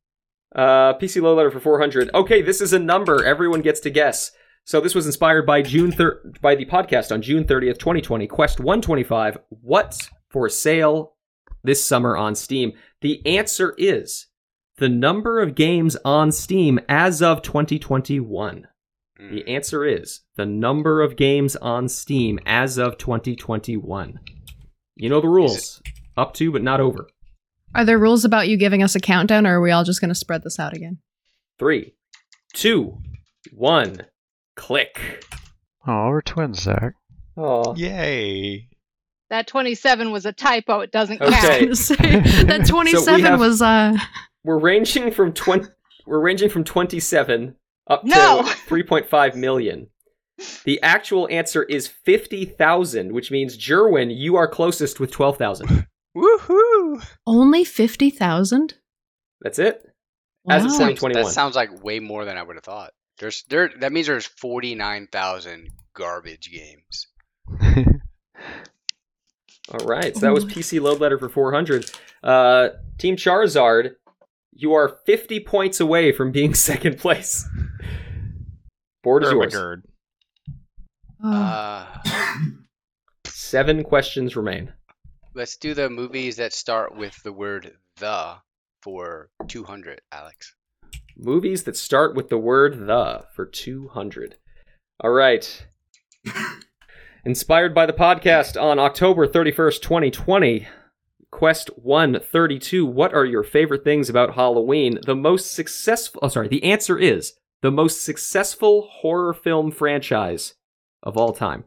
[SPEAKER 4] Uh, PC load letter for 400. Okay, this is a number everyone gets to guess. So this was inspired by June thir- by the podcast on June 30th, 2020, Quest 125. What's for sale this summer on Steam? The answer is the number of games on Steam as of 2021. The answer is the number of games on Steam as of 2021. You know the rules. Up to, but not over.
[SPEAKER 7] Are there rules about you giving us a countdown, or are we all just going to spread this out again?
[SPEAKER 4] Three, two, one, click.
[SPEAKER 10] Oh, we're twins, Zach.
[SPEAKER 4] Oh,
[SPEAKER 6] Yay.
[SPEAKER 8] That 27 was a typo. It doesn't count.
[SPEAKER 4] Okay.
[SPEAKER 7] to say that 27
[SPEAKER 4] have-
[SPEAKER 7] was uh
[SPEAKER 4] we're ranging from twenty. We're ranging from twenty-seven up
[SPEAKER 8] No!
[SPEAKER 4] to three point five million. The actual answer is 50,000, which means Jerwin, you are closest with 12,000.
[SPEAKER 5] Woohoo!
[SPEAKER 7] Only 50,000?
[SPEAKER 4] That's it.
[SPEAKER 7] Wow.
[SPEAKER 4] As of
[SPEAKER 5] Sounds-
[SPEAKER 4] 2021.
[SPEAKER 5] That sounds like way more than I would have thought. There's there. That means there's forty nine thousand garbage games.
[SPEAKER 4] All right. So that was PC load letter for 400. Uh, Team Charizard, you are 50 points away from being second place. Board is yours.
[SPEAKER 6] Ermagerd.
[SPEAKER 7] Oh.
[SPEAKER 5] Uh,
[SPEAKER 4] Seven questions remain.
[SPEAKER 5] let's do the movies that start with the word the for two hundred, Alex.
[SPEAKER 4] Movies that start with the word the for 200. All right. Inspired by the podcast on October 31st, 2020, Quest 132 What are your favorite things about Halloween? The most successful, oh, sorry, the answer is the most successful horror film franchise of all time.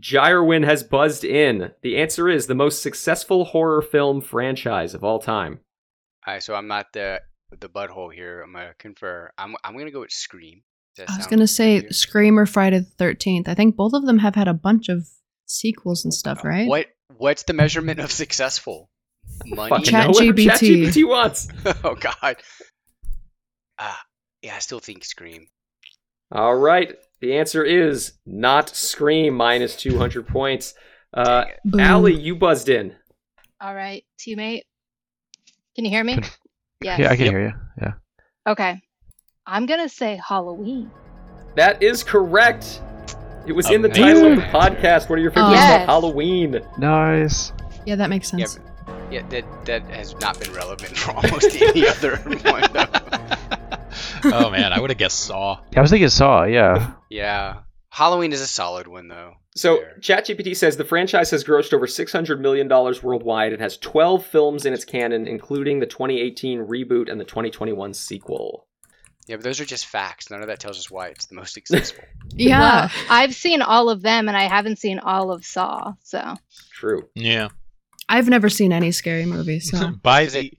[SPEAKER 4] Gyrewin has buzzed in. The answer is the most successful horror film franchise of all time.
[SPEAKER 5] All right, so I'm not the the butthole here. I'm gonna confer. I'm I'm gonna go with Scream. Does that
[SPEAKER 7] I was
[SPEAKER 5] sound
[SPEAKER 7] going to
[SPEAKER 5] familiar?
[SPEAKER 7] say Scream or Friday the 13th. I think both of them have had a bunch of sequels and stuff, right?
[SPEAKER 5] What what's the measurement of successful? Money.
[SPEAKER 4] Fucking know what
[SPEAKER 7] ChatGPT.
[SPEAKER 4] ChatGPT wants.
[SPEAKER 5] oh God. Ah, yeah. I still think Scream.
[SPEAKER 4] All right. The answer is not Scream, minus 200 points. Uh,
[SPEAKER 5] Dang it.
[SPEAKER 7] Boo.
[SPEAKER 4] Allie, you buzzed in.
[SPEAKER 8] All right, teammate. Can you hear me?
[SPEAKER 10] Conf-
[SPEAKER 8] Yes.
[SPEAKER 10] Yeah, I can
[SPEAKER 5] Yep.
[SPEAKER 10] hear you. Yeah.
[SPEAKER 8] Okay. I'm gonna say Halloween.
[SPEAKER 4] That is correct. It was in the
[SPEAKER 5] Amazing.
[SPEAKER 4] title of the podcast. What are your favorite things about
[SPEAKER 8] Yes.
[SPEAKER 4] Halloween?
[SPEAKER 10] Nice.
[SPEAKER 7] Yeah, that makes sense.
[SPEAKER 5] Yeah, that that has not been relevant for almost any other one.
[SPEAKER 6] oh man, I would have guessed Saw.
[SPEAKER 10] Yeah, I was thinking Saw. Yeah.
[SPEAKER 5] Yeah, Halloween is a solid one though.
[SPEAKER 4] So,
[SPEAKER 5] There.
[SPEAKER 4] ChatGPT says the franchise has grossed over $600 million worldwide and has 12 films in its canon, including the 2018 reboot and the 2021 sequel.
[SPEAKER 5] yeah, but those are just facts. None of that tells us why it's the most successful.
[SPEAKER 7] Yeah.
[SPEAKER 8] Well, I've seen all of them, and I haven't seen all of Saw. So
[SPEAKER 4] True.
[SPEAKER 6] Yeah.
[SPEAKER 7] I've never seen any scary movie, so.
[SPEAKER 6] by
[SPEAKER 5] Is
[SPEAKER 6] the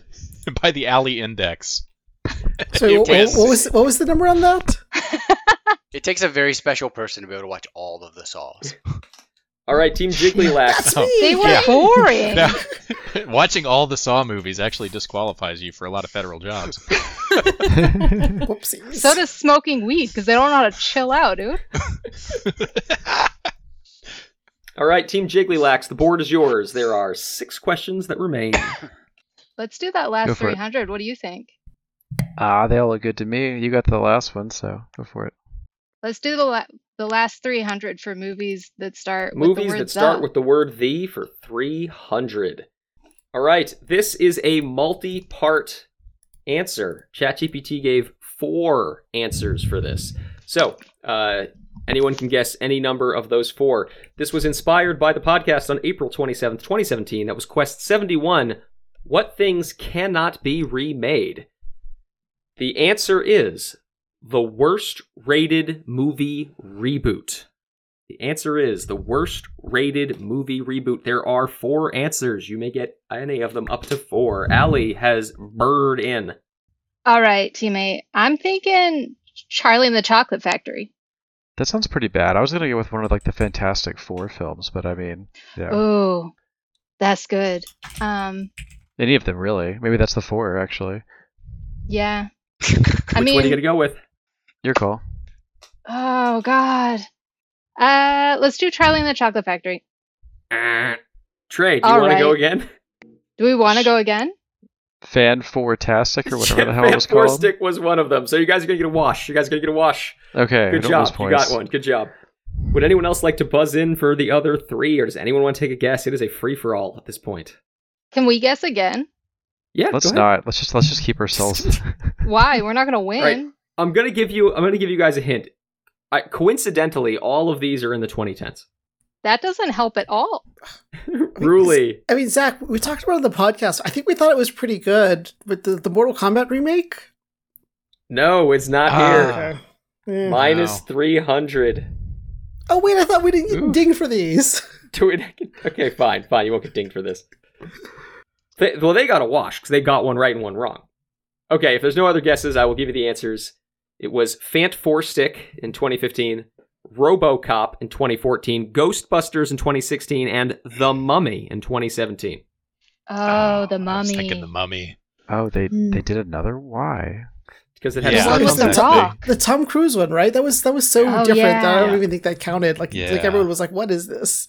[SPEAKER 6] by the alley index.
[SPEAKER 9] So what,
[SPEAKER 6] Yes.
[SPEAKER 9] what was what was the number on that?
[SPEAKER 5] it takes a very special person to be able to watch all of the saws.
[SPEAKER 4] All right, Team Jigglylax.
[SPEAKER 6] Oh,
[SPEAKER 8] they were
[SPEAKER 6] Yeah.
[SPEAKER 8] boring.
[SPEAKER 6] No. Watching all the Saw movies actually disqualifies you for a lot of federal jobs.
[SPEAKER 9] Whoopsies.
[SPEAKER 8] So does smoking weed because they don't know how to chill out, dude.
[SPEAKER 4] All right, Team Jigglylax, the board is yours. There are six questions that remain.
[SPEAKER 8] Let's do that
[SPEAKER 10] Go
[SPEAKER 8] last
[SPEAKER 10] for it.
[SPEAKER 8] 300. What do you think?
[SPEAKER 10] Ah, they all look good to me. You got the last one, so go for it.
[SPEAKER 8] Let's do the la- the last 300 for movies that start with
[SPEAKER 4] movies
[SPEAKER 8] the word
[SPEAKER 4] that start
[SPEAKER 8] the.
[SPEAKER 4] with the word the for 300 all right this is a multi-part answer chatgpt gave four answers for this so uh, anyone can guess any number of those four this was inspired by the podcast on april 27th 2017 that was quest 71 what things cannot be remade the answer is the worst rated movie reboot the answer is the worst rated movie reboot. There are four answers. You may get any of them up to four. Allie has bird in.
[SPEAKER 8] All right, teammate. I'm thinking Charlie and the Chocolate Factory.
[SPEAKER 10] That sounds pretty bad. I was gonna go with one of like the Fantastic Four films, but I mean, yeah,
[SPEAKER 8] Ooh, that's good. Um,
[SPEAKER 10] any of them really. Maybe that's the four actually.
[SPEAKER 8] yeah. I
[SPEAKER 4] Which
[SPEAKER 8] mean,
[SPEAKER 4] one are you gonna go with?
[SPEAKER 10] Your call.
[SPEAKER 8] oh god. Uh, let's do Charlie and the Chocolate Factory.
[SPEAKER 4] Eh. Trey, do you
[SPEAKER 8] uh, All
[SPEAKER 4] want to go
[SPEAKER 8] right.
[SPEAKER 4] again?
[SPEAKER 8] Do we want to go again?
[SPEAKER 10] Fan Four Tastic or whatever the hell it
[SPEAKER 4] Fan
[SPEAKER 10] was
[SPEAKER 4] Four
[SPEAKER 10] called.
[SPEAKER 4] Stick was one of them. So you guys are gonna get a wash. You guys are gonna get a wash.
[SPEAKER 10] Okay,
[SPEAKER 4] Good
[SPEAKER 10] I don't lose
[SPEAKER 4] job. You got
[SPEAKER 10] points.
[SPEAKER 4] one. Good job. Would anyone else like to buzz in for the other three, or does anyone want to take a guess? It is a free for all at this point.
[SPEAKER 8] Can we guess again?
[SPEAKER 4] Yeah, go
[SPEAKER 10] Let's
[SPEAKER 4] ahead.
[SPEAKER 10] not. Let's just let's just keep ourselves.
[SPEAKER 8] Why? We're not gonna win.
[SPEAKER 4] Right. I'm gonna give you. I'm gonna give you guys a hint. I, coincidentally, all of these are in the 2010s.
[SPEAKER 8] That doesn't help at all.
[SPEAKER 4] Ruly.
[SPEAKER 9] I mean, Zach, we talked about it on the podcast. I think we thought it was pretty good with the, the Mortal Kombat remake.
[SPEAKER 4] No, it's not
[SPEAKER 6] Ah.
[SPEAKER 4] here.
[SPEAKER 9] Yeah.
[SPEAKER 4] Minus
[SPEAKER 6] Wow.
[SPEAKER 4] 300.
[SPEAKER 9] oh wait, I thought we didn't get
[SPEAKER 6] Ooh.
[SPEAKER 9] ding for these.
[SPEAKER 4] Do it. Okay, fine, fine. You won't get dinged for this. They, well, they got a wash because they got one right and one wrong. Okay, if there's no other guesses, I will give you the answers. It was Fant Four Stick in 2015, RoboCop in 2014, Ghostbusters in 2016, and The Mummy in 2017.
[SPEAKER 8] Oh, the
[SPEAKER 6] I was
[SPEAKER 8] mummy.
[SPEAKER 6] thinking the mummy.
[SPEAKER 10] Oh, they
[SPEAKER 7] Hmm.
[SPEAKER 10] they did another. Why?
[SPEAKER 4] Because it had
[SPEAKER 6] Yeah.
[SPEAKER 4] a
[SPEAKER 9] The one
[SPEAKER 4] slight
[SPEAKER 9] was the
[SPEAKER 6] that's
[SPEAKER 4] comeback.
[SPEAKER 9] Tom,
[SPEAKER 6] big.
[SPEAKER 9] the Tom Cruise one, right? That was that was so
[SPEAKER 8] Oh,
[SPEAKER 9] different that
[SPEAKER 8] yeah.
[SPEAKER 9] I don't even think that counted. Like like
[SPEAKER 6] Yeah.
[SPEAKER 9] everyone was like, "What is this?"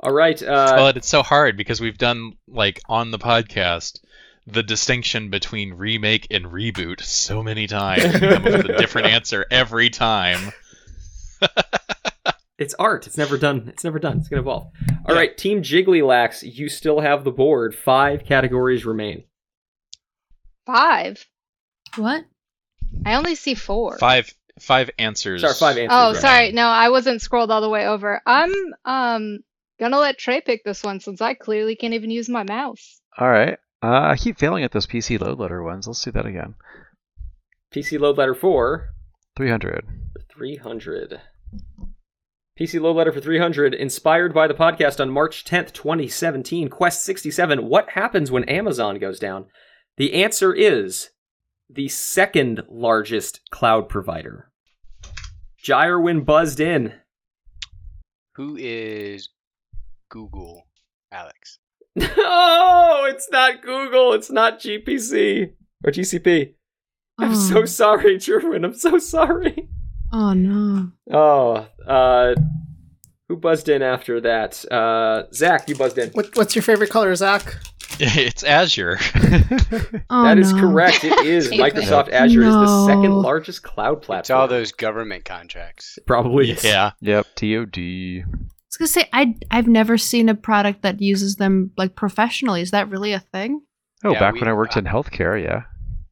[SPEAKER 4] All right. Uh,
[SPEAKER 6] but Oh, it's so hard because we've done like on the podcast the distinction between remake and reboot so many times. We come up with a different answer every time.
[SPEAKER 4] it's art. It's never done. It's never done. It's gonna evolve. All right, Team Jigglylax, you still have the board. Five categories remain.
[SPEAKER 8] Five.
[SPEAKER 7] What?
[SPEAKER 8] I only see four.
[SPEAKER 6] Five five answers.
[SPEAKER 4] Sorry, five answers.
[SPEAKER 8] Oh,
[SPEAKER 4] remain.
[SPEAKER 8] sorry. No, I wasn't scrolled all the way over. I'm um gonna let Trey pick this one since I clearly can't even use my mouse.
[SPEAKER 10] All right. Uh, I keep failing at those PC load letter ones. Let's do that again.
[SPEAKER 4] PC load letter four.
[SPEAKER 10] 300.
[SPEAKER 4] 300. PC Low Letter for 300, inspired by the podcast on March 10th, 2017, Quest 67. What happens when Amazon goes down? The answer is the second largest cloud provider. Gyrowin buzzed in.
[SPEAKER 5] Who is Google, Alex?
[SPEAKER 4] No, it's not Google. It's not GPC or GCP. I'm so
[SPEAKER 7] Oh.
[SPEAKER 4] sorry, Gerwin. I'm so sorry.
[SPEAKER 7] Oh no.
[SPEAKER 4] Oh, uh, who buzzed in after that? Uh, Zach, you buzzed in.
[SPEAKER 9] What, what's your favorite color, Zach?
[SPEAKER 6] it's Azure.
[SPEAKER 7] Oh,
[SPEAKER 4] That is
[SPEAKER 7] no.
[SPEAKER 4] correct. It is
[SPEAKER 8] Damn it.
[SPEAKER 4] Microsoft Azure is the
[SPEAKER 7] No.
[SPEAKER 4] second largest cloud platform.
[SPEAKER 5] It's all those government contracts.
[SPEAKER 4] probably is.
[SPEAKER 6] yeah.
[SPEAKER 10] Yep. TOD.
[SPEAKER 7] I was gonna say I I've never seen a product that uses them like professionally. Is that really a thing?
[SPEAKER 10] Oh,
[SPEAKER 5] Yeah,
[SPEAKER 10] back
[SPEAKER 5] we-
[SPEAKER 10] when I
[SPEAKER 4] uh,
[SPEAKER 10] worked in healthcare, yeah.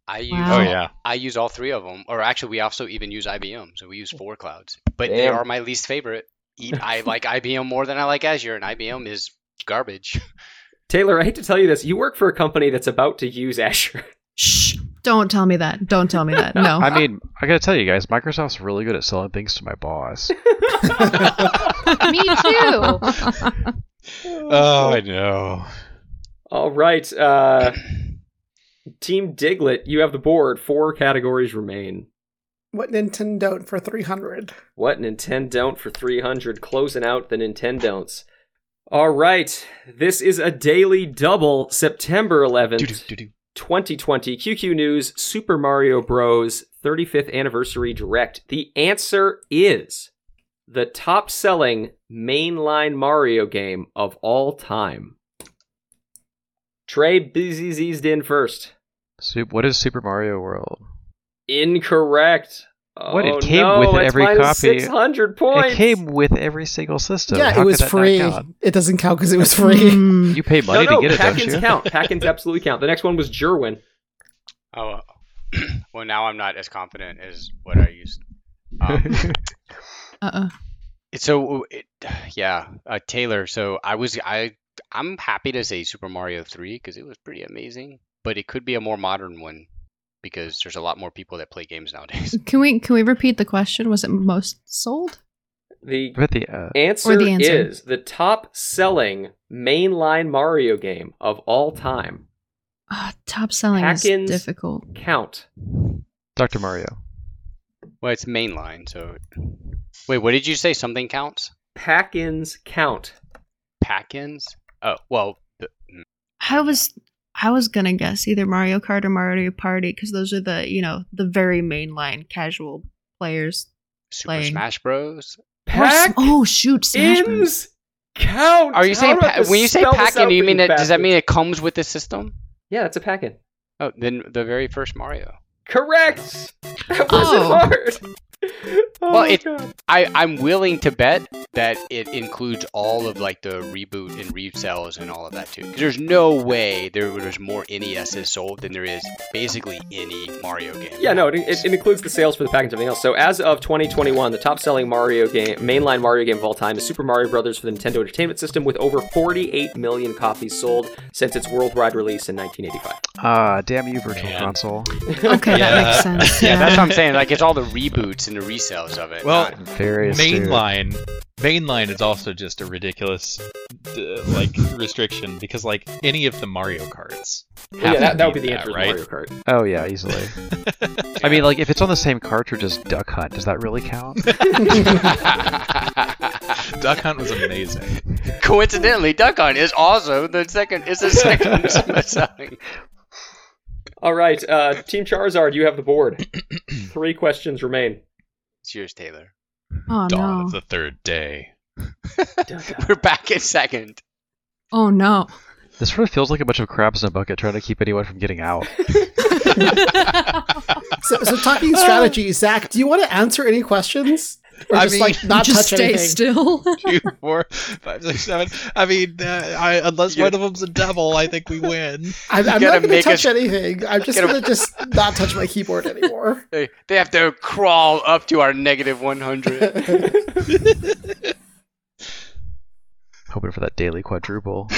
[SPEAKER 5] I use
[SPEAKER 7] Wow.
[SPEAKER 6] Oh yeah.
[SPEAKER 5] I use all three of them, or actually, we also even use IBM, so we use four clouds. But they
[SPEAKER 4] Damn.
[SPEAKER 5] are my least favorite. E- I like IBM more than I like Azure, and IBM is garbage.
[SPEAKER 4] Taylor, I hate to tell you this. You work for a company that's about to use Azure.
[SPEAKER 7] Shh! Don't tell me that. Don't tell me that. No.
[SPEAKER 10] I mean, I gotta tell you guys, Microsoft's really good at selling things to my boss.
[SPEAKER 8] Me too.
[SPEAKER 6] Oh, I know.
[SPEAKER 4] All right. Uh, Team Diglett, you have the board. Four categories remain.
[SPEAKER 9] What Nintendo for three hundred?
[SPEAKER 4] What Nintendo don't for 300, closing out the Nintendo don'ts. All right. This is a daily double, September 11th.
[SPEAKER 6] Doo-doo, doo-doo.
[SPEAKER 4] 2020 QQ News Super Mario Bros. 35th Anniversary Direct. The answer is the top selling mainline Mario game of all time. Trey Busy's in first.
[SPEAKER 10] Sup- what is Super Mario World?
[SPEAKER 4] Incorrect.
[SPEAKER 10] What, it
[SPEAKER 4] Oh,
[SPEAKER 10] came
[SPEAKER 4] no,
[SPEAKER 10] with it
[SPEAKER 4] it's
[SPEAKER 10] every
[SPEAKER 4] minus
[SPEAKER 10] copy.
[SPEAKER 4] 600 points.
[SPEAKER 10] It came with every single system.
[SPEAKER 9] yeah,
[SPEAKER 10] How
[SPEAKER 9] it
[SPEAKER 10] could
[SPEAKER 9] was
[SPEAKER 10] that not
[SPEAKER 9] free.
[SPEAKER 10] count?
[SPEAKER 9] It doesn't count because it was free.
[SPEAKER 7] Mm.
[SPEAKER 10] You pay money
[SPEAKER 4] no, no,
[SPEAKER 10] to get it, don't
[SPEAKER 4] pack-ins
[SPEAKER 10] you?
[SPEAKER 4] count. Pack-ins absolutely count. The next one was Jerwin.
[SPEAKER 5] Oh, well, now I'm not as confident as what I used. Um,
[SPEAKER 7] Uh-uh.
[SPEAKER 5] so, it, yeah, uh, Taylor. So I was I I'm happy to say Super Mario Three because it was pretty amazing, but it could be a more modern one because there's a lot more people that play games nowadays.
[SPEAKER 7] Can we can we repeat the question? Was it most sold?
[SPEAKER 4] The
[SPEAKER 10] But the, uh,
[SPEAKER 4] answer,
[SPEAKER 7] Or the answer.
[SPEAKER 4] is the top selling mainline Mario game of all time.
[SPEAKER 7] Ah, top selling
[SPEAKER 4] Hackins.
[SPEAKER 7] is difficult.
[SPEAKER 4] Count.
[SPEAKER 10] Dr. Mario.
[SPEAKER 5] Well, it's mainline. So, wait, what did you say? Something counts?
[SPEAKER 4] Packins count.
[SPEAKER 5] Pack-ins? Oh, well, th-
[SPEAKER 7] I was I was gonna guess either Mario Kart or Mario Party because those are the you know the very mainline casual players.
[SPEAKER 5] Super
[SPEAKER 7] Playing.
[SPEAKER 5] Smash Bros.
[SPEAKER 7] Or s-
[SPEAKER 4] Pack
[SPEAKER 7] oh shoot! Smash Bros.
[SPEAKER 4] ins count.
[SPEAKER 5] Are you saying
[SPEAKER 4] How do I
[SPEAKER 5] pa-
[SPEAKER 4] have to
[SPEAKER 5] when you say
[SPEAKER 4] spell this
[SPEAKER 5] Pac-in,
[SPEAKER 4] out
[SPEAKER 5] you
[SPEAKER 4] for
[SPEAKER 5] mean it? Does that
[SPEAKER 4] bastards?
[SPEAKER 5] mean it comes with the system?
[SPEAKER 4] Yeah, it's a Packin.
[SPEAKER 5] Oh, then the very first Mario.
[SPEAKER 4] Correct. That wasn't
[SPEAKER 7] Oh.
[SPEAKER 4] hard. Oh
[SPEAKER 5] Well,
[SPEAKER 4] my
[SPEAKER 5] it-
[SPEAKER 4] God.
[SPEAKER 5] I I'm willing to bet that it includes all of like the reboot and resells and all of that too. 'Cause there's no way there was more NESs sold than there is basically any Mario game.
[SPEAKER 4] Yeah, no, it, it, it includes the sales for the pack and everything else. So as of 2021, the top-selling Mario game, mainline Mario game of all time, is Super Mario Brothers for the Nintendo Entertainment System, with over 48 million copies sold since its worldwide release in 1985.
[SPEAKER 10] Ah, damn you, Virtual
[SPEAKER 6] Man.
[SPEAKER 10] Console.
[SPEAKER 7] Okay,
[SPEAKER 6] Yeah.
[SPEAKER 7] that makes sense.
[SPEAKER 5] Yeah,
[SPEAKER 7] Yeah.
[SPEAKER 5] that's what I'm saying. Like, it's all the reboots and the resales of it.
[SPEAKER 6] Well,
[SPEAKER 5] not-
[SPEAKER 10] I'm furious. dude.
[SPEAKER 6] mainline mainline is also just a ridiculous uh, like restriction because like any of the Mario Karts.
[SPEAKER 4] yeah, that, that would be the
[SPEAKER 6] that,
[SPEAKER 4] answer,
[SPEAKER 6] right?
[SPEAKER 4] right? Mario Kart.
[SPEAKER 10] Oh yeah, easily. I mean, like if it's on the same cartridge as Duck Hunt, does that really count?
[SPEAKER 6] Duck Hunt was amazing.
[SPEAKER 5] coincidentally, Duck Hunt is also the second. Is the second selling.
[SPEAKER 4] All right, uh, Team Charizard, you have the board. Three questions remain.
[SPEAKER 5] It's yours, Taylor.
[SPEAKER 7] Oh
[SPEAKER 6] Dawn
[SPEAKER 7] no.
[SPEAKER 6] of the third day.
[SPEAKER 5] We're back in second.
[SPEAKER 7] Oh no.
[SPEAKER 10] this sort of feels like a bunch of crabs in a bucket trying to keep anyone from getting out.
[SPEAKER 9] So, so talking strategy, Zach, do you want to answer any questions? Or
[SPEAKER 6] I
[SPEAKER 9] just
[SPEAKER 6] mean-
[SPEAKER 9] like not
[SPEAKER 7] Just
[SPEAKER 9] touch
[SPEAKER 7] stay
[SPEAKER 9] anything?
[SPEAKER 7] still.
[SPEAKER 6] Two, four, five, six, seven. I mean, uh, I, unless one of them's a devil, I think we win.
[SPEAKER 9] I'm, I'm
[SPEAKER 5] gotta
[SPEAKER 9] not going to
[SPEAKER 5] make
[SPEAKER 9] touch
[SPEAKER 5] us-
[SPEAKER 9] anything. I'm just
[SPEAKER 5] Get a-
[SPEAKER 9] going to just not touch my keyboard anymore.
[SPEAKER 5] They, they have to crawl up to our negative 100.
[SPEAKER 10] Hoping for that daily quadruple.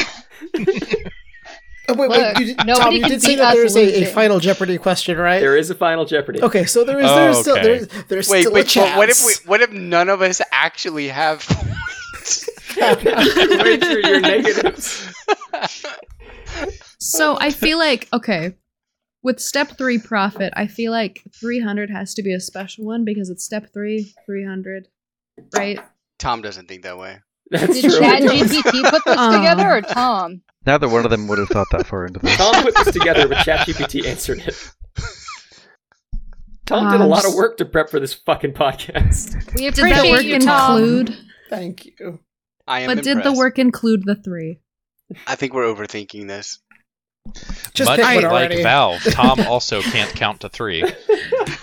[SPEAKER 9] Oh, wait,
[SPEAKER 8] Look,
[SPEAKER 9] wait, you, did- Tom,
[SPEAKER 8] nobody
[SPEAKER 9] you
[SPEAKER 8] can
[SPEAKER 9] did say
[SPEAKER 8] beat
[SPEAKER 9] that
[SPEAKER 8] us
[SPEAKER 9] there's a, a
[SPEAKER 8] losing.
[SPEAKER 9] final Jeopardy question, right?
[SPEAKER 4] There is a final Jeopardy.
[SPEAKER 9] okay, so there is
[SPEAKER 6] Oh,
[SPEAKER 9] there's still
[SPEAKER 6] okay.
[SPEAKER 9] there's, there's
[SPEAKER 5] Wait,
[SPEAKER 9] still a
[SPEAKER 5] but,
[SPEAKER 9] chance.
[SPEAKER 5] but what if we? What if none of us actually have?
[SPEAKER 4] Where are your negatives?
[SPEAKER 7] So I feel like okay, with step three profit, I feel like three hundred has to be a special one because it's step three, three hundred, right?
[SPEAKER 5] Tom doesn't think that way.
[SPEAKER 4] That's
[SPEAKER 8] Did
[SPEAKER 4] true.
[SPEAKER 8] ChatGPT put this
[SPEAKER 7] Aw.
[SPEAKER 8] together or Tom?
[SPEAKER 10] Neither one of them would have thought that far into this.
[SPEAKER 4] Tom put this together, but ChatGPT answered it. Tom did a
[SPEAKER 7] Um,
[SPEAKER 4] lot of
[SPEAKER 7] s-
[SPEAKER 4] work to prep for this fucking podcast.
[SPEAKER 8] We
[SPEAKER 7] Did
[SPEAKER 8] appreciate
[SPEAKER 7] that work
[SPEAKER 8] you, Tom.
[SPEAKER 7] include?
[SPEAKER 9] Thank you.
[SPEAKER 5] I am
[SPEAKER 7] But did the
[SPEAKER 5] impressed.
[SPEAKER 7] work include the three?
[SPEAKER 5] I think we're overthinking this.
[SPEAKER 9] Just
[SPEAKER 6] Much
[SPEAKER 9] pick one
[SPEAKER 6] like
[SPEAKER 9] already.
[SPEAKER 6] Valve, Tom also can't count to three.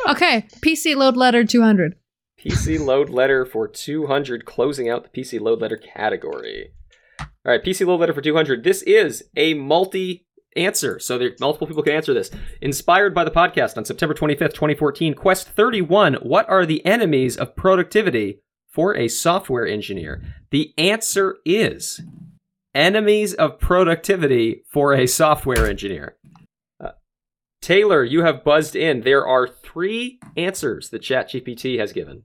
[SPEAKER 7] Okay, PC load letter two hundred.
[SPEAKER 4] PC load letter for 200, closing out the PC load letter category. All right, PC load letter for 200. This is a multi answer, so there, multiple people can answer this. Inspired by the podcast on September 25th, 2014, Quest 31 What are the enemies of productivity for a software engineer? The answer is enemies of productivity for a software engineer. Uh, Taylor, you have buzzed in. There are three answers that ChatGPT has given.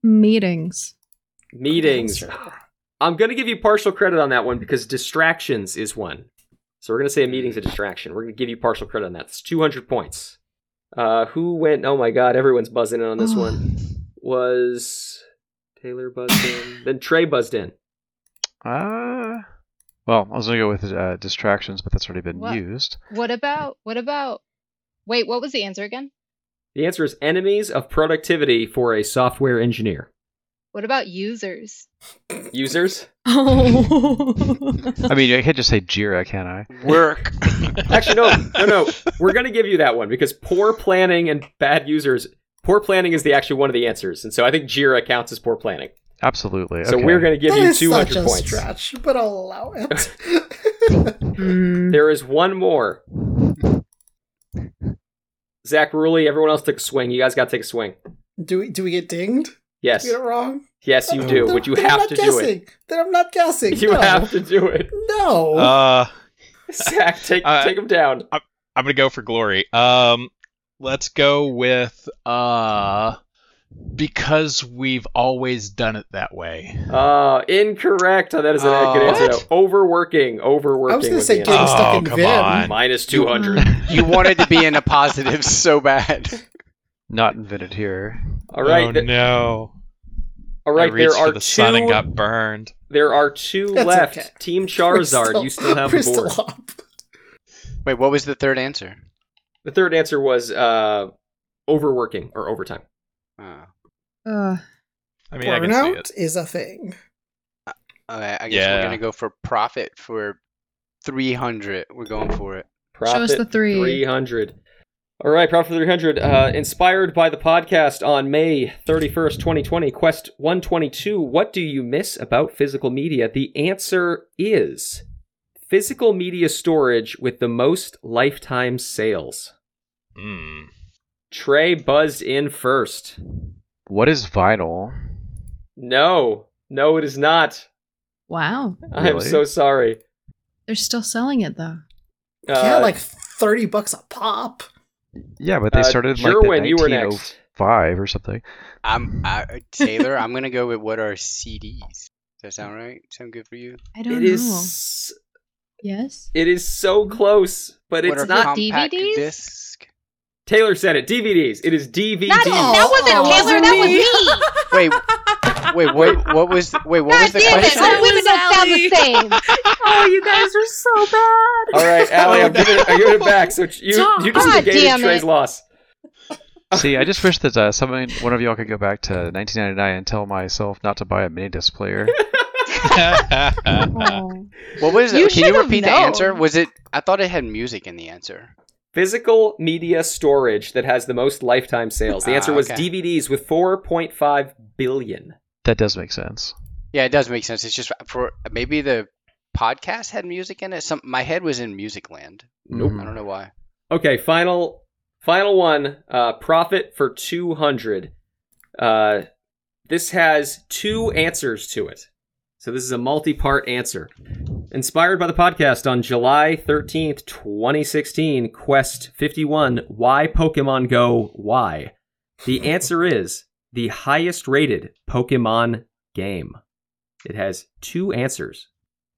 [SPEAKER 7] Meetings.
[SPEAKER 4] Meetings.
[SPEAKER 9] Good answer.
[SPEAKER 4] I'm going to give you partial credit on that one because distractions is one. So we're going to say a meeting's a distraction. We're going to give you partial credit on that. It's 200 points. Uh, who went? Oh my God, everyone's buzzing in on this one. Was Taylor buzzed in? then Trey buzzed in.
[SPEAKER 10] Uh, well, I was gonna go with uh, distractions, but that's already been
[SPEAKER 8] What?
[SPEAKER 10] used.
[SPEAKER 8] What about? What about? Wait, what was the answer again?
[SPEAKER 4] The answer is enemies of productivity for a software engineer.
[SPEAKER 8] What about users?
[SPEAKER 4] Users?
[SPEAKER 7] Oh.
[SPEAKER 10] I mean, I can't just say Jira, can I?
[SPEAKER 5] Work.
[SPEAKER 4] Actually, no, no, no. We're gonna give you that one because poor planning and bad users. Poor planning is the actually one of the answers, and so I think Jira counts as poor planning.
[SPEAKER 10] Absolutely.
[SPEAKER 4] So
[SPEAKER 10] okay.
[SPEAKER 4] we're gonna give
[SPEAKER 9] That
[SPEAKER 4] you
[SPEAKER 9] is
[SPEAKER 4] two
[SPEAKER 9] such
[SPEAKER 4] hundred
[SPEAKER 9] a
[SPEAKER 4] points.
[SPEAKER 9] stretch, but I'll allow it.
[SPEAKER 7] Hmm.
[SPEAKER 4] There is one more. Zach Ruley, everyone else took a swing. You guys got to take a swing.
[SPEAKER 9] do we do we get dinged? If
[SPEAKER 4] Yes,
[SPEAKER 9] we Get it wrong?
[SPEAKER 4] yes, you do.
[SPEAKER 9] Then-
[SPEAKER 4] But you
[SPEAKER 9] then I'm
[SPEAKER 4] have
[SPEAKER 9] not
[SPEAKER 4] to do
[SPEAKER 9] guessing.
[SPEAKER 4] it.
[SPEAKER 9] Then I'm not guessing.
[SPEAKER 4] You
[SPEAKER 9] no.
[SPEAKER 4] have to do it.
[SPEAKER 9] No.
[SPEAKER 6] Uh,
[SPEAKER 4] Zach, take
[SPEAKER 6] Uh,
[SPEAKER 4] take him down.
[SPEAKER 6] I'm gonna go for glory. Um, let's go with uh, because we've always done it that way.
[SPEAKER 4] Uh, incorrect. That is a good
[SPEAKER 6] Uh,
[SPEAKER 4] answer. though.
[SPEAKER 6] what?
[SPEAKER 4] Overworking. Overworking.
[SPEAKER 9] I was gonna
[SPEAKER 4] would
[SPEAKER 9] say
[SPEAKER 4] be an
[SPEAKER 9] getting
[SPEAKER 6] Oh,
[SPEAKER 9] stuck in
[SPEAKER 6] come
[SPEAKER 9] Vim.
[SPEAKER 6] on.
[SPEAKER 4] minus two hundred.
[SPEAKER 5] you wanted to be in a positive so bad.
[SPEAKER 10] not invented here.
[SPEAKER 4] All right.
[SPEAKER 6] Oh
[SPEAKER 4] th-
[SPEAKER 6] no!
[SPEAKER 4] All right.
[SPEAKER 6] I reached
[SPEAKER 4] There are
[SPEAKER 6] for the
[SPEAKER 4] two.
[SPEAKER 6] sun and got burned.
[SPEAKER 4] There are two
[SPEAKER 9] That's
[SPEAKER 4] left.
[SPEAKER 9] okay.
[SPEAKER 4] Team
[SPEAKER 9] We're
[SPEAKER 4] Charizard,
[SPEAKER 9] still-
[SPEAKER 4] you still have
[SPEAKER 9] we're
[SPEAKER 4] the board.
[SPEAKER 9] still up.
[SPEAKER 5] Wait, what was the third answer?
[SPEAKER 4] The third answer was uh, overworking or overtime.
[SPEAKER 5] Oh,
[SPEAKER 7] Uh,
[SPEAKER 6] I mean, I can see it.
[SPEAKER 9] Burnout is a thing.
[SPEAKER 5] okay, I guess
[SPEAKER 6] Yeah.
[SPEAKER 5] we're gonna go for profit for 300. We're going for it.
[SPEAKER 7] us
[SPEAKER 4] Profit
[SPEAKER 7] the three.
[SPEAKER 4] 300. All right, Profit 300. Uh, inspired by the podcast on May 31st, 2020, Quest 122. What do you miss about physical media? The answer is physical media storage with the most lifetime sales.
[SPEAKER 6] Mm.
[SPEAKER 4] Trey buzzed in first.
[SPEAKER 10] What is vinyl?
[SPEAKER 4] No, no, it is not.
[SPEAKER 7] wow.
[SPEAKER 4] I'm
[SPEAKER 10] Really?
[SPEAKER 4] so sorry.
[SPEAKER 7] They're still selling it though.
[SPEAKER 4] Uh,
[SPEAKER 9] yeah, like thirty bucks a pop.
[SPEAKER 10] Yeah, but they
[SPEAKER 4] Uh,
[SPEAKER 10] started in like
[SPEAKER 4] Jerwin,
[SPEAKER 10] the oh-
[SPEAKER 4] you were next.
[SPEAKER 10] 1905 or something.
[SPEAKER 5] I'm I, Taylor. I'm gonna go with what are CDs? Does that sound right? Sound good for you?
[SPEAKER 7] I don't
[SPEAKER 4] It
[SPEAKER 7] know.
[SPEAKER 4] is
[SPEAKER 7] Yes.
[SPEAKER 4] it is so close, but
[SPEAKER 5] what
[SPEAKER 4] it's
[SPEAKER 5] are
[SPEAKER 4] not.
[SPEAKER 5] compact
[SPEAKER 8] DVDs?
[SPEAKER 5] disc?
[SPEAKER 4] Taylor said it. DVDs. It is DVDs.
[SPEAKER 3] Not that wasn't
[SPEAKER 7] Oh, That
[SPEAKER 3] Taylor,
[SPEAKER 7] wasn't
[SPEAKER 3] that
[SPEAKER 7] me.
[SPEAKER 3] was me.
[SPEAKER 5] Wait, wait, what? What was? Wait, what was
[SPEAKER 8] God
[SPEAKER 5] the
[SPEAKER 8] damn it!
[SPEAKER 5] question?
[SPEAKER 8] All women don't sound the same.
[SPEAKER 7] Oh, you guys are so bad.
[SPEAKER 4] All right, Allie, I'm giving it, I'm giving it back. So you
[SPEAKER 7] Tom,
[SPEAKER 4] you just
[SPEAKER 8] God
[SPEAKER 4] negated
[SPEAKER 8] damn
[SPEAKER 4] Trey's
[SPEAKER 8] it.
[SPEAKER 4] loss.
[SPEAKER 10] See, I just wish that uh, someone, one of y'all could go back to 1999 and tell myself not to buy a mini disc player.
[SPEAKER 5] What was
[SPEAKER 8] You
[SPEAKER 5] it? Can
[SPEAKER 8] should
[SPEAKER 5] you
[SPEAKER 8] have
[SPEAKER 5] repeat the answer?
[SPEAKER 8] known.
[SPEAKER 5] Was it? I thought it had music in the answer.
[SPEAKER 4] Physical media storage that has the most lifetime sales. The answer
[SPEAKER 5] Ah,
[SPEAKER 4] was
[SPEAKER 5] okay.
[SPEAKER 4] DVDs with 4.5 billion.
[SPEAKER 10] that does make sense.
[SPEAKER 5] Yeah, it does make sense. It's just for maybe the podcast had music in it. Some my head was in music land.
[SPEAKER 4] Nope.
[SPEAKER 5] I don't know why.
[SPEAKER 4] Okay, final final one. Uh, profit for 200. Uh, this has two answers to it. So this is a multi-part answer. Inspired by the podcast on July 13th, 2016, Quest 51, Why Pokemon Go? Why? The answer is the highest rated Pokemon game. It has two answers.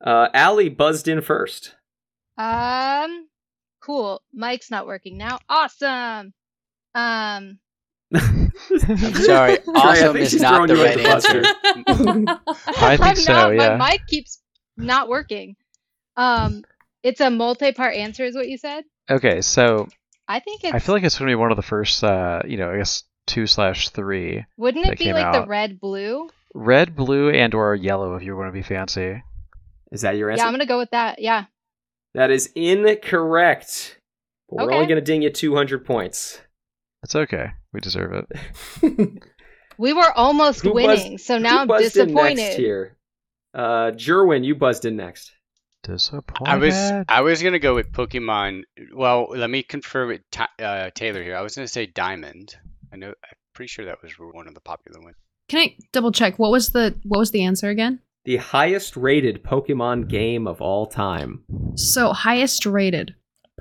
[SPEAKER 4] Uh, Allie buzzed in first.
[SPEAKER 8] Um, cool. Mic's not working now. Awesome. Um,
[SPEAKER 5] I'm sorry.
[SPEAKER 4] I think
[SPEAKER 5] awesome is
[SPEAKER 4] she's
[SPEAKER 5] not
[SPEAKER 4] throwing
[SPEAKER 5] the
[SPEAKER 4] you
[SPEAKER 5] right
[SPEAKER 4] under the bus
[SPEAKER 5] answer.
[SPEAKER 10] I think
[SPEAKER 8] I'm
[SPEAKER 10] so,
[SPEAKER 8] not.
[SPEAKER 10] yeah.
[SPEAKER 8] My mic keeps not working. Um, it's a multi-part answer, is what you said.
[SPEAKER 10] Okay, so
[SPEAKER 8] I think it's.
[SPEAKER 10] I feel like it's going to be one of the first, uh, you know, I guess two slash three.
[SPEAKER 8] wouldn't
[SPEAKER 10] that
[SPEAKER 8] it be
[SPEAKER 10] came
[SPEAKER 8] like the
[SPEAKER 10] out.
[SPEAKER 8] red blue?
[SPEAKER 10] Red, blue, and or yellow if you want to be fancy.
[SPEAKER 4] Is that your answer?
[SPEAKER 8] Yeah, I'm gonna go with that. Yeah.
[SPEAKER 4] That is incorrect. But we're
[SPEAKER 8] Okay.
[SPEAKER 4] only going to ding you 200 points.
[SPEAKER 10] It's okay. We deserve it.
[SPEAKER 8] We were almost
[SPEAKER 4] Who buzzed-
[SPEAKER 8] winning, so now
[SPEAKER 4] Who
[SPEAKER 8] I'm
[SPEAKER 4] buzzed in next
[SPEAKER 8] disappointed.
[SPEAKER 4] here? Uh, Jerwin, you buzzed in next.
[SPEAKER 10] Disappointed.
[SPEAKER 5] I was I was gonna go with Pokemon. Well, let me confer with Ti uh, Taylor here. I was gonna say Diamond. I know. I'm pretty sure that was one of the popular ones.
[SPEAKER 7] Can I double check? What was the what was the answer again?
[SPEAKER 4] The highest rated Pokemon game of all time.
[SPEAKER 7] So highest rated.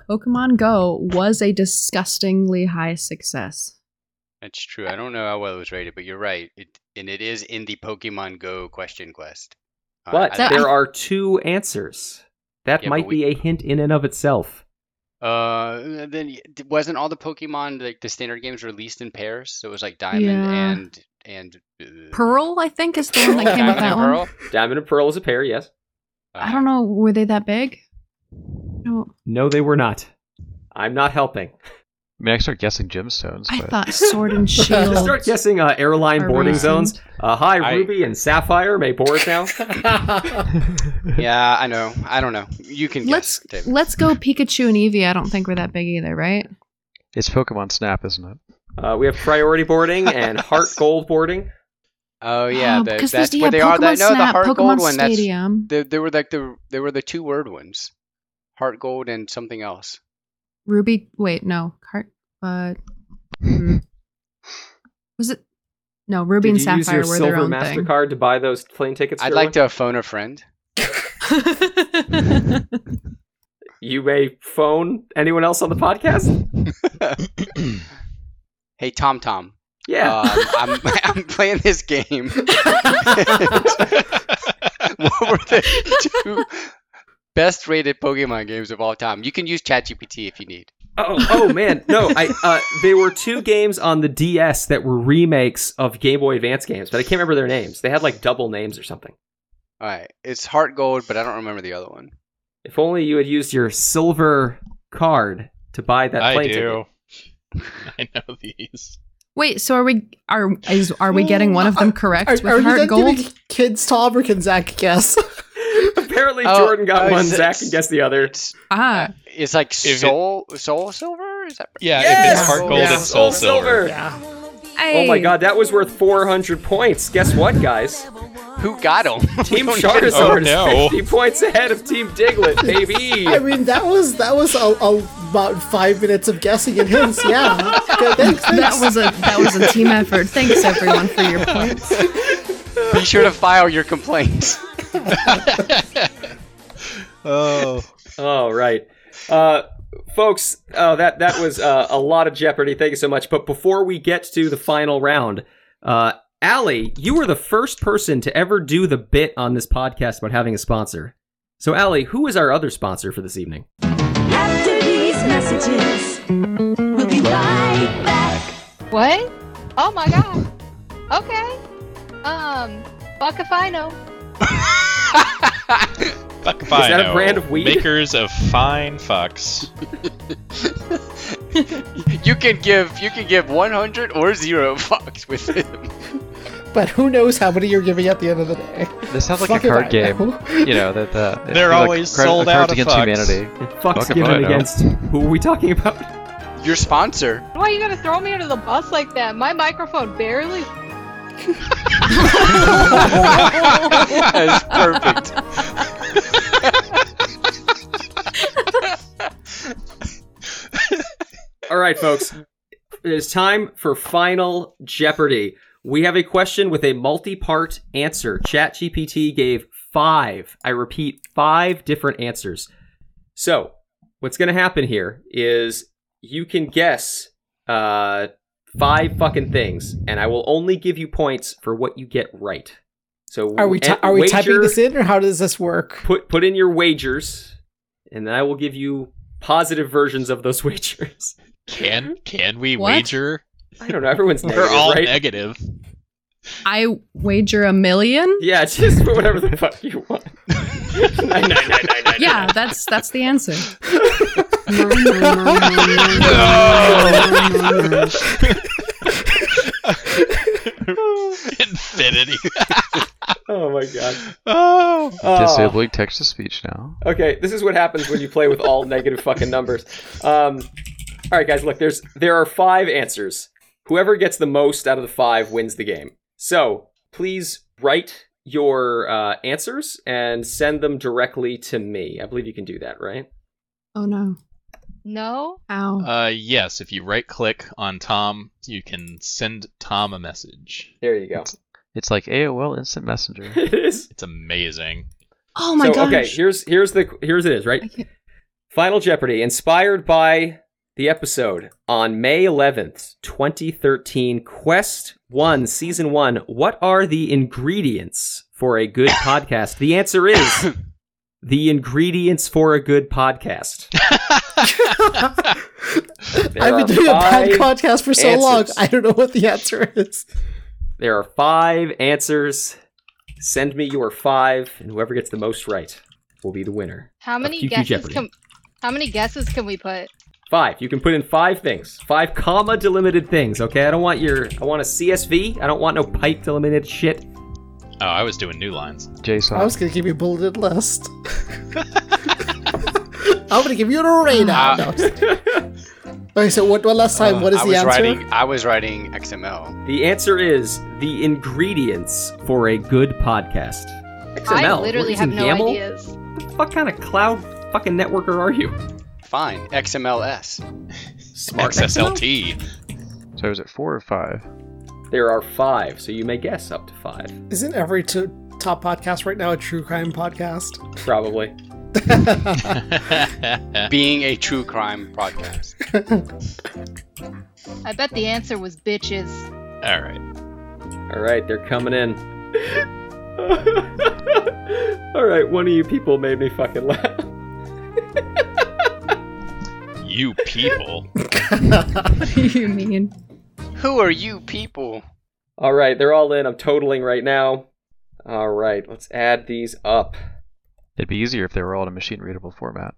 [SPEAKER 7] Pokemon Go was a disgustingly high success.
[SPEAKER 5] That's true. I don't know how well it was rated, but you're right. It and it is in the Pokemon Go question quest. Uh,
[SPEAKER 4] But
[SPEAKER 5] I-
[SPEAKER 7] So
[SPEAKER 4] there are two answers. That
[SPEAKER 5] Yeah, but
[SPEAKER 4] might
[SPEAKER 5] we-
[SPEAKER 4] be a hint in and of itself.
[SPEAKER 5] Uh, then y- d- wasn't all the Pokemon like the standard games released in pairs? So it was like Diamond
[SPEAKER 7] Yeah.
[SPEAKER 5] and and uh,
[SPEAKER 7] Pearl, I think, is the one that
[SPEAKER 5] Pearl?
[SPEAKER 7] came with
[SPEAKER 5] Diamond
[SPEAKER 7] that
[SPEAKER 5] and
[SPEAKER 7] one.
[SPEAKER 5] Pearl?
[SPEAKER 4] Diamond and Pearl is a pair, yes.
[SPEAKER 7] I don't know. Were they that big? No,
[SPEAKER 4] No, they were not. I'm not helping.
[SPEAKER 10] I mean, I could start guessing gemstones.
[SPEAKER 7] I
[SPEAKER 10] but...
[SPEAKER 7] thought Sword and Shield.
[SPEAKER 4] Just start guessing uh, airline
[SPEAKER 7] are
[SPEAKER 4] boarding
[SPEAKER 7] recent.
[SPEAKER 4] zones. Uh, hi,
[SPEAKER 5] I-
[SPEAKER 4] Ruby and Sapphire may board now.
[SPEAKER 5] Uh, Yeah, I know. I don't know. You can
[SPEAKER 7] Let's
[SPEAKER 5] guess. David.
[SPEAKER 7] let's go Pikachu and Eevee. I don't think we're that big either, right?
[SPEAKER 10] it's Pokemon Snap, isn't it?
[SPEAKER 4] Uh, we have priority boarding and heart gold boarding.
[SPEAKER 5] Oh yeah,
[SPEAKER 7] Oh,
[SPEAKER 5] the,
[SPEAKER 7] because
[SPEAKER 5] that's
[SPEAKER 7] there's-
[SPEAKER 5] where
[SPEAKER 7] yeah,
[SPEAKER 5] they are. That,
[SPEAKER 7] Pokemon
[SPEAKER 5] no, the
[SPEAKER 7] Snap,
[SPEAKER 5] heart
[SPEAKER 7] Pokemon
[SPEAKER 5] gold one.
[SPEAKER 7] Stadium.
[SPEAKER 5] That's they, they were like the they were the two word ones, heart gold and something else.
[SPEAKER 7] Ruby. Wait, no. Cart. Uh, hmm. was it? No, Ruby
[SPEAKER 4] Did
[SPEAKER 7] and
[SPEAKER 4] you use
[SPEAKER 7] Sapphire
[SPEAKER 4] your
[SPEAKER 7] were their
[SPEAKER 4] silver
[SPEAKER 7] own
[SPEAKER 4] Mastercard to buy those plane tickets?
[SPEAKER 5] I'd
[SPEAKER 4] Sherwin?
[SPEAKER 5] like to phone a friend.
[SPEAKER 7] thing.
[SPEAKER 4] You may phone anyone else on the podcast.
[SPEAKER 5] hey Tom Tom,
[SPEAKER 4] Yeah.
[SPEAKER 5] um, I'm I'm playing this game.
[SPEAKER 6] Hmm.
[SPEAKER 7] Oh.
[SPEAKER 5] what were the two best rated Pokemon games of all time? You can use ChatGPT if you need.
[SPEAKER 4] oh, oh man, no. I uh, there were two games on the DS that were remakes of Game Boy Advance games, but I can't remember their names. They had like double names or something.
[SPEAKER 5] All right, it's Heart Gold, but I don't remember the other one.
[SPEAKER 4] If only you had used your silver card to buy that
[SPEAKER 6] I
[SPEAKER 4] plane
[SPEAKER 6] do.
[SPEAKER 4] ticket.
[SPEAKER 6] I know these.
[SPEAKER 7] Wait, so are we are is are we getting one of them correct
[SPEAKER 9] Are,
[SPEAKER 7] with
[SPEAKER 9] are you
[SPEAKER 7] heart
[SPEAKER 9] done
[SPEAKER 7] gold?
[SPEAKER 9] giving kids Tom or can Zach guess?
[SPEAKER 4] Apparently,
[SPEAKER 5] Oh,
[SPEAKER 4] Jordan got
[SPEAKER 5] oh,
[SPEAKER 4] one.
[SPEAKER 5] it's-
[SPEAKER 4] Zach can guess the other.
[SPEAKER 5] It's
[SPEAKER 7] Ah,
[SPEAKER 5] it's like
[SPEAKER 6] it-
[SPEAKER 5] Soul Soul Silver. Is that
[SPEAKER 6] Yeah, if
[SPEAKER 4] Yes!
[SPEAKER 6] it's heart gold
[SPEAKER 9] Yeah.
[SPEAKER 6] and soul silver.
[SPEAKER 9] yeah.
[SPEAKER 4] Oh my
[SPEAKER 7] hey.
[SPEAKER 4] god, that was worth 400 points. Guess what, guys?
[SPEAKER 5] who got him?
[SPEAKER 4] Team
[SPEAKER 6] Oh,
[SPEAKER 4] Charizard
[SPEAKER 6] no.
[SPEAKER 4] is 50 points ahead of Team Diglett, baby.
[SPEAKER 9] I mean, that was that was a, a, about five minutes of guessing and hints. Yeah. Okay, thanks,
[SPEAKER 7] that
[SPEAKER 9] thanks.
[SPEAKER 7] was a that was a team effort. Thanks everyone for your points.
[SPEAKER 5] Be sure to file your complaints.
[SPEAKER 6] Oh.
[SPEAKER 4] All right. Uh, folks, uh, that that was uh, a lot of Jeopardy. Thank you so much. But before we get to the final round, uh, Allie, you were the first person to ever do the bit on this podcast about having a sponsor. So, Allie, who is our other sponsor for this evening?
[SPEAKER 3] After these messages, we'll be right back.
[SPEAKER 8] What? Oh my god. Okay. Um, fuck if I know.
[SPEAKER 6] Fuck fino.
[SPEAKER 4] that a brand of weed?
[SPEAKER 6] Makers of fine fucks.
[SPEAKER 5] you can give you can give 100 or zero fucks with them.
[SPEAKER 9] But who knows how many you're giving at the end of the day?
[SPEAKER 10] This sounds like
[SPEAKER 9] Fuck
[SPEAKER 10] a
[SPEAKER 9] if
[SPEAKER 10] card
[SPEAKER 9] I
[SPEAKER 10] game.
[SPEAKER 9] know.
[SPEAKER 10] You know that uh, it's
[SPEAKER 6] They're
[SPEAKER 10] like
[SPEAKER 6] always
[SPEAKER 10] card-
[SPEAKER 6] sold
[SPEAKER 10] Cards
[SPEAKER 6] out of
[SPEAKER 10] Against
[SPEAKER 6] fucks.
[SPEAKER 10] Humanity.
[SPEAKER 4] Fuck's
[SPEAKER 10] Fuck if I
[SPEAKER 4] given
[SPEAKER 10] know.
[SPEAKER 4] against who are we talking about?
[SPEAKER 5] Your sponsor.
[SPEAKER 8] Why you gotta throw me under the bus like that? My microphone barely.
[SPEAKER 5] That's perfect.
[SPEAKER 4] All right, folks. It is time for final Jeopardy. We have a question with a multi-part answer. ChatGPT gave five, I repeat, five different answers. So, what's going to happen here is you can guess uh, five fucking things, and I will only give you points for what you get right. So,
[SPEAKER 9] Are we ti
[SPEAKER 4] and
[SPEAKER 9] are we
[SPEAKER 4] wager-
[SPEAKER 9] typing this in or how does this work?
[SPEAKER 4] Put put in your wagers, and then I will give you positive versions of those wagers.
[SPEAKER 6] Can can we
[SPEAKER 7] What?
[SPEAKER 6] wager?
[SPEAKER 4] I don't know. Everyone's
[SPEAKER 6] We're
[SPEAKER 4] negative,
[SPEAKER 6] all
[SPEAKER 4] right?
[SPEAKER 6] negative.
[SPEAKER 7] I wager a million.
[SPEAKER 4] yeah, it's just for whatever the fuck you want. Nine, nine, nine, nine, nine.
[SPEAKER 7] Yeah, that's that's the answer.
[SPEAKER 6] Infinity.
[SPEAKER 4] Oh my god.
[SPEAKER 6] oh.
[SPEAKER 4] Oh.
[SPEAKER 9] uh,
[SPEAKER 10] Disabling text to speech now.
[SPEAKER 4] Okay, this is what happens when you play with all negative fucking numbers. Um, all right, guys, look, there's there are five answers. Whoever gets the most out of the five wins the game. So please write your uh, answers and send them directly to me. I believe you can do that, right?
[SPEAKER 7] Oh no.
[SPEAKER 8] No.
[SPEAKER 7] Ow.
[SPEAKER 6] Uh, yes, if you right click on Tom, you can send Tom a message.
[SPEAKER 4] There you go.
[SPEAKER 10] It's like AOL Instant Messenger.
[SPEAKER 4] it is.
[SPEAKER 6] It's amazing.
[SPEAKER 7] oh my
[SPEAKER 4] so,
[SPEAKER 7] gosh.
[SPEAKER 4] Okay, here's here's the here's it is right.
[SPEAKER 7] I can't-
[SPEAKER 4] Final Jeopardy, inspired by the episode on May 11th, 2013, Quest 1, Season 1. What are the ingredients for a good podcast? The answer is the ingredients for a good podcast. There
[SPEAKER 9] I've been
[SPEAKER 4] are
[SPEAKER 9] doing a bad
[SPEAKER 4] five-
[SPEAKER 9] podcast for so long.
[SPEAKER 4] answers.
[SPEAKER 9] I don't know what the answer is.
[SPEAKER 4] There are five answers. Send me your five, and whoever gets the most right will be the winner.
[SPEAKER 8] How many
[SPEAKER 4] QQ
[SPEAKER 8] guesses
[SPEAKER 4] Jeopardy.
[SPEAKER 8] can? How many guesses can we put?
[SPEAKER 4] Five. You can put in five things. Five comma delimited things, okay? I don't want your. I want a CSV. I don't want no pipe delimited shit.
[SPEAKER 6] Oh, I was doing new lines.
[SPEAKER 10] JSON.
[SPEAKER 9] I was gonna give you a bulleted list. I'm gonna give you an array now.
[SPEAKER 5] Uh,
[SPEAKER 9] No, I'm just kidding. okay, so what, one last time, what is
[SPEAKER 5] I
[SPEAKER 9] the
[SPEAKER 5] was
[SPEAKER 9] answer?
[SPEAKER 5] writing I was writing XML.
[SPEAKER 4] The answer is the ingredients for a good podcast. XML.
[SPEAKER 8] I
[SPEAKER 4] We're
[SPEAKER 8] literally have
[SPEAKER 4] using
[SPEAKER 8] no
[SPEAKER 4] YAML?
[SPEAKER 8] ideas.
[SPEAKER 4] What kind of cloud fucking networker are you?
[SPEAKER 5] Fine. XMLS.
[SPEAKER 4] Smart.
[SPEAKER 6] XSLT.
[SPEAKER 10] So is it four or five?
[SPEAKER 4] There are five, so you may guess up to five,
[SPEAKER 9] Isn't every t- top podcast right now a true crime podcast?
[SPEAKER 4] probably.
[SPEAKER 5] Being a true crime podcast.
[SPEAKER 8] I bet the answer was bitches.
[SPEAKER 6] All right.
[SPEAKER 4] All right, they're coming in. All right, one of you people made me fucking laugh.
[SPEAKER 6] You people.
[SPEAKER 7] you mean?
[SPEAKER 5] Who are you people?
[SPEAKER 4] All right, they're all in. I'm totaling right now. All right, let's add these up.
[SPEAKER 10] It'd be easier if they were all in a machine readable format.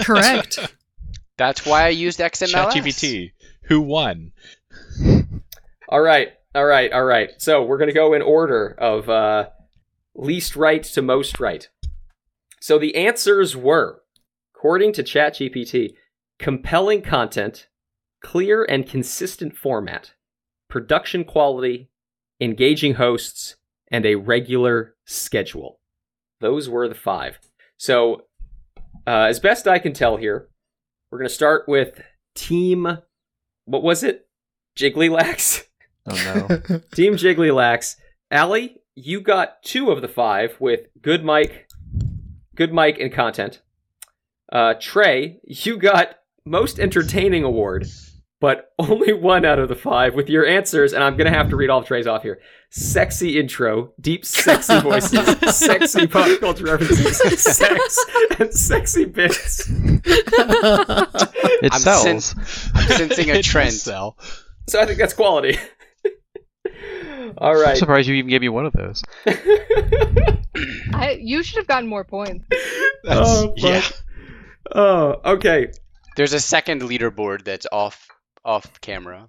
[SPEAKER 7] Correct.
[SPEAKER 5] That's why I used XML.
[SPEAKER 6] ChatGPT. Who won?
[SPEAKER 4] All right, all right, all right. So we're gonna go in order of uh, least right to most right. So the answers were, according to ChatGPT, compelling content, clear and consistent format, production quality, engaging hosts, and a regular schedule. Those were the five. So, uh, as best I can tell here, we're gonna start with Team. What was it? Jigglylax.
[SPEAKER 10] Oh no.
[SPEAKER 4] Team Jigglylax. Allie, you got two of the five with good mic, good mic and content. Uh, Trey, you got most entertaining award, but only one out of the five with your answers, and I'm gonna have to read all of Trey's off here. Sexy intro, deep sexy voices, sexy pop culture references, sex, and sexy bits.
[SPEAKER 10] It
[SPEAKER 5] I'm
[SPEAKER 10] sells.
[SPEAKER 5] sens- I'm sensing a
[SPEAKER 6] It does
[SPEAKER 5] trend.
[SPEAKER 6] sell.
[SPEAKER 4] So I think that's quality. all
[SPEAKER 10] I'm
[SPEAKER 4] right.
[SPEAKER 10] surprised you even gave me one of those.
[SPEAKER 8] I, you should have gotten more points.
[SPEAKER 6] That's-
[SPEAKER 4] Oh,
[SPEAKER 6] yeah.
[SPEAKER 4] fuck. Oh, okay.
[SPEAKER 5] There's a second leaderboard that's off off camera.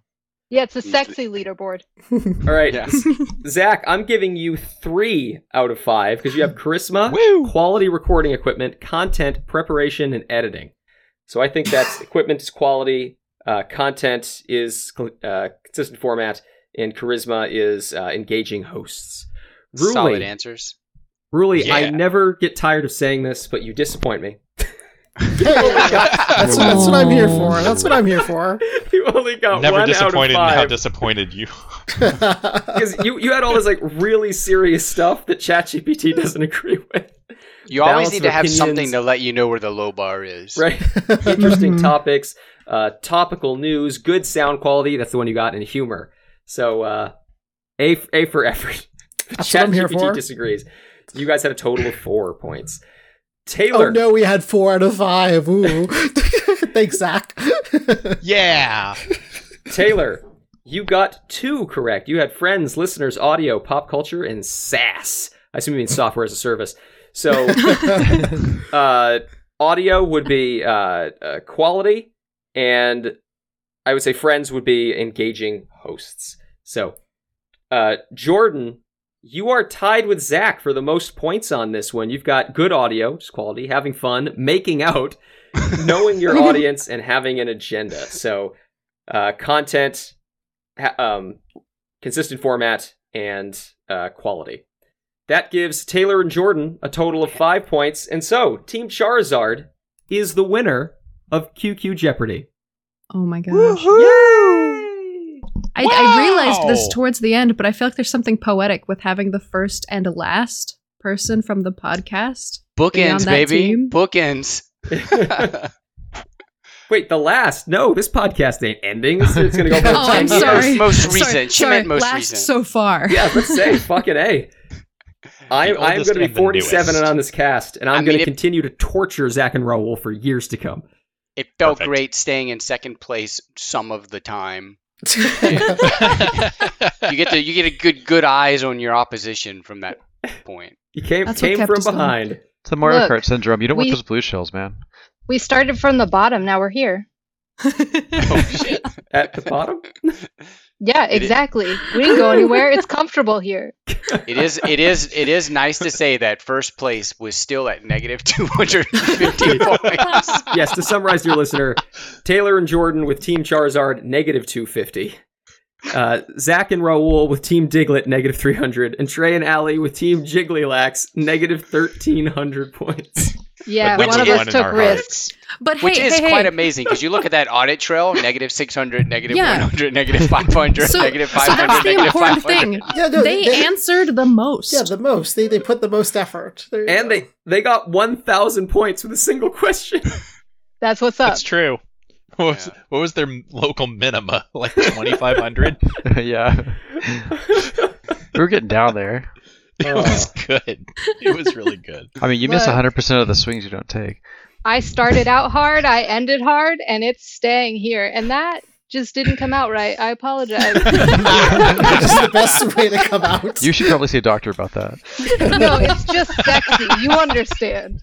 [SPEAKER 8] Yeah, it's a sexy leaderboard.
[SPEAKER 4] All right.
[SPEAKER 5] Yes.
[SPEAKER 4] Zach, I'm giving you three out of five because you have charisma,
[SPEAKER 6] Woo!
[SPEAKER 4] quality recording equipment, content, preparation, and editing. So I think that's equipment is quality, uh, content is uh, consistent format, and charisma is uh, engaging hosts.
[SPEAKER 5] Solid
[SPEAKER 4] Ruli,
[SPEAKER 5] answers.
[SPEAKER 4] Ruli, I
[SPEAKER 6] Yeah.
[SPEAKER 4] never get tired of saying this, but you disappoint me.
[SPEAKER 9] Oh That's, that's what I'm here for. That's what I'm here for.
[SPEAKER 4] you only got
[SPEAKER 6] Never
[SPEAKER 4] one
[SPEAKER 6] disappointed in
[SPEAKER 4] out of
[SPEAKER 6] how
[SPEAKER 4] five.
[SPEAKER 6] disappointed you.
[SPEAKER 4] because you, you had all this like really serious stuff that ChatGPT doesn't agree with,
[SPEAKER 5] You always
[SPEAKER 4] Balance
[SPEAKER 5] need
[SPEAKER 4] of
[SPEAKER 5] to have something
[SPEAKER 4] opinions.
[SPEAKER 5] to let you know where the low bar is.
[SPEAKER 4] right?
[SPEAKER 9] Mm-hmm.
[SPEAKER 4] Interesting topics, uh, topical news, good sound quality. That's the one you got, and humor. So uh, a f- a for effort.
[SPEAKER 9] That's what I'm here for.
[SPEAKER 4] disagrees. You guys had a total of four points.
[SPEAKER 9] oh
[SPEAKER 4] Taylor,
[SPEAKER 9] no, we had four out of five. Ooh. Thanks, Zach.
[SPEAKER 6] yeah.
[SPEAKER 4] Taylor, you got two correct. You had friends, listeners, audio, pop culture, and SaaS. I assume you mean software as a service. So uh, audio would be uh, uh, quality, and I would say friends would be engaging hosts. So, uh, Jordan, you are tied with Zach for the most points on this one. You've got good audio, just quality, having fun, making out, knowing your audience, and having an agenda. So, uh, content, ha- um, consistent format, and uh, quality. That gives Taylor and Jordan a total of five points, and so Team Charizard is the winner of QQ Jeopardy.
[SPEAKER 7] Oh my gosh. I, I realized this
[SPEAKER 6] Wow.
[SPEAKER 7] towards the end, but I feel like there's something poetic with having the first and last person from the podcast. Be on
[SPEAKER 5] Bookends,
[SPEAKER 7] that
[SPEAKER 5] baby.
[SPEAKER 7] team.
[SPEAKER 5] Bookends.
[SPEAKER 4] Wait, the last? No, this podcast ain't ending. This is going to go for
[SPEAKER 7] Oh,
[SPEAKER 4] 10
[SPEAKER 7] I'm
[SPEAKER 4] years.
[SPEAKER 7] sorry.
[SPEAKER 5] Most
[SPEAKER 7] Sorry,
[SPEAKER 5] recent. She
[SPEAKER 7] sorry,
[SPEAKER 5] meant most
[SPEAKER 7] last
[SPEAKER 5] recent.
[SPEAKER 7] so far.
[SPEAKER 4] Yeah, let's say fucking a. I'm
[SPEAKER 6] The
[SPEAKER 4] I'm
[SPEAKER 6] oldest
[SPEAKER 4] going to be
[SPEAKER 6] and the
[SPEAKER 4] 47
[SPEAKER 6] newest.
[SPEAKER 4] on this cast, and I'm
[SPEAKER 5] I mean,
[SPEAKER 4] going to
[SPEAKER 5] it-
[SPEAKER 4] continue to torture Zach and Raoul for years to come.
[SPEAKER 5] It felt
[SPEAKER 6] Perfect.
[SPEAKER 5] great staying in second place some of the time. You get the you get a good good eyes on your opposition from that point.
[SPEAKER 4] You came
[SPEAKER 7] That's what
[SPEAKER 4] came
[SPEAKER 7] kept
[SPEAKER 4] from
[SPEAKER 7] us going.
[SPEAKER 4] behind.
[SPEAKER 10] It's the Mario
[SPEAKER 8] Look,
[SPEAKER 10] Kart syndrome. You don't want
[SPEAKER 8] we-
[SPEAKER 10] those blue shells, man.
[SPEAKER 8] We started from the bottom. Now we're here.
[SPEAKER 6] oh shit.
[SPEAKER 4] At the bottom,
[SPEAKER 8] Yeah,
[SPEAKER 5] It is-
[SPEAKER 8] exactly. We didn't go anywhere. It's comfortable here.
[SPEAKER 5] It is it is it is nice to say that first place was still at negative 250 points.
[SPEAKER 4] yes. To summarize your listener, Taylor and Jordan with Team Charizard negative 250. Uh, Zach and Raoul with Team Diglett negative 300, and Trey and Allie with Team Jigglylax negative 1300 points.
[SPEAKER 8] Yeah,
[SPEAKER 5] Which
[SPEAKER 8] one of
[SPEAKER 5] is-
[SPEAKER 6] in
[SPEAKER 8] us took
[SPEAKER 6] our hearts.
[SPEAKER 8] risks.
[SPEAKER 7] But
[SPEAKER 5] Which
[SPEAKER 7] hey,
[SPEAKER 5] is
[SPEAKER 7] hey, hey.
[SPEAKER 5] quite amazing because you look at that audit trail negative 600, negative
[SPEAKER 7] Yeah.
[SPEAKER 5] 100, negative 500,
[SPEAKER 7] so,
[SPEAKER 5] negative
[SPEAKER 7] so
[SPEAKER 5] 500,
[SPEAKER 7] that's the
[SPEAKER 5] negative
[SPEAKER 7] important
[SPEAKER 5] 500.
[SPEAKER 7] thing.
[SPEAKER 9] Yeah, no,
[SPEAKER 7] they,
[SPEAKER 9] they-
[SPEAKER 7] answered the most.
[SPEAKER 9] yeah, the most. They they put the most effort. There you
[SPEAKER 4] And
[SPEAKER 9] go.
[SPEAKER 4] they they got 1000 points with a single question.
[SPEAKER 8] That's what's up.
[SPEAKER 6] That's true. What was,
[SPEAKER 5] Yeah.
[SPEAKER 6] what was their local minima? Like 2,500?
[SPEAKER 10] yeah. we were getting down there.
[SPEAKER 6] it
[SPEAKER 4] Oh.
[SPEAKER 6] was good. It was really good.
[SPEAKER 10] I mean, you miss
[SPEAKER 8] Look.
[SPEAKER 10] 100% of the swings you don't take.
[SPEAKER 8] I started out hard, I ended hard, and it's staying here. And that just didn't come out right. I apologize.
[SPEAKER 9] Which is the best way to come out.
[SPEAKER 10] You should probably see a doctor about that.
[SPEAKER 8] no, it's just sexy. You understand.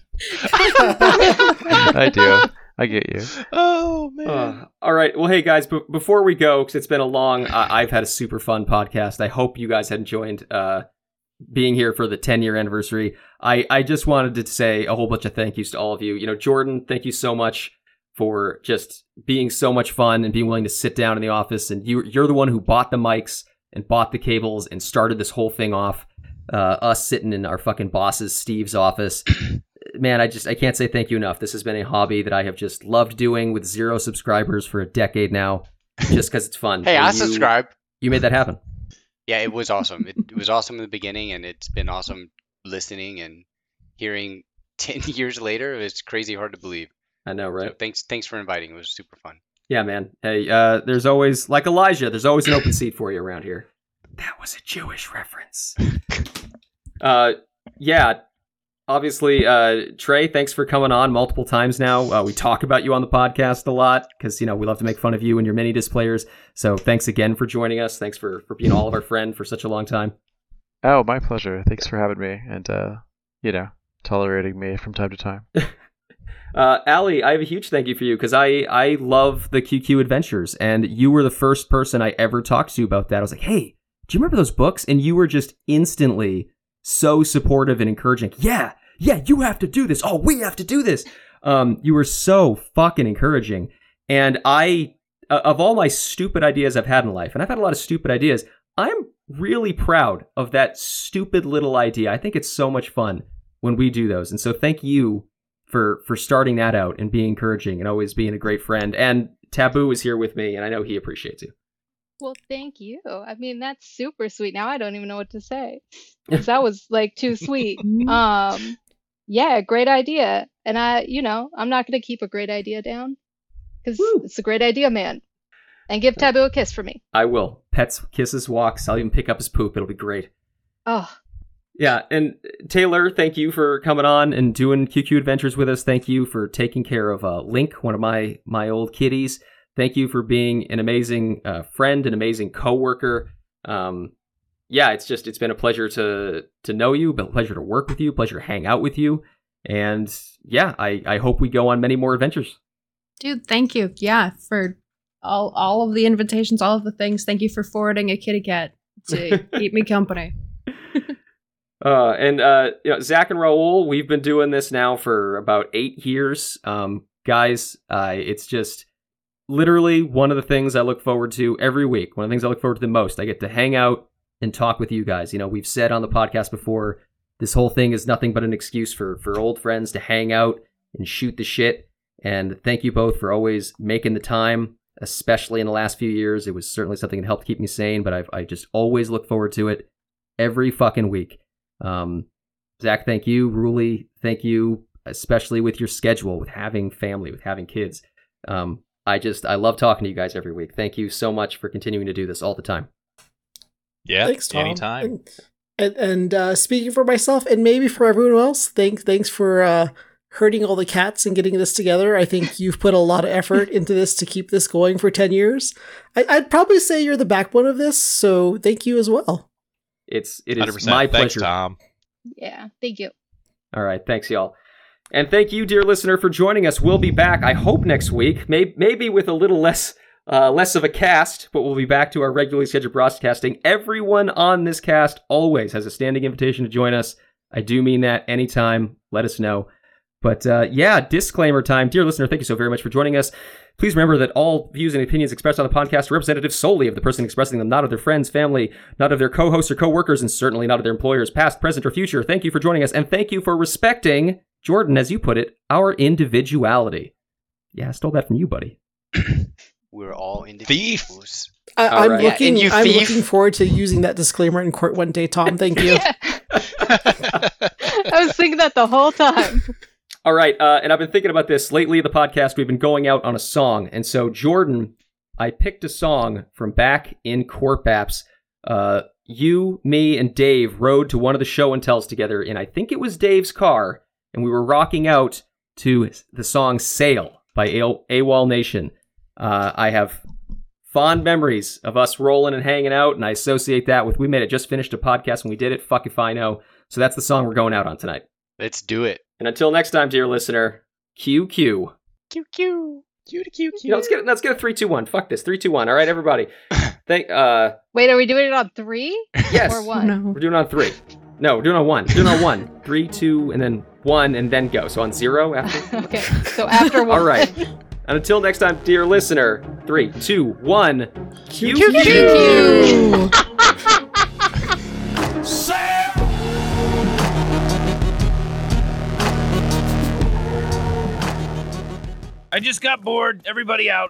[SPEAKER 10] I do. I get you.
[SPEAKER 6] Oh man.
[SPEAKER 4] Uh, all right. Well, hey guys, b- before we go, because it's been a long, I- I've had a super fun podcast. I hope you guys had enjoyed uh, being here for the 10 year anniversary. I-, I just wanted to say a whole bunch of thank yous to all of you. You know, Jordan, thank you so much for just being so much fun and being willing to sit down in the office. And you- you're the one who bought the mics and bought the cables and started this whole thing off. Uh, us sitting in our fucking boss's Steve's office man, I just I can't say thank you enough. This has been a hobby that I have just loved doing with zero subscribers for a decade now, just because it's fun.
[SPEAKER 5] Hey,
[SPEAKER 4] And
[SPEAKER 5] I
[SPEAKER 4] you-
[SPEAKER 5] subscribe.
[SPEAKER 4] You made that happen.
[SPEAKER 5] Yeah, it was awesome. It, it was awesome in the beginning, and it's been awesome listening and hearing 10 years later. It's crazy hard to believe.
[SPEAKER 4] I know,
[SPEAKER 5] So
[SPEAKER 4] right?
[SPEAKER 5] thanks, thanks for inviting. It was super fun.
[SPEAKER 4] Yeah, man. Hey, uh, there's always like Elijah. There's always an open seat for you around here. That was a Jewish reference. uh, yeah. Obviously, uh, Trey, thanks for coming on multiple times now. Uh, we talk about you on the podcast a lot because you know we love to make fun of you and your mini displayers. So thanks again for joining us. Thanks for for being all of our friend for such a long time.
[SPEAKER 10] Oh, my pleasure. Thanks for having me and, uh, you know, tolerating me from time to time.
[SPEAKER 4] Uh, Allie, I have a huge thank you for you because I, I love the QQ Adventures, and you were the first person I ever talked to about that. I was like, hey, do you remember those books? And you were just instantly so supportive and encouraging. Yeah, yeah, you have to do this. Oh, we have to do this. Um, you were so fucking encouraging. And I, uh, of all my stupid ideas I've had in life, and I've had a lot of stupid ideas, I'm really proud of that stupid little idea. I think it's so much fun when we do those. And so thank you for for starting that out and being encouraging and always being a great friend. And Taboo is here with me, and I know he appreciates you.
[SPEAKER 8] Well, thank you. I mean, that's super sweet. Now I don't even know what to say. 'Cause that was like too sweet.
[SPEAKER 4] Mm-hmm.
[SPEAKER 8] Um, yeah, great idea. And I, you know, I'm not going to keep a great idea down because
[SPEAKER 4] Woo.
[SPEAKER 8] it's a great idea, man. And give Taboo a kiss for me.
[SPEAKER 4] I will. Pets, kisses, walks. I'll even pick up his poop. It'll be great.
[SPEAKER 8] Oh,
[SPEAKER 4] Yeah, and uh, Taylor, thank you for coming on and doing QQ Adventures with us. Thank you for taking care of uh, Link, one of my my old kitties. Thank you for being an amazing uh, friend, an amazing coworker. Um, yeah, it's just it's been a pleasure to to know you, been a pleasure to work with you, pleasure to hang out with you, and yeah, I I hope we go on many more adventures.
[SPEAKER 7] Dude, thank you. Yeah, for all all of the invitations, all of the things. Thank you for forwarding a kitty cat to keep me company.
[SPEAKER 4] Uh, and uh, you know, Zach and Raul, we've been doing this now for about eight years. Um, guys, uh, it's just literally one of the things I look forward to every week. One of the things I look forward to the most. I get to hang out and talk with you guys. You know, we've said on the podcast before, this whole thing is nothing but an excuse for for old friends to hang out and shoot the shit. And thank you both for always making the time, especially in the last few years. It was certainly something that helped keep me sane, but I've, I just always look forward to it every fucking week. Um, Zach, thank you. Ruli, thank you, especially with your schedule, with having family, with having kids. Um, I just, I love talking to you guys every week. Thank you so much for continuing to do this all the time.
[SPEAKER 6] Yeah,
[SPEAKER 9] thanks, Tom.
[SPEAKER 6] anytime.
[SPEAKER 9] And and, and, uh, speaking for myself and maybe for everyone else, thank thanks for uh, herding all the cats and getting this together. I think you've put a lot of effort into this to keep this going for ten years. I, I'd probably say you're the backbone of this, so thank you as well.
[SPEAKER 4] It's, it is
[SPEAKER 6] 100%.
[SPEAKER 4] my
[SPEAKER 6] Thanks,
[SPEAKER 4] pleasure.
[SPEAKER 6] Tom.
[SPEAKER 8] yeah. Thank you.
[SPEAKER 4] All right, thanks y'all. And thank you, dear listener, for joining us. We'll be back, I hope, next week. May- maybe with a little less uh, less of a cast, but we'll be back to our regularly scheduled broadcasting. Everyone on this cast always has a standing invitation to join us. I do mean that anytime. Let us know. But uh, yeah, disclaimer time. Dear listener, thank you so very much for joining us. Please remember that all views and opinions expressed on the podcast are representative solely of the person expressing them, not of their friends, family, not of their co hosts or co workers, and certainly not of their employers, past, present, or future. Thank you for joining us, and thank you for respecting, Jordan, as you put it, our individuality. Yeah, I stole that from you, buddy.
[SPEAKER 5] We're all
[SPEAKER 6] Thief.
[SPEAKER 5] individuals.
[SPEAKER 4] All
[SPEAKER 9] I, I'm
[SPEAKER 4] right. Yeah,
[SPEAKER 9] looking.
[SPEAKER 5] and you
[SPEAKER 9] I'm
[SPEAKER 5] thief.
[SPEAKER 9] looking forward to using that disclaimer in court one day, Tom. Thank you.
[SPEAKER 8] Yeah. I was thinking that the whole time.
[SPEAKER 4] All right, uh, and I've been thinking about this lately. The podcast we've been going out on a song, and so Jordan, I picked a song from back in Corpaps. Uh, you, me, and Dave rode to one of the show and tells together, and I think it was Dave's car, and we were rocking out to the song "Sail" by A- AWOL Nation. Uh, I have fond memories of us rolling and hanging out, and I associate that with we made it. Just finished a podcast when we did it. Fuck if I know. So that's the song we're going out on tonight.
[SPEAKER 5] Let's do it.
[SPEAKER 4] And until next time, dear listener, QQ. You
[SPEAKER 5] Q Q. Q to Q Q.
[SPEAKER 4] know, let's get let's get a three two one. Fuck this three two one. All right, everybody. Thank. Uh,
[SPEAKER 8] Wait, are we doing it on three
[SPEAKER 4] yes.
[SPEAKER 8] or
[SPEAKER 7] Oh,
[SPEAKER 8] one?
[SPEAKER 7] no.
[SPEAKER 4] We're doing it on three. No, we're doing it on one. We're doing it on one. Three, two, and then one, and then go. So on zero after.
[SPEAKER 8] okay. So after one.
[SPEAKER 4] All right. And until next time, dear listener, three, two, one.
[SPEAKER 8] QQ.
[SPEAKER 1] Sail!
[SPEAKER 11] I just got bored. Everybody out.